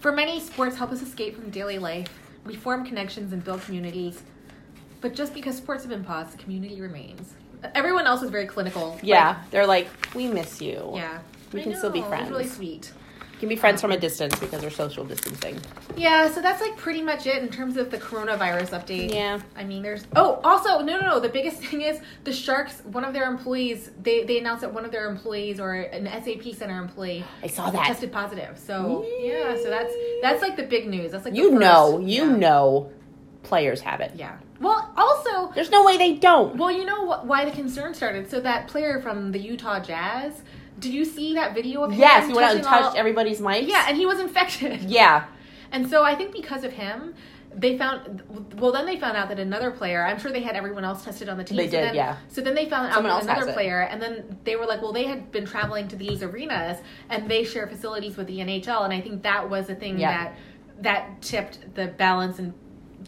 Speaker 2: For many, sports help us escape from daily life. We form connections and build communities. But just because sports have been paused, the community remains. Everyone else is very clinical.
Speaker 1: Yeah, they're like, we miss you.
Speaker 2: Like, yeah.
Speaker 1: We
Speaker 2: I
Speaker 1: can still be
Speaker 2: know, it was Really
Speaker 1: friends.
Speaker 2: sweet.
Speaker 1: You can be friends from a distance because we're social distancing.
Speaker 2: Yeah, so that's like pretty much it in terms of the coronavirus update.
Speaker 1: Yeah.
Speaker 2: I mean, there's oh, also no, no, no. The biggest *laughs* thing is the Sharks. One of their employees, they they announced that one of their employees or an SAP Center employee
Speaker 1: I saw that.
Speaker 2: tested positive. So yeah, so that's that's like the big news. That's like the
Speaker 1: You
Speaker 2: first-
Speaker 1: know, you
Speaker 2: yeah.
Speaker 1: know, players have it.
Speaker 2: Yeah. Well, also
Speaker 1: There's no way they don't.
Speaker 2: well, you know wh- why the concern started. So that player from the Utah Jazz. Did you see that video of him?
Speaker 1: Yes, he went out and
Speaker 2: touching
Speaker 1: touched
Speaker 2: all-
Speaker 1: everybody's mics.
Speaker 2: Yeah, and he was infected. *laughs*
Speaker 1: yeah.
Speaker 2: And so I think because of him, they found well. Then they found out that another player. I'm sure they had everyone else tested on the team.
Speaker 1: They
Speaker 2: so
Speaker 1: did,
Speaker 2: then,
Speaker 1: yeah.
Speaker 2: So then they found out
Speaker 1: Someone
Speaker 2: that
Speaker 1: else has
Speaker 2: another
Speaker 1: it.
Speaker 2: player, and then they were like, well, they had been traveling to these arenas, and they share facilities with the NHL, and I think that was the thing
Speaker 1: Yeah.
Speaker 2: that that tipped the balance and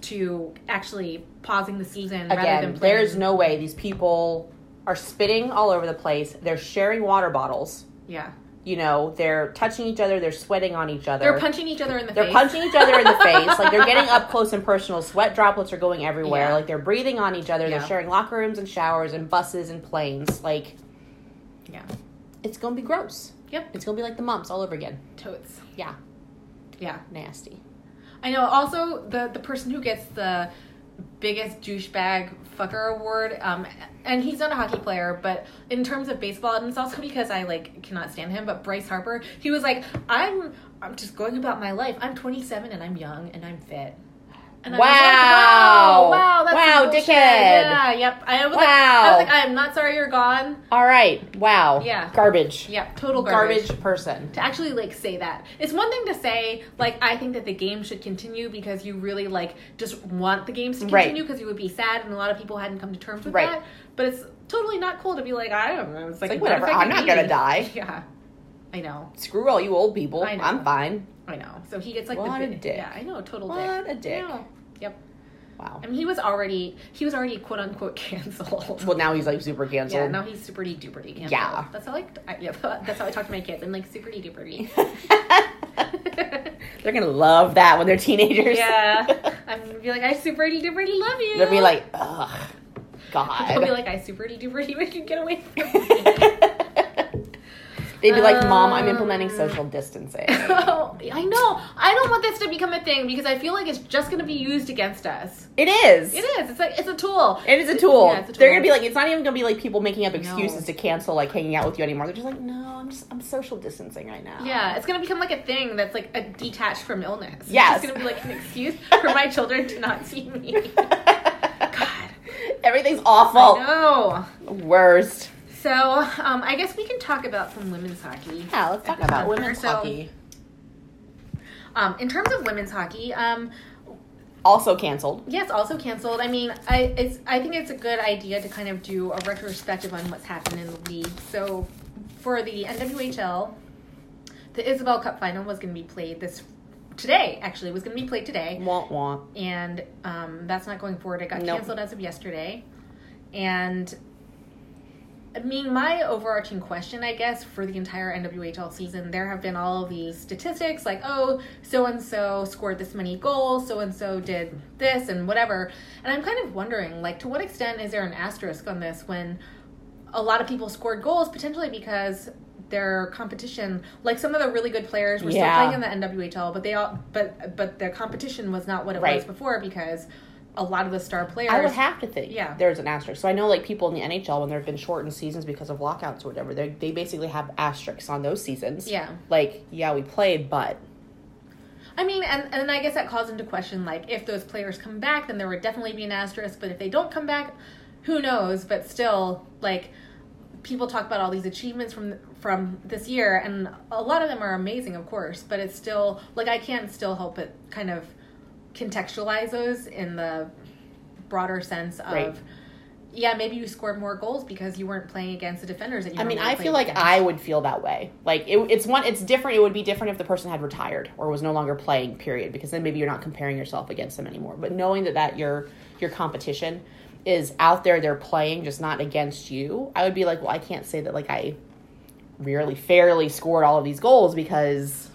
Speaker 2: to actually pausing the season rather
Speaker 1: Again,
Speaker 2: than playing.
Speaker 1: there's no way these people are spitting all over the place. They're sharing water bottles.
Speaker 2: yeah.
Speaker 1: You know, they're touching each other. They're sweating on each other.
Speaker 2: They're punching each other in the
Speaker 1: They're
Speaker 2: face.
Speaker 1: punching each other in
Speaker 2: *laughs*
Speaker 1: the face. Like they're getting up close and personal. Sweat droplets are going everywhere.
Speaker 2: Yeah.
Speaker 1: Like they're breathing on each other.
Speaker 2: Yeah.
Speaker 1: They're sharing locker rooms and showers and buses and planes. Like
Speaker 2: yeah.
Speaker 1: it's gonna be gross.
Speaker 2: *laughs* Yep.
Speaker 1: It's gonna be like the mumps all over again.
Speaker 2: Totes.
Speaker 1: Yeah,
Speaker 2: Yeah.
Speaker 1: nasty.
Speaker 2: I know. Also, the the person who gets the biggest douchebag fucker award, um, and he's not a hockey player, but in terms of baseball, and it's also because I like cannot stand him. But Bryce Harper, he was like, I'm I'm just going about my life. I'm 27 and I'm young and I'm fit. And I was
Speaker 1: Wow.
Speaker 2: like, wow! Wow! That's
Speaker 1: Wow,
Speaker 2: bullshit.
Speaker 1: dickhead.
Speaker 2: Yeah. Yep. I was like, I
Speaker 1: Wow.
Speaker 2: was like, I am not sorry you're gone.
Speaker 1: All right. Wow.
Speaker 2: Yeah.
Speaker 1: Garbage.
Speaker 2: Yep. Total
Speaker 1: Garbage, person.
Speaker 2: to actually like say that. It's one thing to say like I think that the game should continue because you really like just want the games to
Speaker 1: Right.
Speaker 2: continue because you would be sad and a lot of people hadn't come to terms with
Speaker 1: Right.
Speaker 2: that. But it's totally not cool to be like I don't know. It's like,
Speaker 1: like,
Speaker 2: what if
Speaker 1: whatever,
Speaker 2: I
Speaker 1: I'm
Speaker 2: can
Speaker 1: not
Speaker 2: eat?
Speaker 1: gonna die.
Speaker 2: *laughs* Yeah, I know,
Speaker 1: Screw all you old people.
Speaker 2: I know.
Speaker 1: I'm fine.
Speaker 2: I know. So he gets like
Speaker 1: What
Speaker 2: the
Speaker 1: a
Speaker 2: big-
Speaker 1: dick.
Speaker 2: Yeah, I know. Total dick.
Speaker 1: What a dick.
Speaker 2: Yeah. Yep.
Speaker 1: Wow.
Speaker 2: I mean, he was already he was already quote unquote *laughs* canceled.
Speaker 1: Well, now he's like super
Speaker 2: Yeah,
Speaker 1: canceled.
Speaker 2: *laughs* now he's super duperty canceled.
Speaker 1: Yeah.
Speaker 2: *laughs*
Speaker 1: *laughs*
Speaker 2: that's how like I, yeah, that's how I talk to my kids. I'm like super duperty.
Speaker 1: *laughs* They're gonna love that when they're teenagers. *laughs*
Speaker 2: Yeah. I'm gonna be like, I super duper love you.
Speaker 1: They'll be like, ugh, God.
Speaker 2: They'll be like, I super duper *laughs* make you get away from me.
Speaker 1: *laughs* They'd be like, Mom, I'm implementing
Speaker 2: Um.
Speaker 1: social distancing.
Speaker 2: *laughs* Oh, I know. I don't want this to become a thing because I feel like it's just going to be used against us.
Speaker 1: It is.
Speaker 2: It is. It's like it's a tool.
Speaker 1: It is a tool.
Speaker 2: Yeah, it's a
Speaker 1: They're
Speaker 2: tool.
Speaker 1: gonna be like, it's not even gonna be like people making up excuses to cancel like hanging out with you anymore. They're just like, no, I'm just I'm social distancing right now.
Speaker 2: Yeah, it's gonna become like a thing that's like a detached from illness.
Speaker 1: Yes.
Speaker 2: it's just gonna be like an excuse for my children to not see me.
Speaker 1: *laughs*
Speaker 2: God,
Speaker 1: Everything's
Speaker 2: I
Speaker 1: awful.
Speaker 2: know.
Speaker 1: Worst.
Speaker 2: So, um, I guess we can talk about some women's hockey.
Speaker 1: Yeah, let's talk about women's
Speaker 2: So-
Speaker 1: hockey.
Speaker 2: Um, in terms of women's hockey, um,
Speaker 1: Also canceled.
Speaker 2: yes, also canceled. I mean, I it's I think it's a good idea to kind of do a retrospective on what's happened in the league. So, for the NWHL, the Isabel Cup final was going to be played this today. Actually, was going to be played today.
Speaker 1: Want want.
Speaker 2: and um, that's not going forward. It got
Speaker 1: Nope.
Speaker 2: canceled as of yesterday. And I mean, my overarching question, I guess, for the entire NWHL season, there have been all of these statistics like, oh, so and so scored this many goals, so and so did this and whatever. And I'm kind of wondering, like, to what extent is there an asterisk on this when a lot of people scored goals potentially because their competition like some of the really good players were
Speaker 1: Yeah.
Speaker 2: still playing in the NWHL but they all but but their competition was not what it was
Speaker 1: Right.
Speaker 2: before because a lot of the star players
Speaker 1: I would have to think
Speaker 2: Yeah.
Speaker 1: there's an asterisk. So I know like people in the NHL when there have been shortened seasons because of lockouts or whatever, they they basically have asterisks on those seasons.
Speaker 2: yeah
Speaker 1: Like, yeah, we played, but
Speaker 2: I mean and and I guess that calls into question like if those players come back then there would definitely be an asterisk but if they don't come back who knows but still like people talk about all these achievements from from this year and a lot of them are amazing of course but it's still like i can't still help but kind of contextualize those in the broader sense of
Speaker 1: Right.
Speaker 2: yeah maybe you scored more goals because you weren't playing against the defenders that you
Speaker 1: I mean,
Speaker 2: normally
Speaker 1: I
Speaker 2: play
Speaker 1: feel like
Speaker 2: against.
Speaker 1: I would feel that way. Like it, it's one, it's different. It would be different if the person had retired or was no longer playing. Period. Because then maybe you're not comparing yourself against them anymore. But knowing that that your your competition is out there, they're playing, just not against you. I would be like, well, I can't say that like I really fairly scored all of these goals because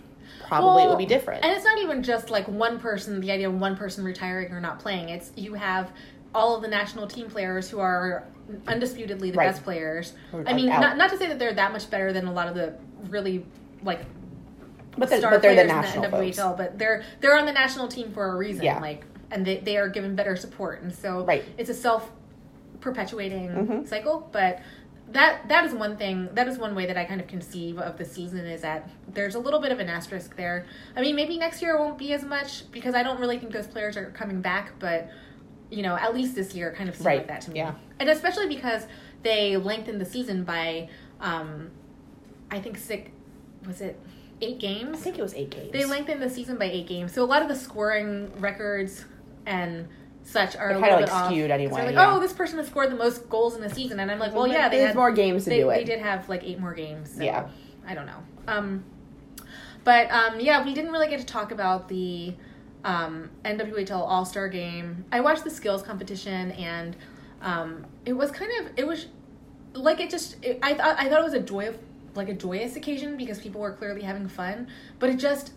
Speaker 1: probably it
Speaker 2: Well,
Speaker 1: would be different.
Speaker 2: And it's not even just like one person, the idea of one person retiring or not playing. It's you have all of the national team players who are undisputedly the
Speaker 1: Right.
Speaker 2: best players.
Speaker 1: Who are
Speaker 2: I mean,
Speaker 1: out.
Speaker 2: not, not to say that they're that much better than a lot of the really like
Speaker 1: but they're,
Speaker 2: star
Speaker 1: but they're the
Speaker 2: players
Speaker 1: national
Speaker 2: in the
Speaker 1: folks.
Speaker 2: NWHL, but they're they're on the national team for a reason.
Speaker 1: Yeah.
Speaker 2: Like, and they, they are given better support, and so
Speaker 1: Right.
Speaker 2: it's a self perpetuating
Speaker 1: Mhm.
Speaker 2: cycle. But that that is one thing. That is one way that I kind of conceive of the season is that there's a little bit of an asterisk there. I mean, maybe next year it won't be as much because I don't really think those players are coming back, but. You know, at least this year kind of seemed like
Speaker 1: Right.
Speaker 2: that to me,
Speaker 1: Yeah.
Speaker 2: and especially because they lengthened the season by, um, I think six, was it eight games?
Speaker 1: I think it was eight games.
Speaker 2: They lengthened the season by eight games, so a lot of the scoring records and such are a
Speaker 1: They're
Speaker 2: little
Speaker 1: kinda,
Speaker 2: bit
Speaker 1: like,
Speaker 2: off.
Speaker 1: skewed
Speaker 2: 'Cause
Speaker 1: anyway,
Speaker 2: They're like,
Speaker 1: yeah.
Speaker 2: oh, this person has scored the most goals in the season, and I'm like, well,
Speaker 1: Like,
Speaker 2: yeah, they
Speaker 1: there's
Speaker 2: had
Speaker 1: more games to
Speaker 2: they,
Speaker 1: do it.
Speaker 2: they did have like eight more games. So
Speaker 1: Yeah.
Speaker 2: I don't know. Um, but um, yeah, we didn't really get to talk about the um, NWHL All Star Game. I watched the skills competition, and um, it was kind of it was like it just it, I thought I thought it was a joy like a joyous occasion because people were clearly having fun, but it just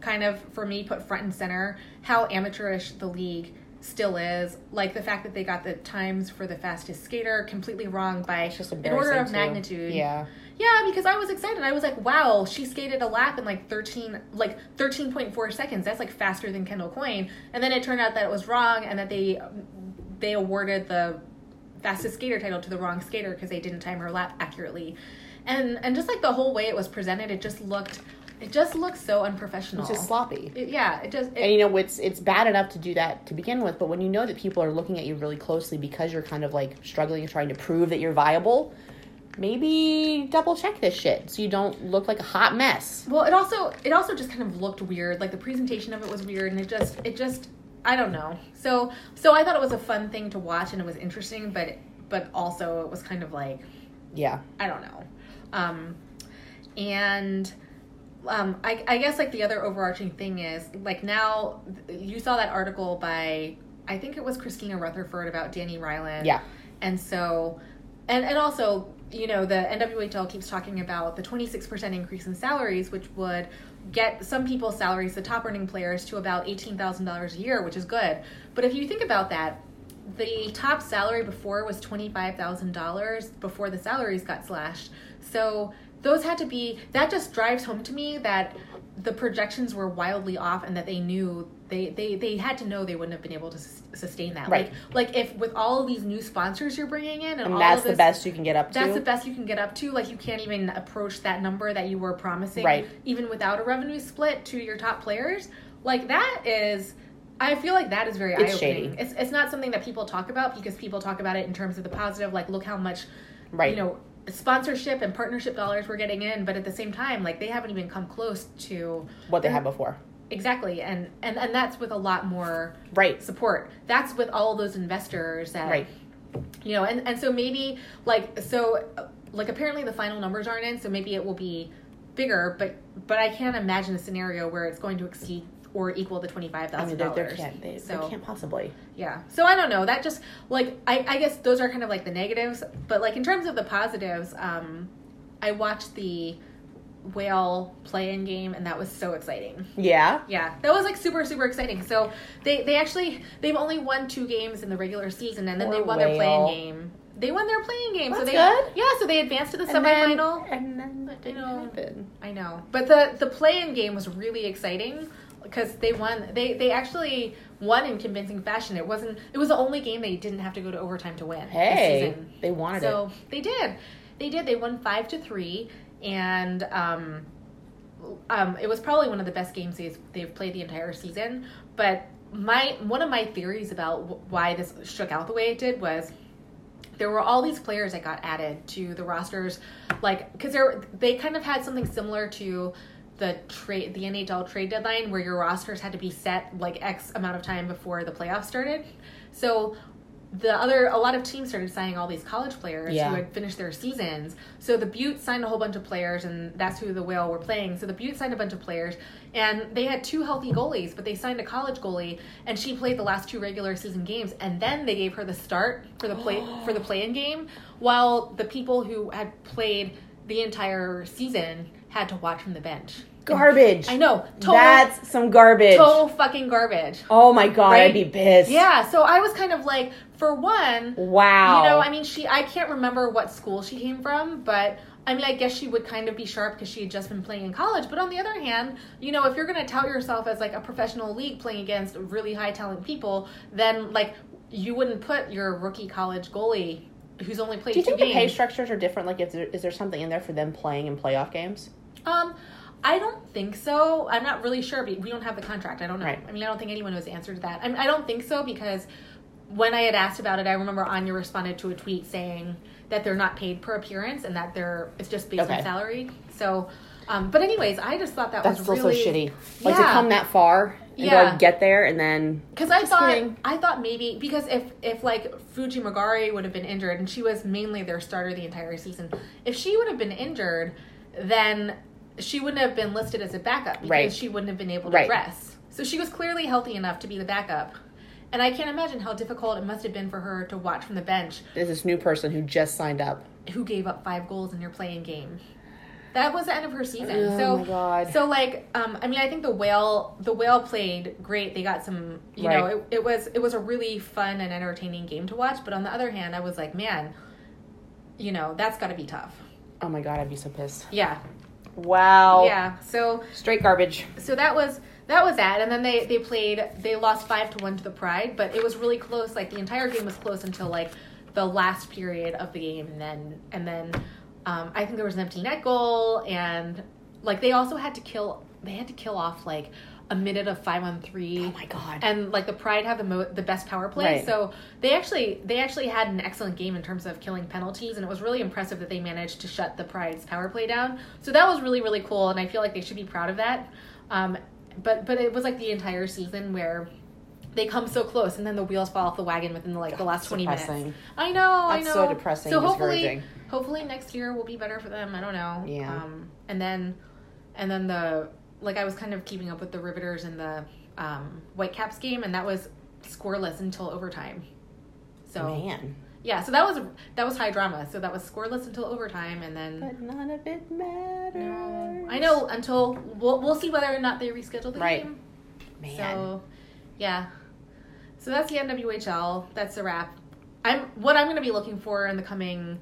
Speaker 2: kind of for me put front and center how amateurish the league still is like the fact that they got the times for the fastest skater completely wrong by
Speaker 1: It's just
Speaker 2: an order
Speaker 1: embarrassing,
Speaker 2: of
Speaker 1: too.
Speaker 2: magnitude
Speaker 1: Yeah.
Speaker 2: yeah, because I was excited. I was like, wow, she skated a lap in like 13 like 13.4 seconds. That's like faster than Kendall Coyne. And then it turned out that it was wrong and that they they awarded the fastest skater title to the wrong skater because they didn't time her lap accurately. And and just like the whole way it was presented, it just looked it just looked so unprofessional.
Speaker 1: It's just sloppy.
Speaker 2: It- yeah, it just it,
Speaker 1: and you know it's it's bad enough to do that to begin with but when you know that people are looking at you really closely because you're kind of like struggling and trying to prove that you're viable maybe double check this shit so you don't look like a hot mess
Speaker 2: Well, it also it also just kind of looked weird. Like the presentation of it was weird, and it just it just I don't know. So so I thought it was a fun thing to watch, and it was interesting, but but also it was kind of like
Speaker 1: yeah
Speaker 2: I don't know. Um, and um, I, I guess like the other overarching thing is like now you saw that article by I think it was Christina Rutherford about Danny Ryland.
Speaker 1: Yeah.
Speaker 2: And so, and and also you know the NWHL keeps talking about the 26% increase in salaries, which would get some people's salaries, the top earning players, to about $18,000 a year, which is good. But if you think about that, the top salary before was $25,000 before the salaries got slashed. So those had to be, that just drives home to me that the projections were wildly off and that they knew they, they, they had to know they wouldn't have been able to sus- sustain that.
Speaker 1: Right.
Speaker 2: Like, like if with all of these new sponsors you're bringing in and, all
Speaker 1: and
Speaker 2: of
Speaker 1: that's the
Speaker 2: this-
Speaker 1: best you can get up to.
Speaker 2: that's the best you can get up to. Like you can't even approach that number that you were promising,
Speaker 1: Right.
Speaker 2: even without a revenue split to your top players. Like that is, I feel like that is very eye
Speaker 1: It's
Speaker 2: opening.
Speaker 1: shady.
Speaker 2: It's it's not something that people talk about because people talk about it in terms of the positive. Like look how much,
Speaker 1: Right.
Speaker 2: You know, sponsorship and partnership dollars we're getting in, but at the same time, like they haven't even come close to
Speaker 1: what they had before.
Speaker 2: exactly. And and and that's with a lot more
Speaker 1: Right.
Speaker 2: support. That's with all those investors that
Speaker 1: Right.
Speaker 2: you know and, and so maybe like so uh, like apparently the final numbers aren't in so maybe it will be bigger but but i can't imagine a scenario where it's going to exceed or equal the $25000
Speaker 1: I mean, there there can't, they,
Speaker 2: so
Speaker 1: they can't possibly.
Speaker 2: yeah so i don't know that just like I, I guess those are kind of like the negatives but like in terms of the positives um i watched the whale play-in game and that was so exciting
Speaker 1: Yeah.
Speaker 2: yeah, that was like super super exciting. So they they actually they've only won two games in the regular season, and then they
Speaker 1: Poor
Speaker 2: won their
Speaker 1: whale.
Speaker 2: playing game. They won their playing game, so
Speaker 1: That's
Speaker 2: they
Speaker 1: good.
Speaker 2: yeah, so they advanced to the
Speaker 1: And then-
Speaker 2: semifinal.
Speaker 1: And then that didn't
Speaker 2: know.
Speaker 1: happen.
Speaker 2: I know, but the the play-in game was really exciting because they won. They they actually won in convincing fashion. It wasn't. It was the only game they didn't have to go to overtime to win. this
Speaker 1: Hey,
Speaker 2: season.
Speaker 1: they wanted
Speaker 2: so they did. They did. They won five to three, and um, um, it was probably one of the best games they've, they've played the entire season. But my one of my theories about wh- why this shook out the way it did was there were all these players that got added to the rosters, like because they kind of had something similar to the trade the NHL trade deadline where your rosters had to be set like X amount of time before the playoffs started. So the other a lot of teams started signing all these college players
Speaker 1: Yeah.
Speaker 2: who had finished their seasons. So the Buttes signed a whole bunch of players, and that's who the Whale were playing. So the Buttes signed a bunch of players, and they had two healthy goalies, but they signed a college goalie, and she played the last two regular season games, and then they gave her the start for the
Speaker 1: *gasps*
Speaker 2: play for the play-in game, while the people who had played the entire season had to watch from the bench.
Speaker 1: Garbage.
Speaker 2: I know, total,
Speaker 1: That's some garbage.
Speaker 2: total fucking garbage.
Speaker 1: oh my god, I'd
Speaker 2: Right?
Speaker 1: be pissed.
Speaker 2: Yeah, so I was kind of like, for one,
Speaker 1: Wow.
Speaker 2: You know, I mean, she, I can't remember what school she came from, but I mean, I guess she would kind of be sharp because she had just been playing in college. But on the other hand, you know, if you're going to tout yourself as like a professional league playing against really high talent people, then like you wouldn't put your rookie college goalie who's only played
Speaker 1: Do you
Speaker 2: two
Speaker 1: think the pay
Speaker 2: games.
Speaker 1: structures are different? Like, if there, is there something in there for them playing in playoff games?
Speaker 2: um, I don't think so. I'm not really sure, but we don't have the contract. I don't know.
Speaker 1: Right.
Speaker 2: I mean, I don't think anyone knows the answer to that. I, mean, I don't think so because when I had asked about it, I remember Anya responded to a tweet saying that they're not paid per appearance and that they're it's just based
Speaker 1: Okay.
Speaker 2: on salary. So, um, but anyways, I just thought that
Speaker 1: That's
Speaker 2: was
Speaker 1: still
Speaker 2: really
Speaker 1: so shitty. Like to
Speaker 2: Yeah.
Speaker 1: come that far and
Speaker 2: Yeah.
Speaker 1: go get there and then
Speaker 2: Because I
Speaker 1: Just
Speaker 2: thought
Speaker 1: kidding.
Speaker 2: I thought maybe because if if like Fuji Magari would have been injured and she was mainly their starter the entire season, if she would have been injured, then she wouldn't have been listed as a backup because
Speaker 1: Right.
Speaker 2: she wouldn't have been able to
Speaker 1: Right.
Speaker 2: rest. So she was clearly healthy enough to be the backup, and I can't imagine how difficult it must have been for her to watch from the bench
Speaker 1: there's this new person who just signed up.
Speaker 2: who gave up five goals in your playing game. That was the end of her season.
Speaker 1: Oh
Speaker 2: so,
Speaker 1: my God.
Speaker 2: so like, um, I mean, I think the whale, the whale played great. They got some, you know,
Speaker 1: Right.
Speaker 2: it, it was it was a really fun and entertaining game to watch. But on the other hand, I was like, man, you know, that's got to be tough.
Speaker 1: Oh my god, I'd be so pissed.
Speaker 2: Yeah,
Speaker 1: Wow.
Speaker 2: yeah. So,
Speaker 1: Straight garbage.
Speaker 2: so that was that was that. And then they they played. They lost five to one to the Pride, but it was really close. Like the entire game was close until like the last period of the game, and then and then um, I think there was an empty net goal, and like they also had to kill. They had to kill off like a minute of five on three
Speaker 1: Oh my god.
Speaker 2: and like the pride have the mo- the best power play
Speaker 1: Right.
Speaker 2: so they actually they actually had an excellent game in terms of killing penalties and it was really impressive that they managed to shut the pride's power play down so that was really really cool and i feel like they should be proud of that um, but but it was like the entire season where they come so close and then the wheels fall off the wagon within the, like the last 20
Speaker 1: depressing.
Speaker 2: minutes i know
Speaker 1: That's
Speaker 2: i know
Speaker 1: so depressing
Speaker 2: so
Speaker 1: and
Speaker 2: hopefully
Speaker 1: discouraging.
Speaker 2: hopefully next year will be better for them i don't know
Speaker 1: Yeah.
Speaker 2: um, and then and then the like I was kind of keeping up with the Riveters and the um, Whitecaps game, and that was scoreless until overtime. So
Speaker 1: Oh, Man.
Speaker 2: Yeah, so that was that was high drama. So that was scoreless until overtime, and then
Speaker 1: But none of it matters.
Speaker 2: I know until we'll, we'll see whether or not they reschedule the
Speaker 1: Right.
Speaker 2: game.
Speaker 1: Man.
Speaker 2: So, yeah. So that's the NWHL. That's a wrap. I'm what I'm going to be looking for in the coming,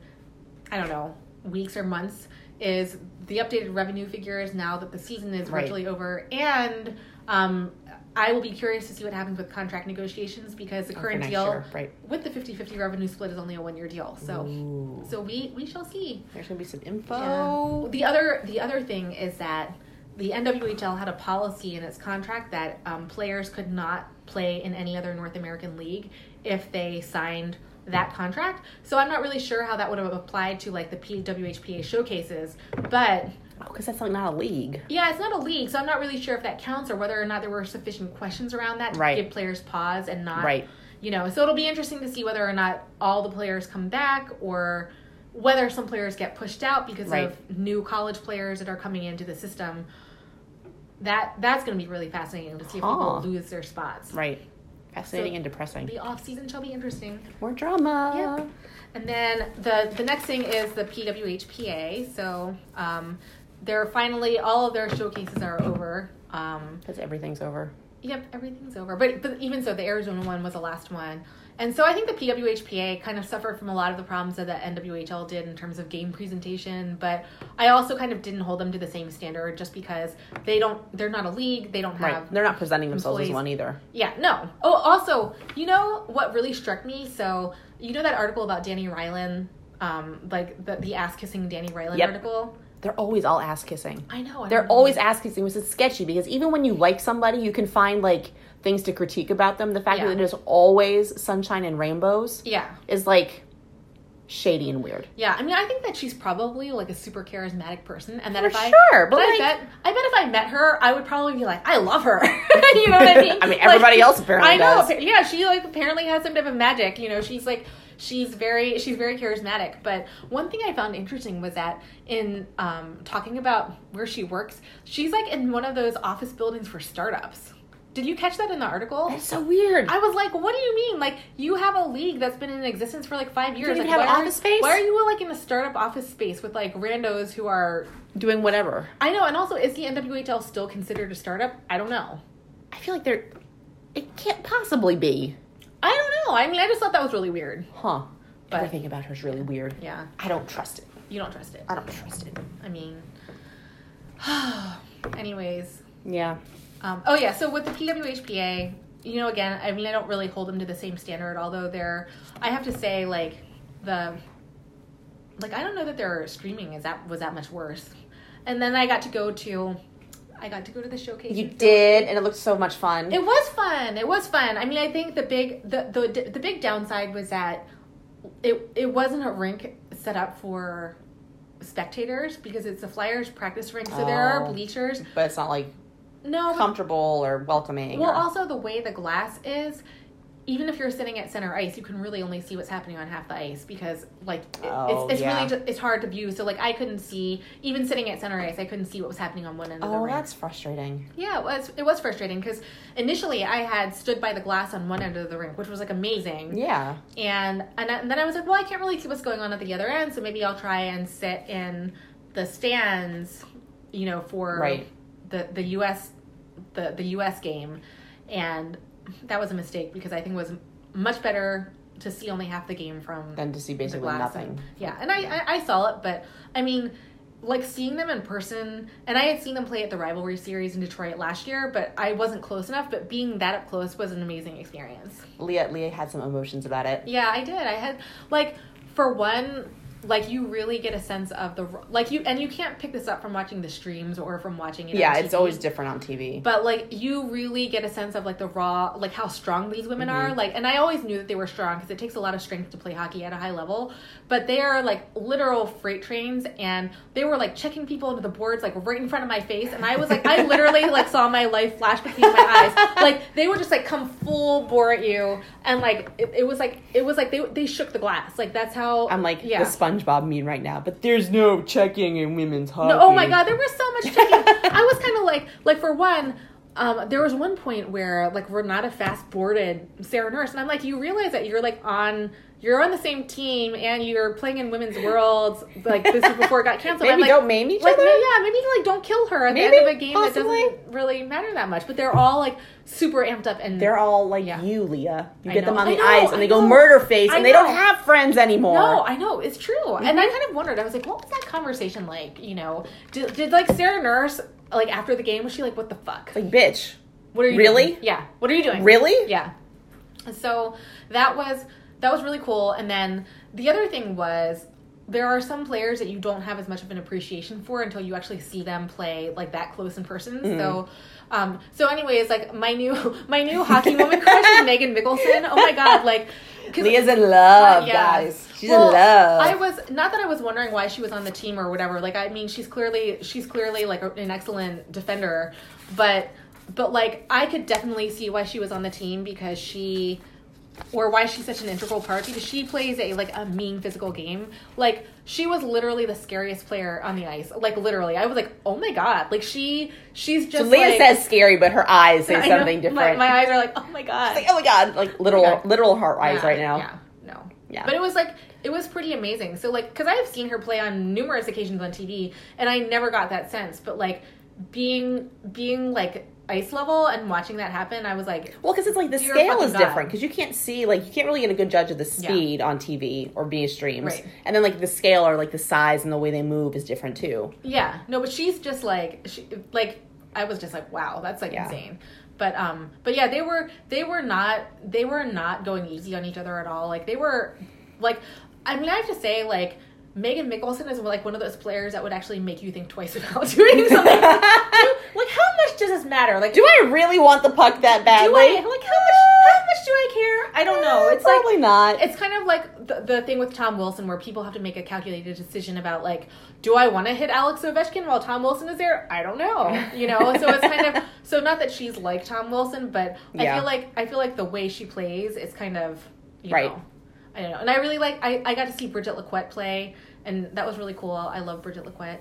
Speaker 2: I don't know, weeks or months is the updated revenue figures now that the season is
Speaker 1: Right.
Speaker 2: virtually over, and um, I will be curious to see what happens with contract negotiations because the
Speaker 1: For
Speaker 2: current
Speaker 1: next
Speaker 2: deal
Speaker 1: year, Right.
Speaker 2: with the 50-50 revenue split is only a one year deal. So,
Speaker 1: Ooh.
Speaker 2: so we we shall see.
Speaker 1: there's gonna be some info.
Speaker 2: Yeah. The other the other thing is that the NWHL had a policy in its contract that um, players could not play in any other North American league if they signed that contract. So I'm not really sure how that would have applied to like the PWHPA showcases, but
Speaker 1: Oh, because that's like not a league.
Speaker 2: yeah, it's not a league, so I'm not really sure if that counts or whether or not there were sufficient questions around that to
Speaker 1: Right.
Speaker 2: give players pause and not
Speaker 1: Right.
Speaker 2: you know so it'll be interesting to see whether or not all the players come back or whether some players get pushed out because
Speaker 1: Right.
Speaker 2: of new college players that are coming into the system that that's going to be really fascinating to see if
Speaker 1: Huh.
Speaker 2: people lose their spots
Speaker 1: Right. Fascinating
Speaker 2: So-
Speaker 1: and depressing.
Speaker 2: the off season shall be interesting
Speaker 1: More drama.
Speaker 2: Yeah. and then the the next thing is the pwhpa so um they're finally all of their showcases are over um
Speaker 1: Because everything's over.
Speaker 2: Yep, everything's over. But but even so, the Arizona one was the last one, and so I think the PWHPA kind of suffered from a lot of the problems that the NWHL did in terms of game presentation. But I also kind of didn't hold them to the same standard just because they don't they're not a league. They don't have
Speaker 1: Right. They're not presenting themselves as
Speaker 2: employees.
Speaker 1: one either.
Speaker 2: yeah, no. Oh, also, you know what really struck me? So, you know that article about Danny Rylan, um, like the, the ass kissing Danny Rylan
Speaker 1: Yep.
Speaker 2: article?
Speaker 1: They're always all ass kissing.
Speaker 2: I know. I
Speaker 1: They're
Speaker 2: don't know.
Speaker 1: always ass kissing, which is sketchy because even when you like somebody, you can find like things to critique about them. The fact
Speaker 2: Yeah.
Speaker 1: that there's always sunshine and rainbows
Speaker 2: Yeah.
Speaker 1: is like shady and weird.
Speaker 2: Yeah, I mean, I think that she's probably like a super charismatic person, and that
Speaker 1: For
Speaker 2: if I
Speaker 1: sure, but
Speaker 2: but
Speaker 1: like-
Speaker 2: I bet I bet if I met her, I would probably be like, I love her. *laughs* you know what
Speaker 1: *laughs*
Speaker 2: I mean?
Speaker 1: I mean, everybody else apparently
Speaker 2: I know.
Speaker 1: does.
Speaker 2: appa- Yeah, she like apparently has some type of magic. You know, she's like she's very she's very charismatic. But one thing I found interesting was that in um, talking about where she works, she's like in one of those office buildings for startups. Did you catch that in the article?
Speaker 1: That's so weird.
Speaker 2: I was like, "What do you mean? Like, you have a league that's been in existence for like five years.
Speaker 1: don't
Speaker 2: like,
Speaker 1: even have
Speaker 2: why
Speaker 1: office
Speaker 2: are,
Speaker 1: space?
Speaker 2: Why are you like in a startup office space with like randos who are?
Speaker 1: Doing whatever.
Speaker 2: I know, and also is the NWHL still considered a startup? I don't know.
Speaker 1: I feel like they're. It can't possibly be.
Speaker 2: I don't know. I mean, I just thought that was really weird.
Speaker 1: Huh.
Speaker 2: But-
Speaker 1: Everything about her is really weird.
Speaker 2: Yeah,
Speaker 1: I don't trust it.
Speaker 2: you don't trust it.
Speaker 1: I don't trust it.
Speaker 2: I mean, *sighs* anyways,
Speaker 1: Yeah.
Speaker 2: Um, oh yeah, so with the PWHPA, you know, again, I mean, I don't really hold them to the same standard, although they're, I have to say, like the, like I don't know that their streaming is that was that much worse. And then I got to go to, I got to go to the showcase.
Speaker 1: You did, and it looked so much fun.
Speaker 2: It was fun. It was fun. I mean, I think the big the the the big downside was that it it wasn't a rink set up for spectators because it's a Flyers practice rink, so there are
Speaker 1: Oh.
Speaker 2: bleachers.
Speaker 1: but it's not like
Speaker 2: No, but
Speaker 1: comfortable or welcoming.
Speaker 2: Well,
Speaker 1: or-
Speaker 2: also the way the glass is, even if you're sitting at center ice, you can really only see what's happening on half the ice because like it-
Speaker 1: Oh,
Speaker 2: it's, it's
Speaker 1: yeah.
Speaker 2: really ju- it's hard to view. So like I couldn't see even sitting at center ice, I couldn't see what was happening on one end of the
Speaker 1: oh,
Speaker 2: rink.
Speaker 1: that's frustrating.
Speaker 2: Yeah, it was it was frustrating because initially I had stood by the glass on one end of the rink, which was like amazing,
Speaker 1: Yeah.
Speaker 2: and and, I- and then I was like, well, I can't really see what's going on at the other end, so maybe I'll try and sit in the stands, you know, for
Speaker 1: Right.
Speaker 2: the the U.S. the the U.S. game, and that was a mistake because I think it was much better to see only half the game from
Speaker 1: Than to see
Speaker 2: the
Speaker 1: basically
Speaker 2: glass.
Speaker 1: nothing.
Speaker 2: Yeah, and I, I I saw it, but I mean, like seeing them in person, and I had seen them play at the rivalry series in Detroit last year, but I wasn't close enough. But being that up close was an amazing experience.
Speaker 1: Leah Leah had some emotions about it.
Speaker 2: Yeah, I did. I had like for one like you really get a sense of the like you and you can't pick this up from watching the streams or from watching it on
Speaker 1: Yeah, it's
Speaker 2: TV.
Speaker 1: always different on TV.
Speaker 2: but like you really get a sense of like the raw like how strong these women
Speaker 1: Mm-hmm.
Speaker 2: are like and i always knew that they were strong because it takes a lot of strength to play hockey at a high level but they are like literal freight trains and they were like checking people into the boards like right in front of my face and i was like i literally like saw my life flash between my eyes like they would just like come full bore at you and like it, it was like it was like they, they shook the glass like that's how
Speaker 1: I'm like
Speaker 2: yeah
Speaker 1: the SpongeBob mean right now. But there's no checking in women's hockey.
Speaker 2: no, oh my god, there was so much chicken. I was kind of like, like for one, um, there was one point where like Renata fast boarded Sarah Nurse, and I'm like, you realize that you're like on you're on the same team and you're playing in women's worlds like this is before it got canceled.
Speaker 1: Maybe
Speaker 2: I'm like,
Speaker 1: don't maim each
Speaker 2: like,
Speaker 1: other?
Speaker 2: Maybe, yeah, maybe like don't kill her at
Speaker 1: Maybe,
Speaker 2: the end of a game that
Speaker 1: possibly.
Speaker 2: doesn't really matter that much. But they're all like super amped up and
Speaker 1: They're all like
Speaker 2: Yeah.
Speaker 1: you, Leah. You
Speaker 2: I
Speaker 1: get
Speaker 2: know.
Speaker 1: them on the
Speaker 2: I know,
Speaker 1: eyes and
Speaker 2: I
Speaker 1: they go
Speaker 2: know.
Speaker 1: murder face
Speaker 2: I
Speaker 1: and they don't
Speaker 2: know.
Speaker 1: have friends anymore.
Speaker 2: No, I know it's true,
Speaker 1: Mm-hmm.
Speaker 2: and I kind of wondered. I was like, what was that conversation like? You know, did, did like Sarah Nurse like after the game was she like, what the fuck?
Speaker 1: like, bitch.
Speaker 2: What are you
Speaker 1: really?
Speaker 2: Doing? Yeah. What are you doing?
Speaker 1: Really?
Speaker 2: Yeah. So that was that was really cool. And then the other thing was there are some players that you don't have as much of an appreciation for until you actually see them play like that close in person.
Speaker 1: Mm.
Speaker 2: So um so anyways, like my new *laughs* my new hockey woman crush is
Speaker 1: *laughs*
Speaker 2: Megan Mickelson. Oh my god, like 'cause-
Speaker 1: Leah's in love,
Speaker 2: Uh, yeah.
Speaker 1: guys. She's
Speaker 2: Well,
Speaker 1: in love.
Speaker 2: I was not that I was wondering why she was on the team or whatever. Like I mean, she's clearly she's clearly like a- an excellent defender, but but like I could definitely see why she was on the team because she or why she's such an integral part because she plays a like a mean physical game. Like she was literally the scariest player on the ice. Like literally, I was like, oh my god. Like she she's
Speaker 1: So
Speaker 2: just
Speaker 1: Leah
Speaker 2: like,
Speaker 1: says scary, but her eyes say
Speaker 2: *laughs* I know,
Speaker 1: something
Speaker 2: my-
Speaker 1: different.
Speaker 2: My, eyes are like, oh my god.
Speaker 1: Like, oh my god, like literal
Speaker 2: God.
Speaker 1: literal heart eyes
Speaker 2: Yeah,
Speaker 1: right now.
Speaker 2: Yeah, no.
Speaker 1: Yeah.
Speaker 2: But it was like it was pretty amazing. So like cuz I have seen her play on numerous occasions on TV and I never got that sense, but like being being like ice level and watching that happen, I was like
Speaker 1: Well, because it's like the
Speaker 2: Dear
Speaker 1: scale
Speaker 2: fucking
Speaker 1: is
Speaker 2: God.
Speaker 1: different because you can't see like you can't really get a good judge of the
Speaker 2: Yeah.
Speaker 1: speed on TV or via streams,
Speaker 2: Right.
Speaker 1: and then like the scale or like the size and the way they move is different too.
Speaker 2: yeah. No, but she's just like she like I was just like wow, that's like
Speaker 1: Yeah.
Speaker 2: insane. But um but yeah, they were they were not they were not going easy on each other at all. Like they were like I mean, I have to say like Megan Mickelson is like one of those players that would actually make you think twice *laughs* about doing something. like how much does this matter? Like
Speaker 1: Do I really want the puck that badly?
Speaker 2: do I like how much how much do I care? I don't know.
Speaker 1: Eh,
Speaker 2: It's like
Speaker 1: probably not.
Speaker 2: it's kind of like the, the thing with Tom Wilson where people have to make a calculated decision about like do I want to hit Alex Ovechkin while Tom Wilson is there? I don't know.
Speaker 1: *laughs*
Speaker 2: You know, so it's kind of so not that she's like Tom Wilson, but I
Speaker 1: Yeah.
Speaker 2: feel like I feel like the way she plays is kind of you
Speaker 1: Right.
Speaker 2: know. I don't know. And I really like I, I got to see Bridget Laquette play and that was really cool. I love Bridget Laquette.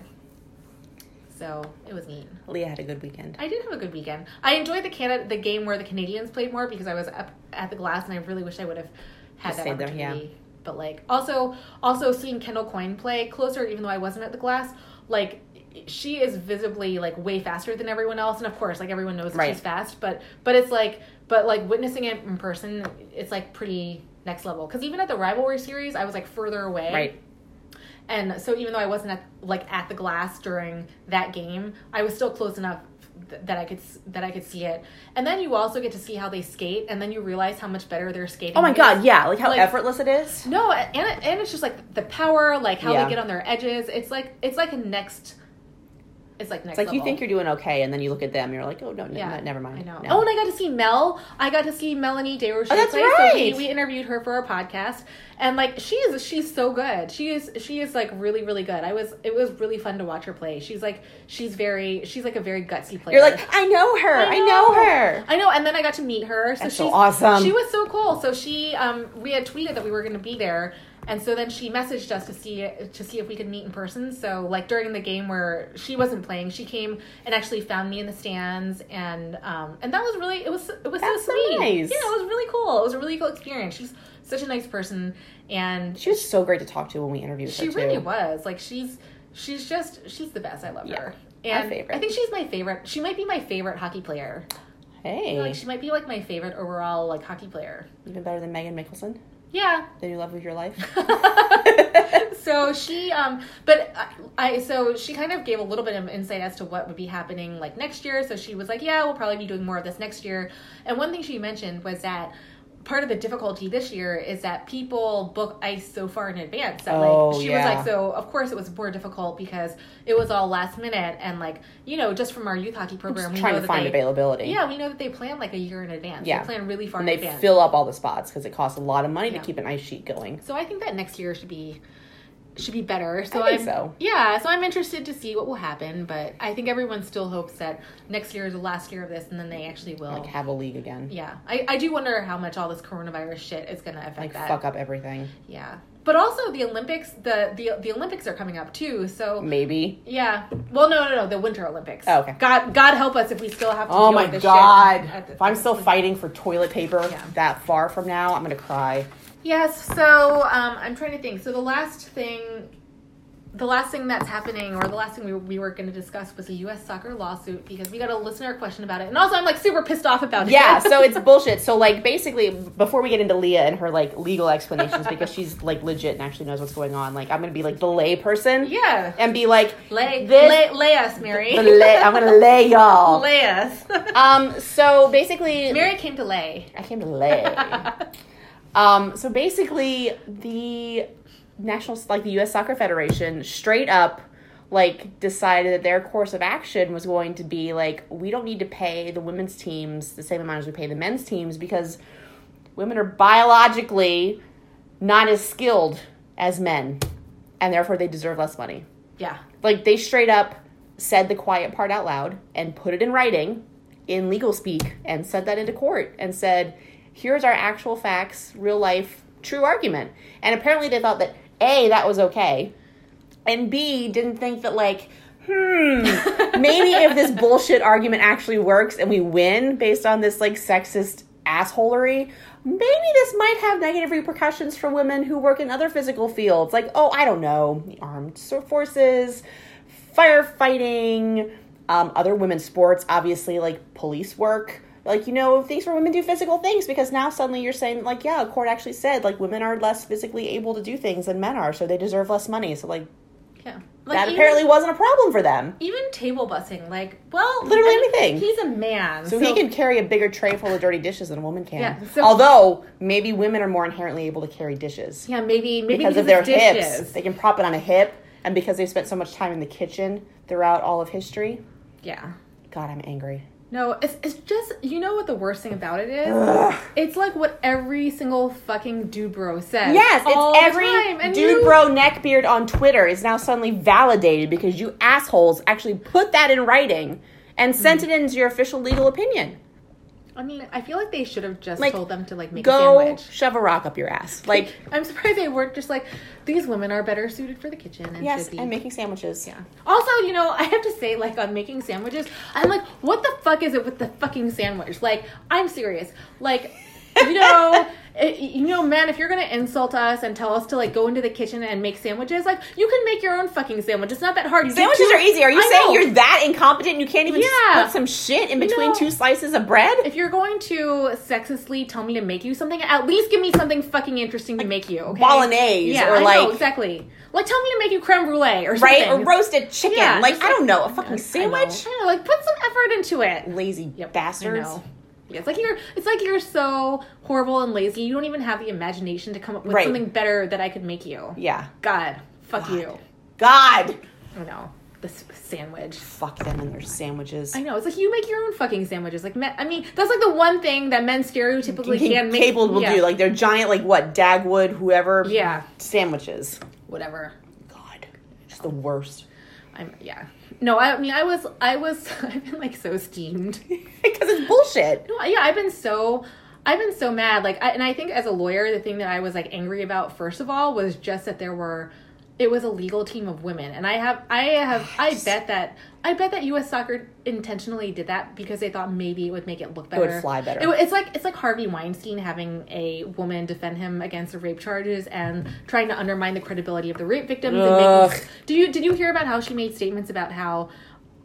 Speaker 2: So, it was neat.
Speaker 1: Leah had a good weekend.
Speaker 2: I did have a good weekend. I enjoyed the Canada the game where the Canadians played more because I was up at the glass and I really wish I would have had
Speaker 1: Just
Speaker 2: that
Speaker 1: stayed there,
Speaker 2: opportunity. But like also also seeing Kendall Coyne play closer even though I wasn't at the glass, like she is visibly like way faster than everyone else and of course like everyone knows that
Speaker 1: Right.
Speaker 2: she's fast, but but it's like but like witnessing it in person it's like pretty next level cuz even at the rivalry series I was like further away.
Speaker 1: Right.
Speaker 2: And so even though I wasn't at, like at the glass during that game, I was still close enough th- that I could s- that I could see it. And then you also get to see how they skate, and then you realize how much better they're skating.
Speaker 1: Oh my god, yeah, like how
Speaker 2: Like-
Speaker 1: effortless it is.
Speaker 2: No, a- and it- and it's just like the power, like how
Speaker 1: Yeah.
Speaker 2: they get on their edges. It's like it's like a next. It's like next.
Speaker 1: It's like you
Speaker 2: level.
Speaker 1: think you're doing okay, and then you look at them, you're like, oh no, no, no, never mind.
Speaker 2: I know.
Speaker 1: No.
Speaker 2: Oh, and I got to see Mel. I got to see Melanie Desrochers.
Speaker 1: Oh, that's
Speaker 2: play, so we,
Speaker 1: right.
Speaker 2: we interviewed her for our podcast, and like she is, she's so good. She is, she is like really, really good. I was, it was really fun to watch her play. She's like, she's very, she's like a very gutsy player.
Speaker 1: you're like, I know her, I know, her.
Speaker 2: I know, and then I got to meet her. So
Speaker 1: That's so
Speaker 2: she's
Speaker 1: awesome.
Speaker 2: She was so cool. So she, um, we had tweeted that we were going to be there, and so then she messaged us to see to see if we could meet in person. So like during the game where she wasn't playing, she came and actually found me in the stands, and um, and that was really it was it was
Speaker 1: That's
Speaker 2: so sweet.
Speaker 1: nice.
Speaker 2: Yeah, it was really cool. It was a really cool experience. She's such a nice person, and
Speaker 1: She was so great to talk to when we interviewed
Speaker 2: she
Speaker 1: her too.
Speaker 2: really was. Like she's she's just she's the best. I love
Speaker 1: Yeah.
Speaker 2: her.
Speaker 1: My
Speaker 2: And
Speaker 1: favorite.
Speaker 2: I think she's my favorite. She might be my favorite hockey player.
Speaker 1: Hey,
Speaker 2: Like she might be like my favorite overall like hockey player.
Speaker 1: even better than Megan Mickelson,
Speaker 2: *laughs* Yeah.
Speaker 1: the new love of your life.
Speaker 2: so she um but I, I so she kind of gave a little bit of insight as to what would be happening like next year. So she was like, "Yeah, we'll probably be doing more of this next year." And one thing she mentioned was that part of the difficulty this year is that people book ice so far in advance that
Speaker 1: Oh,
Speaker 2: like she
Speaker 1: yeah.
Speaker 2: was like so of course it was more difficult because it was all last minute and like you know just from our youth hockey program
Speaker 1: Just
Speaker 2: we
Speaker 1: trying
Speaker 2: know
Speaker 1: to
Speaker 2: that
Speaker 1: find
Speaker 2: they,
Speaker 1: availability.
Speaker 2: yeah we know that they plan like a year in advance
Speaker 1: Yeah.
Speaker 2: they plan really far
Speaker 1: and
Speaker 2: in
Speaker 1: they
Speaker 2: advance
Speaker 1: fill up all the spots because it costs a lot of money
Speaker 2: Yeah.
Speaker 1: to keep an ice sheet going.
Speaker 2: So I think that next year should be should be better. So
Speaker 1: I think
Speaker 2: am
Speaker 1: so.
Speaker 2: Yeah, so I'm interested to see what will happen, but I think everyone still hopes that next year is the last year of this and then they actually will.
Speaker 1: Like have a league again,
Speaker 2: yeah. I, I do wonder how much all this coronavirus shit is gonna affect
Speaker 1: like
Speaker 2: that.
Speaker 1: fuck up everything.
Speaker 2: Yeah. But also the Olympics the, the the Olympics are coming up too, so
Speaker 1: Maybe.
Speaker 2: yeah. Well no no no, the winter Olympics.
Speaker 1: Mm. Oh, okay.
Speaker 2: God God help us if we still have to
Speaker 1: Oh
Speaker 2: deal
Speaker 1: my
Speaker 2: with this
Speaker 1: god!
Speaker 2: shit at the- *laughs*
Speaker 1: if I'm still fighting for toilet paper
Speaker 2: Yeah.
Speaker 1: that far from now, I'm gonna cry.
Speaker 2: Yes, so um, I'm trying to think. So the last thing, the last thing that's happening, or the last thing we, we were going to discuss was a U.S. soccer lawsuit because we got a listener question about it, and also I'm like super pissed off about it. *laughs*
Speaker 1: Yeah, so it's bullshit. So like basically before we get into Leah and her like legal explanations because she's like legit and actually knows what's going on, like I'm gonna be like the lay person
Speaker 2: yeah.
Speaker 1: and be like
Speaker 2: Lay,
Speaker 1: This-
Speaker 2: lay, lay us, Mary.
Speaker 1: the *laughs* lay I'm gonna lay y'all.
Speaker 2: *laughs* lay us.
Speaker 1: Um so basically
Speaker 2: Mary came to lay.
Speaker 1: I came to lay. um so basically the national like the US Soccer Federation straight up like decided that their course of action was going to be like we don't need to pay the women's teams the same amount as we pay the men's teams because women are biologically not as skilled as men and therefore they deserve less money.
Speaker 2: yeah.
Speaker 1: Like they straight up said the quiet part out loud and put it in writing in legal speak and sent that into court and said, here's our actual facts, real life, true argument. And apparently they thought that A, that was okay, and B, didn't think that like, hmm, maybe if this bullshit argument actually works and we win based on this like sexist assholery, maybe this might have negative repercussions for women who work in other physical fields. Like, oh, I don't know, the armed so- forces, firefighting, um, other women's sports, obviously, like police work. Like, you know, things where women do physical things because now suddenly you're saying, like, yeah, a court actually said, like, women are less physically able to do things than men are, so they deserve less money. So, like,
Speaker 2: Yeah. Like,
Speaker 1: that
Speaker 2: even-
Speaker 1: apparently wasn't a problem for them.
Speaker 2: Even table bussing, like, well,
Speaker 1: Literally anything.
Speaker 2: He's a man,
Speaker 1: So, he can carry a bigger tray full of dirty dishes than a woman can.
Speaker 2: Yeah, so-
Speaker 1: Although, maybe women are more inherently able to carry dishes
Speaker 2: Yeah, maybe maybe
Speaker 1: because of
Speaker 2: their
Speaker 1: their
Speaker 2: dishes.
Speaker 1: hips. They can prop it on a hip, and because they've spent so much time in the kitchen throughout all of history.
Speaker 2: Yeah.
Speaker 1: God, I'm angry.
Speaker 2: No, it's it's just you know what the worst thing about it is? It's like what every single fucking dude bro says.
Speaker 1: Yes,
Speaker 2: all
Speaker 1: it's
Speaker 2: the
Speaker 1: every
Speaker 2: time, and
Speaker 1: dude
Speaker 2: you-
Speaker 1: bro neckbeard on Twitter is now suddenly validated because you assholes actually put that in writing and sent it into your official legal opinion.
Speaker 2: I mean, I feel like they should have just
Speaker 1: Like,
Speaker 2: told them to like make a
Speaker 1: Go
Speaker 2: sandwich.
Speaker 1: shove a rock up your ass. Like,
Speaker 2: I'm surprised they weren't just like these women are better suited for the kitchen and
Speaker 1: yes,
Speaker 2: should be
Speaker 1: I'm making sandwiches.
Speaker 2: Yeah. Also, you know, I have to say, like, on making sandwiches, I'm like, what the fuck is it with the fucking sandwich? Like, I'm serious. Like, you
Speaker 1: *laughs*
Speaker 2: know, it, you know, man, if you're gonna insult us and tell us to like go into the kitchen and make sandwiches, like, you can make your own fucking sandwich. It's not that hard. You do
Speaker 1: Sandwiches
Speaker 2: two-
Speaker 1: are easy. Are you
Speaker 2: I
Speaker 1: saying
Speaker 2: know.
Speaker 1: you're that incompetent and you can't even just
Speaker 2: Yeah.
Speaker 1: put some shit in between
Speaker 2: No.
Speaker 1: two slices of bread?
Speaker 2: If you're going to sexistly tell me to make you something, at least give me something fucking interesting to make you. Okay?
Speaker 1: Bolognese
Speaker 2: yeah,
Speaker 1: or
Speaker 2: I know,
Speaker 1: like
Speaker 2: exactly. Like, tell me to make you creme brulee or
Speaker 1: right
Speaker 2: something.
Speaker 1: or roasted chicken.
Speaker 2: Yeah,
Speaker 1: like
Speaker 2: just
Speaker 1: I don't know, a
Speaker 2: I
Speaker 1: fucking
Speaker 2: know.
Speaker 1: sandwich.
Speaker 2: I know, like, put some effort into it.
Speaker 1: Lazy
Speaker 2: Yep, I
Speaker 1: bastards.
Speaker 2: know. Yeah, it's like you're it's like you're so horrible and lazy. You don't even have the imagination to come up with
Speaker 1: Right.
Speaker 2: something better that I could make you.
Speaker 1: Yeah.
Speaker 2: God, fuck you.
Speaker 1: God.
Speaker 2: I know. This sandwich.
Speaker 1: Fuck them and their sandwiches.
Speaker 2: I know. It's like you make your own fucking sandwiches. Like men, I mean, that's like the one thing that men stereotypically
Speaker 1: Ca-
Speaker 2: can make.
Speaker 1: Cabled will
Speaker 2: yeah.
Speaker 1: do like they're giant like what Dagwood whoever
Speaker 2: Yeah.
Speaker 1: sandwiches.
Speaker 2: Whatever.
Speaker 1: God, just the worst. *laughs*
Speaker 2: I'm yeah. No, I, I mean I was I was *laughs* I've been like so steamed.
Speaker 1: because it's bullshit.
Speaker 2: No, yeah, I've been so I've been so mad. Like, I, and I think as a lawyer, the thing that I was like angry about first of all was just that there were it was a legal team of women, and I have I have I bet that I bet that U.S. Soccer intentionally did that because they thought maybe it would make it look
Speaker 1: would
Speaker 2: better,
Speaker 1: fly better.
Speaker 2: It- it's like it's like Harvey Weinstein having a woman defend him against the rape charges and trying to undermine the credibility of the rape victims. And
Speaker 1: Ugh.
Speaker 2: making, do you did you hear about how she made statements about how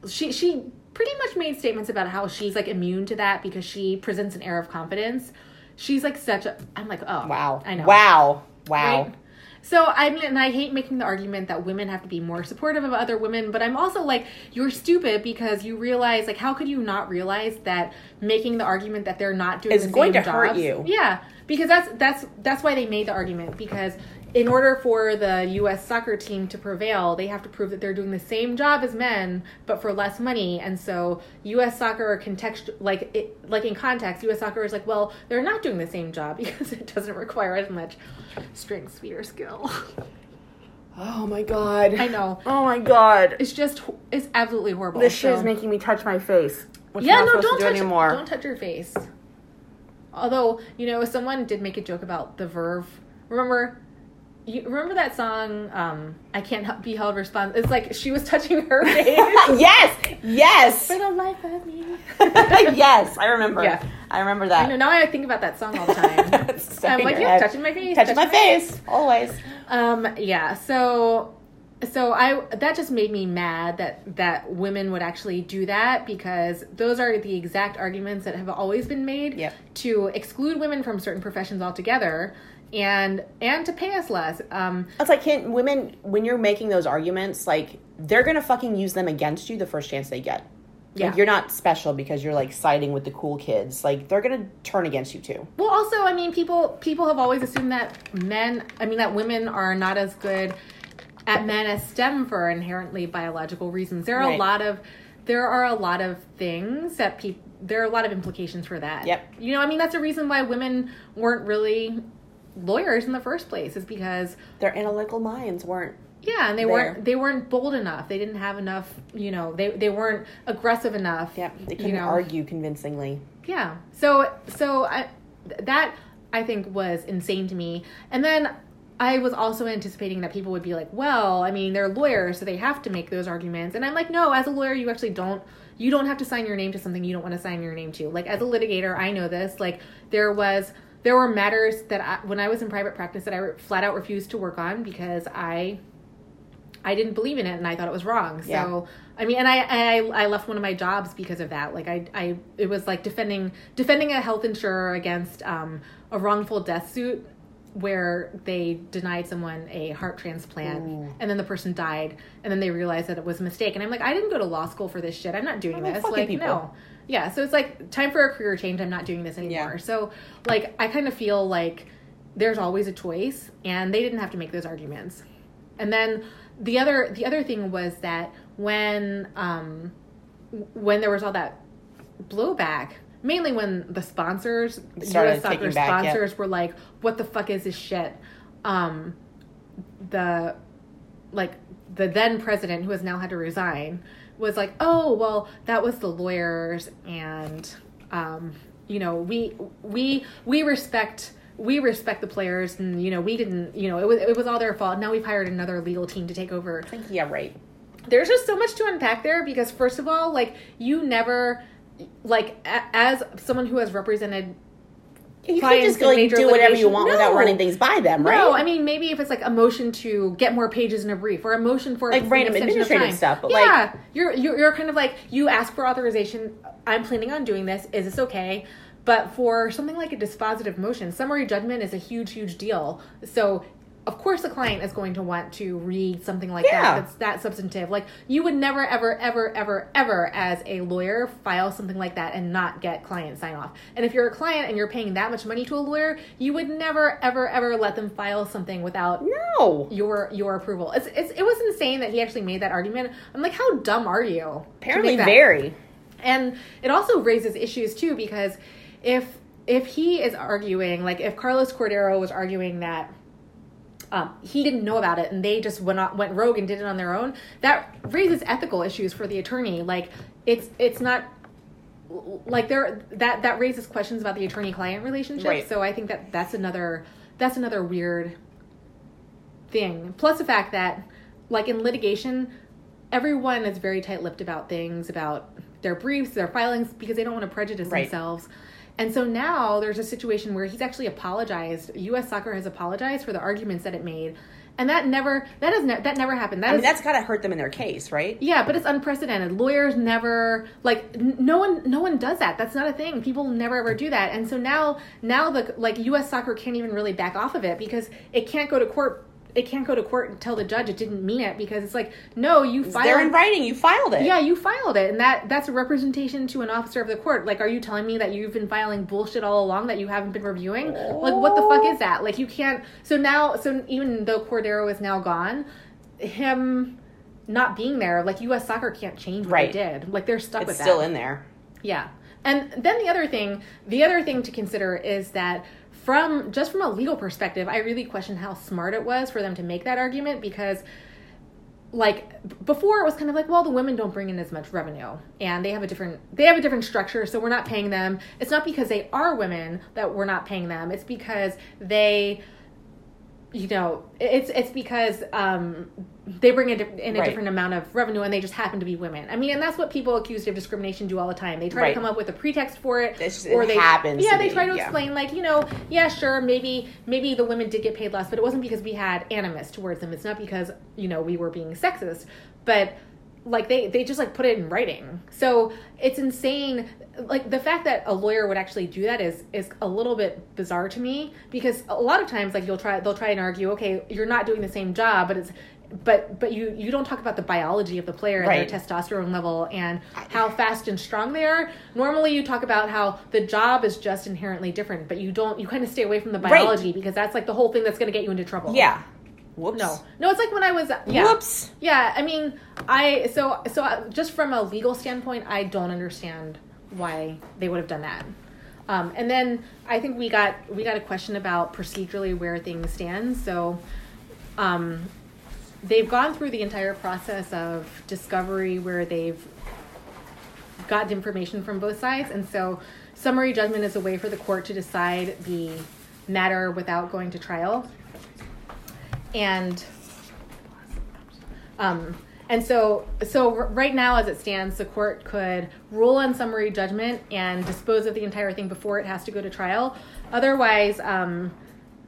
Speaker 2: she she pretty much made statements about how she's like immune to that because she presents an air of confidence. She's like such a I'm like, oh
Speaker 1: Wow.
Speaker 2: I know.
Speaker 1: Wow. Wow.
Speaker 2: Right? So I mean, and I hate making the argument that women have to be more supportive of other women, but I'm also like, you're stupid because you realize, like, how could you not realize that making the argument that they're not doing
Speaker 1: It's
Speaker 2: the
Speaker 1: going
Speaker 2: same
Speaker 1: to hurt
Speaker 2: jobs-
Speaker 1: you.
Speaker 2: Yeah, because that's that's that's why they made the argument because in order for the U.S. soccer team to prevail, they have to prove that they're doing the same job as men but for less money, and so U.S. soccer context like it, like in context, U.S. soccer is like, well, they're not doing the same job *laughs* because it doesn't require as much strength, speed, or skill.
Speaker 1: Oh my god.
Speaker 2: I know.
Speaker 1: Oh my god.
Speaker 2: It's just it's absolutely horrible.
Speaker 1: This shit
Speaker 2: so-
Speaker 1: is making me touch my face. Which
Speaker 2: yeah,
Speaker 1: I'm not
Speaker 2: no,
Speaker 1: supposed
Speaker 2: don't
Speaker 1: to
Speaker 2: touch
Speaker 1: do anymore. *laughs*
Speaker 2: Don't touch your face. Although you know, someone did make a joke about the Verve. Remember, you remember that song? Um, I can't Help- be held responsible. It's like she was *laughs* touching her
Speaker 1: *laughs*
Speaker 2: face.
Speaker 1: yes. *laughs* Yes.
Speaker 2: For the life of me.
Speaker 1: yes, I remember.
Speaker 2: Yeah.
Speaker 1: I remember
Speaker 2: I
Speaker 1: that.
Speaker 2: know. Now I think about that song all
Speaker 1: *laughs*
Speaker 2: the time.
Speaker 1: It's
Speaker 2: I'm
Speaker 1: in
Speaker 2: like,
Speaker 1: your
Speaker 2: Uh, you're
Speaker 1: head.
Speaker 2: touching my face.
Speaker 1: Touching my face, always.
Speaker 2: Um, yeah. So, so I that just made me mad that that women would actually do that because those are the exact arguments that have always been made
Speaker 1: Yep.
Speaker 2: to exclude women from certain professions altogether, and and to pay us less. Um,
Speaker 1: It's like, can women, when you're making those arguments, like, they're going to fucking use them against you the first chance they get.
Speaker 2: Yeah.
Speaker 1: Like, you're not special because you're, like, siding with the cool kids. Like, they're going to turn against you, too.
Speaker 2: Well, also, I mean, people people have always assumed that men, I mean, that women are not as good at men as STEM for inherently biological reasons. There are a
Speaker 1: Right.
Speaker 2: lot of there are a lot of things that people there are a lot of implications for that.
Speaker 1: Yep.
Speaker 2: You know, I mean, that's the reason why women weren't really lawyers in the first place is because
Speaker 1: Their analytical minds weren't.
Speaker 2: yeah, and they
Speaker 1: There.
Speaker 2: weren't they weren't bold enough. They didn't have enough, you know, they they weren't aggressive enough.
Speaker 1: Yep. They
Speaker 2: you
Speaker 1: couldn't
Speaker 2: know.
Speaker 1: argue convincingly.
Speaker 2: Yeah. So so I th- that I think was insane to me. And then I was also anticipating that people would be like, "Well, I mean, they're lawyers, so they have to make those arguments." And I'm like, "No, as a lawyer, you actually don't you don't have to sign your name to something you don't want to sign your name to. Like as a litigator, I know this. Like there was there were matters that I, when I was in private practice that I re- flat out refused to work on because I I didn't believe in it and I thought it was wrong. So
Speaker 1: Yeah.
Speaker 2: I mean, and I, I I left one of my jobs because of that. Like I I it was like defending defending a health insurer against um, a wrongful death suit where they denied someone a heart transplant and then the person died and then they realized that it was a mistake and I'm like I didn't go to law school for this shit. I'm not doing
Speaker 1: I'm like,
Speaker 2: this.
Speaker 1: fucking
Speaker 2: Like
Speaker 1: people.
Speaker 2: no. Yeah, so it's like time for a career change. I'm not doing this anymore.
Speaker 1: Yeah.
Speaker 2: So like I kind of feel like there's always a choice and they didn't have to make those arguments. And then the other the other thing was that when um w- when there was all that blowback, mainly when the sponsors,
Speaker 1: Started
Speaker 2: US soccer
Speaker 1: taking back, yeah.
Speaker 2: sponsors were like, "What the fuck is this shit?" Um the like the then president who has now had to resign was like oh well that was the lawyers and um you know we we we respect we respect the players and you know we didn't you know it was it was all their fault now we've hired another legal team to take over
Speaker 1: I think, yeah, right.
Speaker 2: there's just so much to unpack there because first of all like you never like a- as someone who has represented
Speaker 1: You can't
Speaker 2: Clients
Speaker 1: just go,
Speaker 2: and
Speaker 1: like,
Speaker 2: major
Speaker 1: do whatever you
Speaker 2: litigation.
Speaker 1: want without
Speaker 2: No.
Speaker 1: running things by them, right?
Speaker 2: No, I mean maybe if it's like a motion to get more pages in a brief or a motion for
Speaker 1: Like
Speaker 2: an
Speaker 1: random
Speaker 2: extension of
Speaker 1: administrative
Speaker 2: time.
Speaker 1: stuff, but,
Speaker 2: yeah, you're, you're you're kind of like you ask for authorization. I'm planning on doing this. Is this okay? But for something like a dispositive motion, summary judgment is a huge huge deal. So. Of course, the client is going to want to read something like
Speaker 1: Yeah.
Speaker 2: that that's that substantive. Like, you would never, ever, ever, ever, ever, as a lawyer, file something like that and not get client sign off. And if you're a client and you're paying that much money to a lawyer, you would never, ever, ever let them file something without
Speaker 1: no.
Speaker 2: your your approval. It's, it's it was insane that he actually made that argument. I'm like, how dumb are you? to make
Speaker 1: Apparently,
Speaker 2: that?
Speaker 1: very.
Speaker 2: And it also raises issues too because if if he is arguing, like if Carlos Cordero was arguing that um, he didn't know about it and they just went on, went rogue and did it on their own, that raises ethical issues for the attorney. Like it's it's not like there that that raises questions about the attorney client relationship.
Speaker 1: Right.
Speaker 2: So I think that that's another that's another weird thing. Plus the fact that, like in litigation, everyone is very tight lipped about things, about their briefs, their filings, because they don't want to prejudice
Speaker 1: Right.
Speaker 2: themselves. And so now there's a situation where he's actually apologized. U.S. Soccer has apologized for the arguments that it made, and that never that has ne- that never happened. That
Speaker 1: I mean,
Speaker 2: is-
Speaker 1: that's got to hurt them in their case, right?
Speaker 2: yeah, but it's unprecedented. Lawyers never like n- no one no one does that. That's not a thing. People never ever do that. And so now now the like US soccer can't even really back off of it because it can't go to court it can't go to court and tell the judge it didn't mean it because it's like no, you filed
Speaker 1: They're in writing. You filed it.
Speaker 2: yeah, you filed it, and that that's a representation to an officer of the court. Like, are you telling me that you've been filing bullshit all along that you haven't been reviewing? Like, what the fuck is that? Like, you can't. So now, so even though Cordero is now gone, him not being there, like U.S. Soccer can't change what
Speaker 1: Right.
Speaker 2: they did. Like, they're stuck
Speaker 1: It's
Speaker 2: with
Speaker 1: still
Speaker 2: that.
Speaker 1: in there.
Speaker 2: Yeah. And then the other thing, the other thing to consider is that from just from a legal perspective, I really question how smart it was for them to make that argument because like b- before it was kind of like well the women don't bring in as much revenue and they have a different they have a different structure so we're not paying them it's not because they are women that we're not paying them it's because they you know it's it's because um they bring a dif- in a
Speaker 1: Right.
Speaker 2: different amount of revenue and they just happen to be women. I mean, and that's what people accused of discrimination do all the time. They try
Speaker 1: Right.
Speaker 2: to come up with a pretext for it
Speaker 1: It's just- it
Speaker 2: or they
Speaker 1: happens
Speaker 2: Yeah,
Speaker 1: to
Speaker 2: they
Speaker 1: be,
Speaker 2: try to
Speaker 1: yeah.
Speaker 2: explain like, you know, yeah, sure, maybe maybe the women did get paid less, but it wasn't because we had animus towards them. It's not because, you know, we were being sexist, but like they they just like put it in writing. So, it's insane like the fact that a lawyer would actually do that is is a little bit bizarre to me because a lot of times like you'll try they'll try and argue, okay, you're not doing the same job, but it's but but you you don't talk about the biology of the player and
Speaker 1: Right.
Speaker 2: their testosterone level and how fast and strong they are. Normally, you talk about how the job is just inherently different, but you don't you kind of stay away from the biology because that's like the whole thing that's going to get you into trouble.
Speaker 1: Yeah. Whoops.
Speaker 2: No. No, it's like when I was yeah.
Speaker 1: Whoops.
Speaker 2: Yeah, I mean, I so so uh, just from a legal standpoint, I don't understand why they would have done that. Um, and then I think we got we got a question about procedurally where things stand. So um, they've gone through the entire process of discovery where they've gotten information from both sides, and so summary judgment is a way for the court to decide the matter without going to trial. And um, and so, so r- right now, as it stands, the court could rule on summary judgment and dispose of the entire thing before it has to go to trial. Otherwise, um,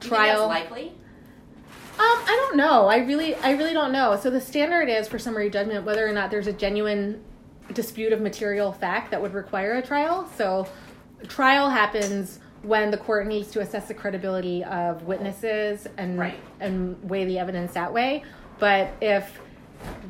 Speaker 2: trial.
Speaker 3: likely.
Speaker 2: Um, I don't know. I really, I really don't know. So the standard is for summary judgment whether or not there's a genuine dispute of material fact that would require a trial. So trial happens when the court needs to assess the credibility of witnesses and
Speaker 3: Right.
Speaker 2: and weigh the evidence that way. But if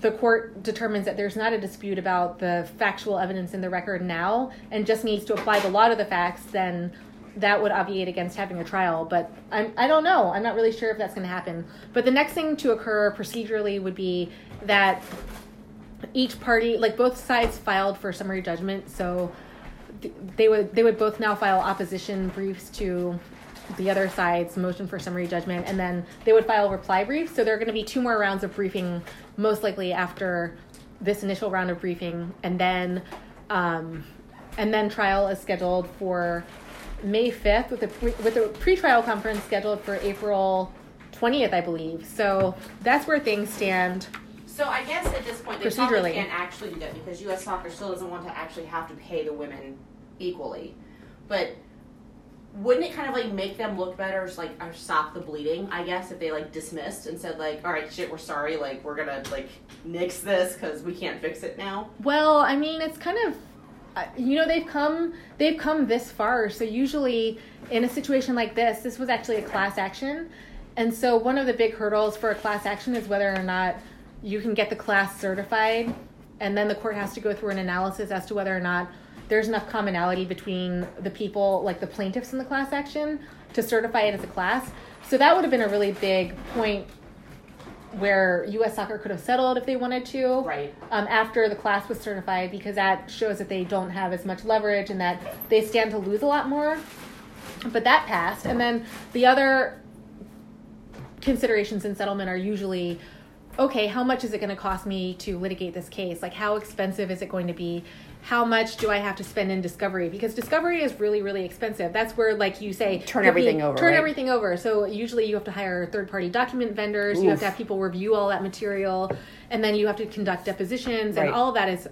Speaker 2: the court determines that there's not a dispute about the factual evidence in the record now and just needs to apply the law to the facts, then that would obviate against having a trial. But I'm, I don't know. I'm not really sure if that's going to happen. But the next thing to occur procedurally would be that each party, like both sides, filed for summary judgment. So th- they would they would both now file opposition briefs to the other side's motion for summary judgment, and then they would file reply briefs. So there are going to be two more rounds of briefing, most likely after this initial round of briefing, and then um, and then trial is scheduled for May fifth with a pre- with a pretrial conference scheduled for April. 20th, I believe. So that's where things stand.
Speaker 3: So I guess at this point, they
Speaker 2: Procedurally.
Speaker 3: probably can't actually do that because U.S. Soccer still doesn't want to actually have to pay the women equally. But wouldn't it kind of like make them look better, just like or stop the bleeding? I guess if they like dismissed and said like, "All right, shit, we're sorry, like we're gonna like nix this because we can't fix it now."
Speaker 2: Well, I mean, it's kind of uh, you know they've come they've come this far. So usually in a situation like this, this was actually a class action, and so one of the big hurdles for a class action is whether or not you can get the class certified, and then the court has to go through an analysis as to whether or not there's enough commonality between the people like the plaintiffs in the class action to certify it as a class. So that would have been a really big point where U.S. Soccer could have settled if they wanted to
Speaker 3: Right.
Speaker 2: um, after the class was certified because that shows that they don't have as much leverage and that they stand to lose a lot more. But that passed. And then the other considerations in settlement are usually okay, how much is it going to cost me to litigate this case? Like, how expensive is it going to be? How much do I have to spend in discovery? Because discovery is really, really expensive. That's where, like you say,
Speaker 1: Turn
Speaker 2: give me-
Speaker 1: everything over,
Speaker 2: Turn
Speaker 1: right?
Speaker 2: everything over. So usually you have to hire third-party document vendors. You have to
Speaker 1: Oof.
Speaker 2: have people review all that material, and then you have to conduct depositions,
Speaker 1: Right.
Speaker 2: and all of that is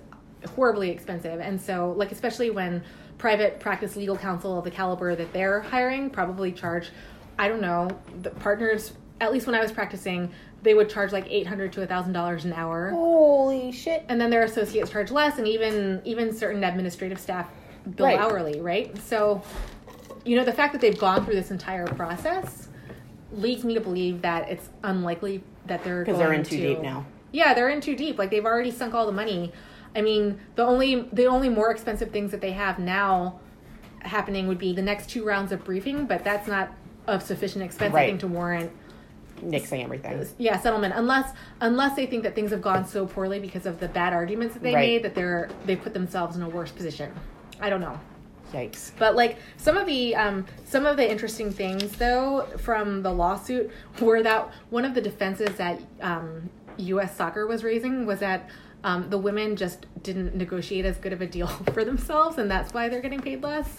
Speaker 2: horribly expensive. And so, like especially when private practice legal counsel of the caliber that they're hiring probably charge, I don't know, the partners. At least when I was practicing, they would charge like eight hundred to thousand dollars an hour
Speaker 1: Holy shit.
Speaker 2: and then their associates charge less and even even certain administrative staff bill
Speaker 1: Right.
Speaker 2: hourly right so you know the fact that they've gone through this entire process leads me to believe that it's unlikely that they're
Speaker 1: Because they're
Speaker 2: going
Speaker 1: in too
Speaker 2: to-
Speaker 1: deep now.
Speaker 2: yeah they're in too deep like they've already sunk all the money i mean the only the only more expensive things that they have now happening would be the next two rounds of briefing but that's not of sufficient expense i
Speaker 1: Right.
Speaker 2: think to warrant
Speaker 1: Nixing everything.
Speaker 2: yeah settlement unless unless they think that things have gone so poorly because of the bad arguments that they
Speaker 1: Right.
Speaker 2: made that they're they put themselves in a worse position i don't know
Speaker 1: Yikes.
Speaker 2: but like some of the um, some of the interesting things though from the lawsuit were that one of the defenses that um, U.S. Soccer was raising was that um, the women just didn't negotiate as good of a deal *laughs* for themselves, and that's why they're getting paid less.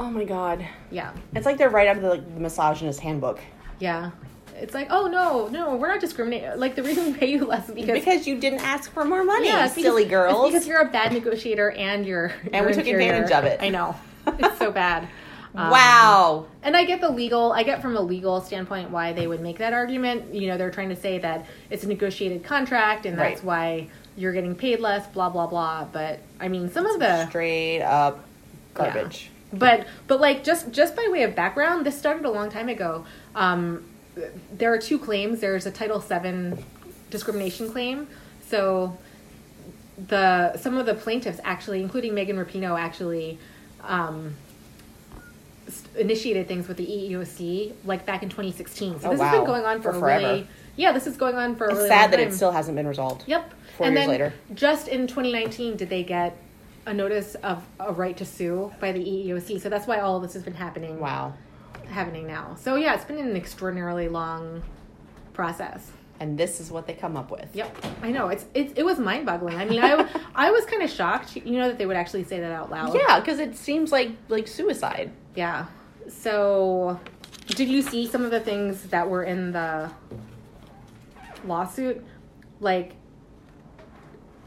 Speaker 1: Oh my god.
Speaker 2: Yeah,
Speaker 1: It's like they're right out of the, like, the misogynist handbook.
Speaker 2: yeah, it's like, oh no, no, we're not discriminating. Like the reason we pay you less is because,
Speaker 1: because you didn't ask for more money,
Speaker 2: yeah, it's because-
Speaker 1: silly
Speaker 2: it's
Speaker 1: girls.
Speaker 2: because you're a bad negotiator and you're
Speaker 1: And we
Speaker 2: you're
Speaker 1: took
Speaker 2: inferior.
Speaker 1: advantage of it. *laughs*
Speaker 2: I know it's so bad. Um,
Speaker 1: wow.
Speaker 2: And I get the legal, I get from a legal standpoint why they would make that argument. You know, they're trying to say that it's a negotiated contract and that's
Speaker 1: Right.
Speaker 2: why you're getting paid less, blah, blah, blah. But I mean, some of the.
Speaker 1: Straight up
Speaker 2: Yeah.
Speaker 1: garbage.
Speaker 2: But but like just just by way of background, this started a long time ago. Um, there are two claims. There's a Title VII discrimination claim. So the some of the plaintiffs actually, including Megan Rapinoe, actually um, s- initiated things with the E EEOC like back in 2016. So
Speaker 1: Oh,
Speaker 2: this has
Speaker 1: wow.
Speaker 2: been going on for,
Speaker 1: For
Speaker 2: a
Speaker 1: forever.
Speaker 2: Really, yeah, this is going on for a
Speaker 1: It's
Speaker 2: really long
Speaker 1: sad that
Speaker 2: time.
Speaker 1: it still hasn't been resolved.
Speaker 2: Yep.
Speaker 1: Four
Speaker 2: and
Speaker 1: years
Speaker 2: then
Speaker 1: later.
Speaker 2: Just in 2019 did they get a notice of a right to sue by the E EEOC. So that's why all of this has been happening
Speaker 1: Wow.
Speaker 2: happening now. So yeah, it's been an extraordinarily long process.
Speaker 1: And this is what they come up with.
Speaker 2: Yep. I know. It's it, it was mind-boggling. I mean, I *laughs* w- I was kind of shocked, you know, that they would actually say that out loud.
Speaker 1: Yeah, because it seems like like suicide.
Speaker 2: Yeah. So did you see some of the things that were in the lawsuit? Like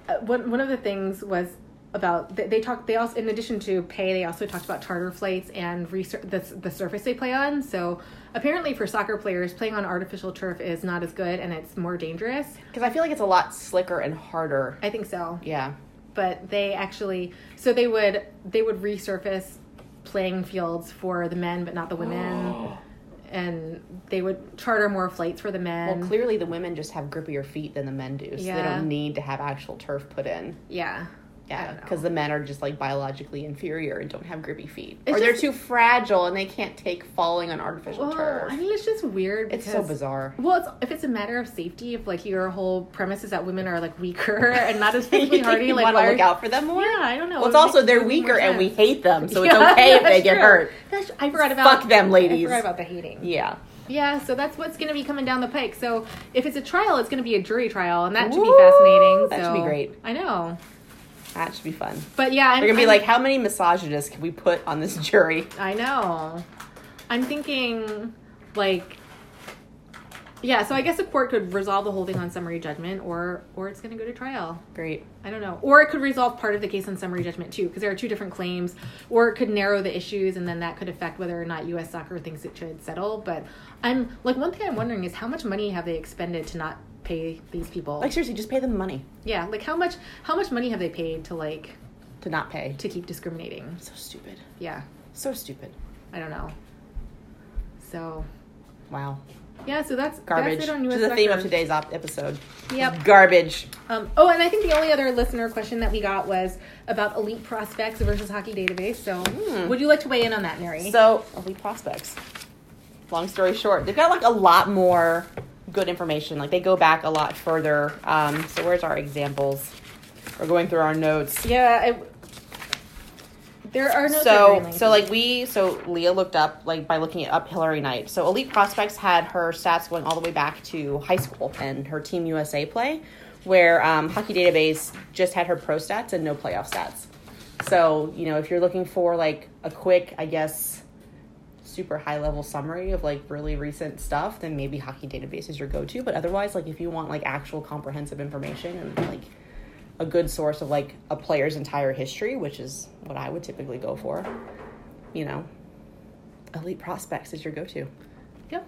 Speaker 2: uh, one one of the things was about they, they talked they also in addition to pay they also talked about charter flights and research the, the surface they play on so apparently for soccer players playing on artificial turf is not as good and it's more dangerous
Speaker 1: Because I feel like it's a lot slicker and harder.
Speaker 2: i think so
Speaker 1: Yeah.
Speaker 2: but they actually so they would they would resurface playing fields for the men but not the women and they would charter more flights for the men
Speaker 1: Well, clearly the women just have grippier feet than the men do, so they
Speaker 2: Yeah.
Speaker 1: don't need to have actual turf put in.
Speaker 2: yeah
Speaker 1: Yeah,
Speaker 2: don't know.
Speaker 1: because the men are just like biologically inferior and don't have grippy feet,
Speaker 2: It's
Speaker 1: or they're
Speaker 2: just-
Speaker 1: too fragile and they can't take falling on artificial
Speaker 2: well
Speaker 1: turf.
Speaker 2: i mean it's just weird
Speaker 1: it's so
Speaker 2: because-
Speaker 1: bizarre.
Speaker 2: well it's, if it's a matter of safety if like your whole premise is that women are like weaker *laughs* and not as physically hardy
Speaker 1: *laughs* you
Speaker 2: like
Speaker 1: want to
Speaker 2: why
Speaker 1: look
Speaker 2: are-
Speaker 1: out for them more.
Speaker 2: yeah i don't know
Speaker 1: Well, it's
Speaker 2: It
Speaker 1: also
Speaker 2: makes
Speaker 1: they're
Speaker 2: more
Speaker 1: weaker and we
Speaker 2: sense.
Speaker 1: hate them, so it's
Speaker 2: *laughs* Yeah,
Speaker 1: okay if they
Speaker 2: that's
Speaker 1: get
Speaker 2: true.
Speaker 1: hurt.
Speaker 2: That's- i forgot about
Speaker 1: Fuck them, ladies.
Speaker 2: i forgot about the hating
Speaker 1: Yeah,
Speaker 2: Yeah, so that's what's going to be coming down the pike. So if it's a trial, it's going to be a jury trial, and that should
Speaker 1: Woo!
Speaker 2: be fascinating.
Speaker 1: That should
Speaker 2: so-
Speaker 1: be great.
Speaker 2: I know,
Speaker 1: that should be fun.
Speaker 2: but yeah, I'm,
Speaker 1: They're gonna be
Speaker 2: I'm-
Speaker 1: like, how many misogynists can we put on this jury?
Speaker 2: I know. I'm thinking, like, yeah. So I guess a court could resolve the whole thing on summary judgment, or or it's going to go to trial.
Speaker 1: Great.
Speaker 2: I don't know, or it could resolve part of the case on summary judgment too, because there are two different claims, or it could narrow the issues, and then that could affect whether or not U.S. Soccer thinks it should settle. But I'm like, one thing I'm wondering is how much money have they expended to not pay these people?
Speaker 1: Like seriously, just pay them money
Speaker 2: Yeah, like how much how much money have they paid to like
Speaker 1: to not pay.
Speaker 2: to keep discriminating?
Speaker 1: So stupid.
Speaker 2: Yeah,
Speaker 1: So stupid.
Speaker 2: I don't know. So
Speaker 1: Wow.
Speaker 2: yeah, so that's
Speaker 1: Garbage.
Speaker 2: That's it on
Speaker 1: Which
Speaker 2: US
Speaker 1: is the theme of
Speaker 2: Soccer.
Speaker 1: today's op- episode.
Speaker 2: Yep.
Speaker 1: Garbage.
Speaker 2: Um, oh, and I think the only other listener question that we got was about elite prospects versus hockey database. So
Speaker 1: Hmm.
Speaker 2: would you like to weigh in on that, Mary?
Speaker 1: So, elite prospects. Long story short, they've got like a lot more good information. Like they go back a lot further. Um, so where's our examples? We're going through our notes.
Speaker 2: yeah, I, there are no
Speaker 1: So, so like we, so Leah looked up like by looking up Hillary Knight. So elite prospects had her stats going all the way back to high school and her Team USA play, where um, Hockey Database just had her pro stats and no playoff stats. So you know if you're looking for like a quick, I guess, super high level summary of like really recent stuff, then maybe Hockey Database is your go to. But otherwise, like if you want like actual comprehensive information and like a good source of like a player's entire history, which is what I would typically go for, you know, elite prospects is your go to.
Speaker 2: yep,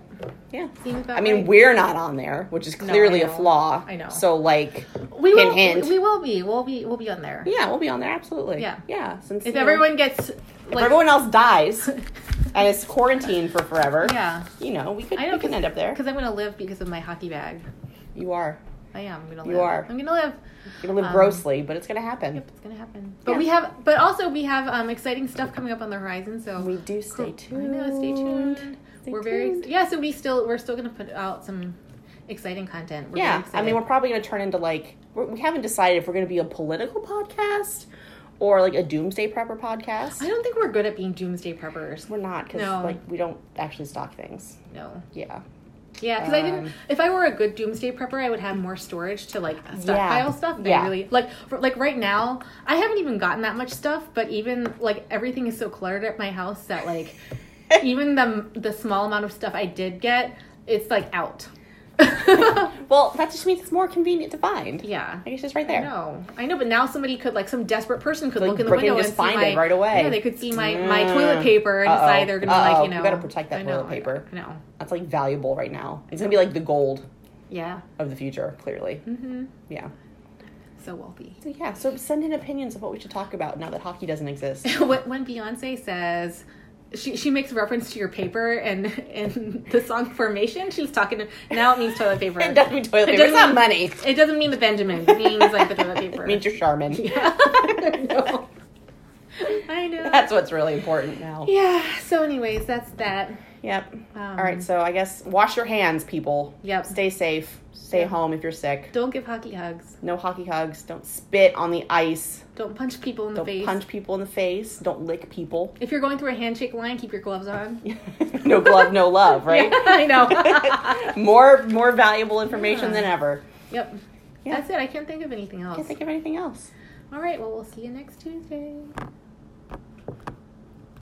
Speaker 1: Yeah.
Speaker 2: seems about
Speaker 1: I mean,
Speaker 2: right.
Speaker 1: we're not on there, which is
Speaker 2: No, I
Speaker 1: clearly a
Speaker 2: know.
Speaker 1: flaw.
Speaker 2: I know.
Speaker 1: So, like,
Speaker 2: we will,
Speaker 1: hint, hint.
Speaker 2: We, we will be, we'll be, we'll be on there.
Speaker 1: yeah, we'll be on there absolutely.
Speaker 2: Yeah.
Speaker 1: yeah. Since you
Speaker 2: If
Speaker 1: know,
Speaker 2: everyone gets,
Speaker 1: if
Speaker 2: like, *laughs*
Speaker 1: everyone else dies and is quarantined for forever,
Speaker 2: yeah.
Speaker 1: you know, we could
Speaker 2: I know,
Speaker 1: we can end up there.
Speaker 2: Because I'm gonna live because of my hockey bag.
Speaker 1: You are
Speaker 2: I am. I'm gonna live.
Speaker 1: You are.
Speaker 2: I'm gonna live.
Speaker 1: you're gonna live
Speaker 2: Um,
Speaker 1: grossly, but it's gonna happen.
Speaker 2: Yep, it's gonna happen. But we have. But also we have um, exciting stuff coming up on the horizon. So
Speaker 1: We do stay
Speaker 2: I
Speaker 1: tuned.
Speaker 2: know. Stay tuned.
Speaker 1: Stay
Speaker 2: we're very.
Speaker 1: tuned.
Speaker 2: Ex- yeah. So we still. We're still gonna put out some exciting content. We're very
Speaker 1: yeah, I
Speaker 2: excited.
Speaker 1: mean, we're probably going to turn into like we're, we haven't decided if we're going to be a political podcast or like a doomsday prepper podcast.
Speaker 2: I don't think we're good at being doomsday preppers.
Speaker 1: we're not because
Speaker 2: No.
Speaker 1: like we don't actually stock things.
Speaker 2: No.
Speaker 1: Yeah,
Speaker 2: Yeah, because I
Speaker 1: Um,
Speaker 2: didn't. If I were a good doomsday prepper, I would have more storage to like stockpile stuff. They
Speaker 1: Yeah.
Speaker 2: really like for, like right now. I haven't even gotten that much stuff, but even like
Speaker 1: *laughs*
Speaker 2: everything is so cluttered at my house that like even the the small amount of stuff I did get, It's like
Speaker 1: *laughs*
Speaker 2: out.
Speaker 1: Well, that just means it's more convenient to find.
Speaker 2: yeah.
Speaker 1: I guess it's right
Speaker 2: I
Speaker 1: there.
Speaker 2: know. I know, but now somebody could like some desperate person could
Speaker 1: Like,
Speaker 2: look in the
Speaker 1: Brooke can
Speaker 2: window
Speaker 1: just
Speaker 2: and
Speaker 1: find
Speaker 2: see
Speaker 1: it
Speaker 2: my,
Speaker 1: right away.
Speaker 2: Yeah, they could see my, my
Speaker 1: Mm.
Speaker 2: toilet paper and
Speaker 1: Uh-oh.
Speaker 2: decide they're gonna be
Speaker 1: Uh-oh.
Speaker 2: like, you
Speaker 1: We
Speaker 2: know,
Speaker 1: gotta protect that
Speaker 2: I know,
Speaker 1: toilet paper.
Speaker 2: I know.
Speaker 1: That's like valuable right now. It's gonna be like the gold
Speaker 2: Yeah.
Speaker 1: of the future, clearly.
Speaker 2: Mm-hmm.
Speaker 1: Yeah.
Speaker 2: So wealthy.
Speaker 1: So yeah. So send in opinions of what we should talk about now that hockey doesn't exist.
Speaker 2: What- *laughs* when Beyonce says she she makes reference to your paper and and *laughs* the song Formation, she's talking to, now it means toilet
Speaker 1: *laughs*
Speaker 2: paper.
Speaker 1: it doesn't mean toilet paper. It's
Speaker 2: doesn't
Speaker 1: not
Speaker 2: mean-
Speaker 1: money.
Speaker 2: It doesn't mean the Benjamin. It means like the toilet paper.
Speaker 1: It *laughs* means your Charmin. *laughs*
Speaker 2: *laughs* yeah. I *laughs* know. I know.
Speaker 1: That's what's really important now.
Speaker 2: yeah. So, anyways, that's that.
Speaker 1: Yep.
Speaker 2: Um,
Speaker 1: All right. So I guess wash your hands, people.
Speaker 2: Yep.
Speaker 1: Stay safe. Stay
Speaker 2: Yeah.
Speaker 1: home if you're sick.
Speaker 2: Don't give hockey hugs.
Speaker 1: No hockey hugs. Don't spit on the ice.
Speaker 2: Don't punch people in the
Speaker 1: Don't
Speaker 2: face.
Speaker 1: punch people in the face. Don't lick people. *laughs*
Speaker 2: If you're going through a handshake line, keep your gloves on.
Speaker 1: no glove, no love. Right.
Speaker 2: *laughs* Yeah, I know.
Speaker 1: *laughs*
Speaker 2: *laughs*
Speaker 1: more more valuable information
Speaker 2: Yeah.
Speaker 1: than ever.
Speaker 2: yep.
Speaker 1: Yeah.
Speaker 2: That's it. I can't think of anything else.
Speaker 1: Can't think of anything else.
Speaker 2: All right. Well, we'll see you next Tuesday.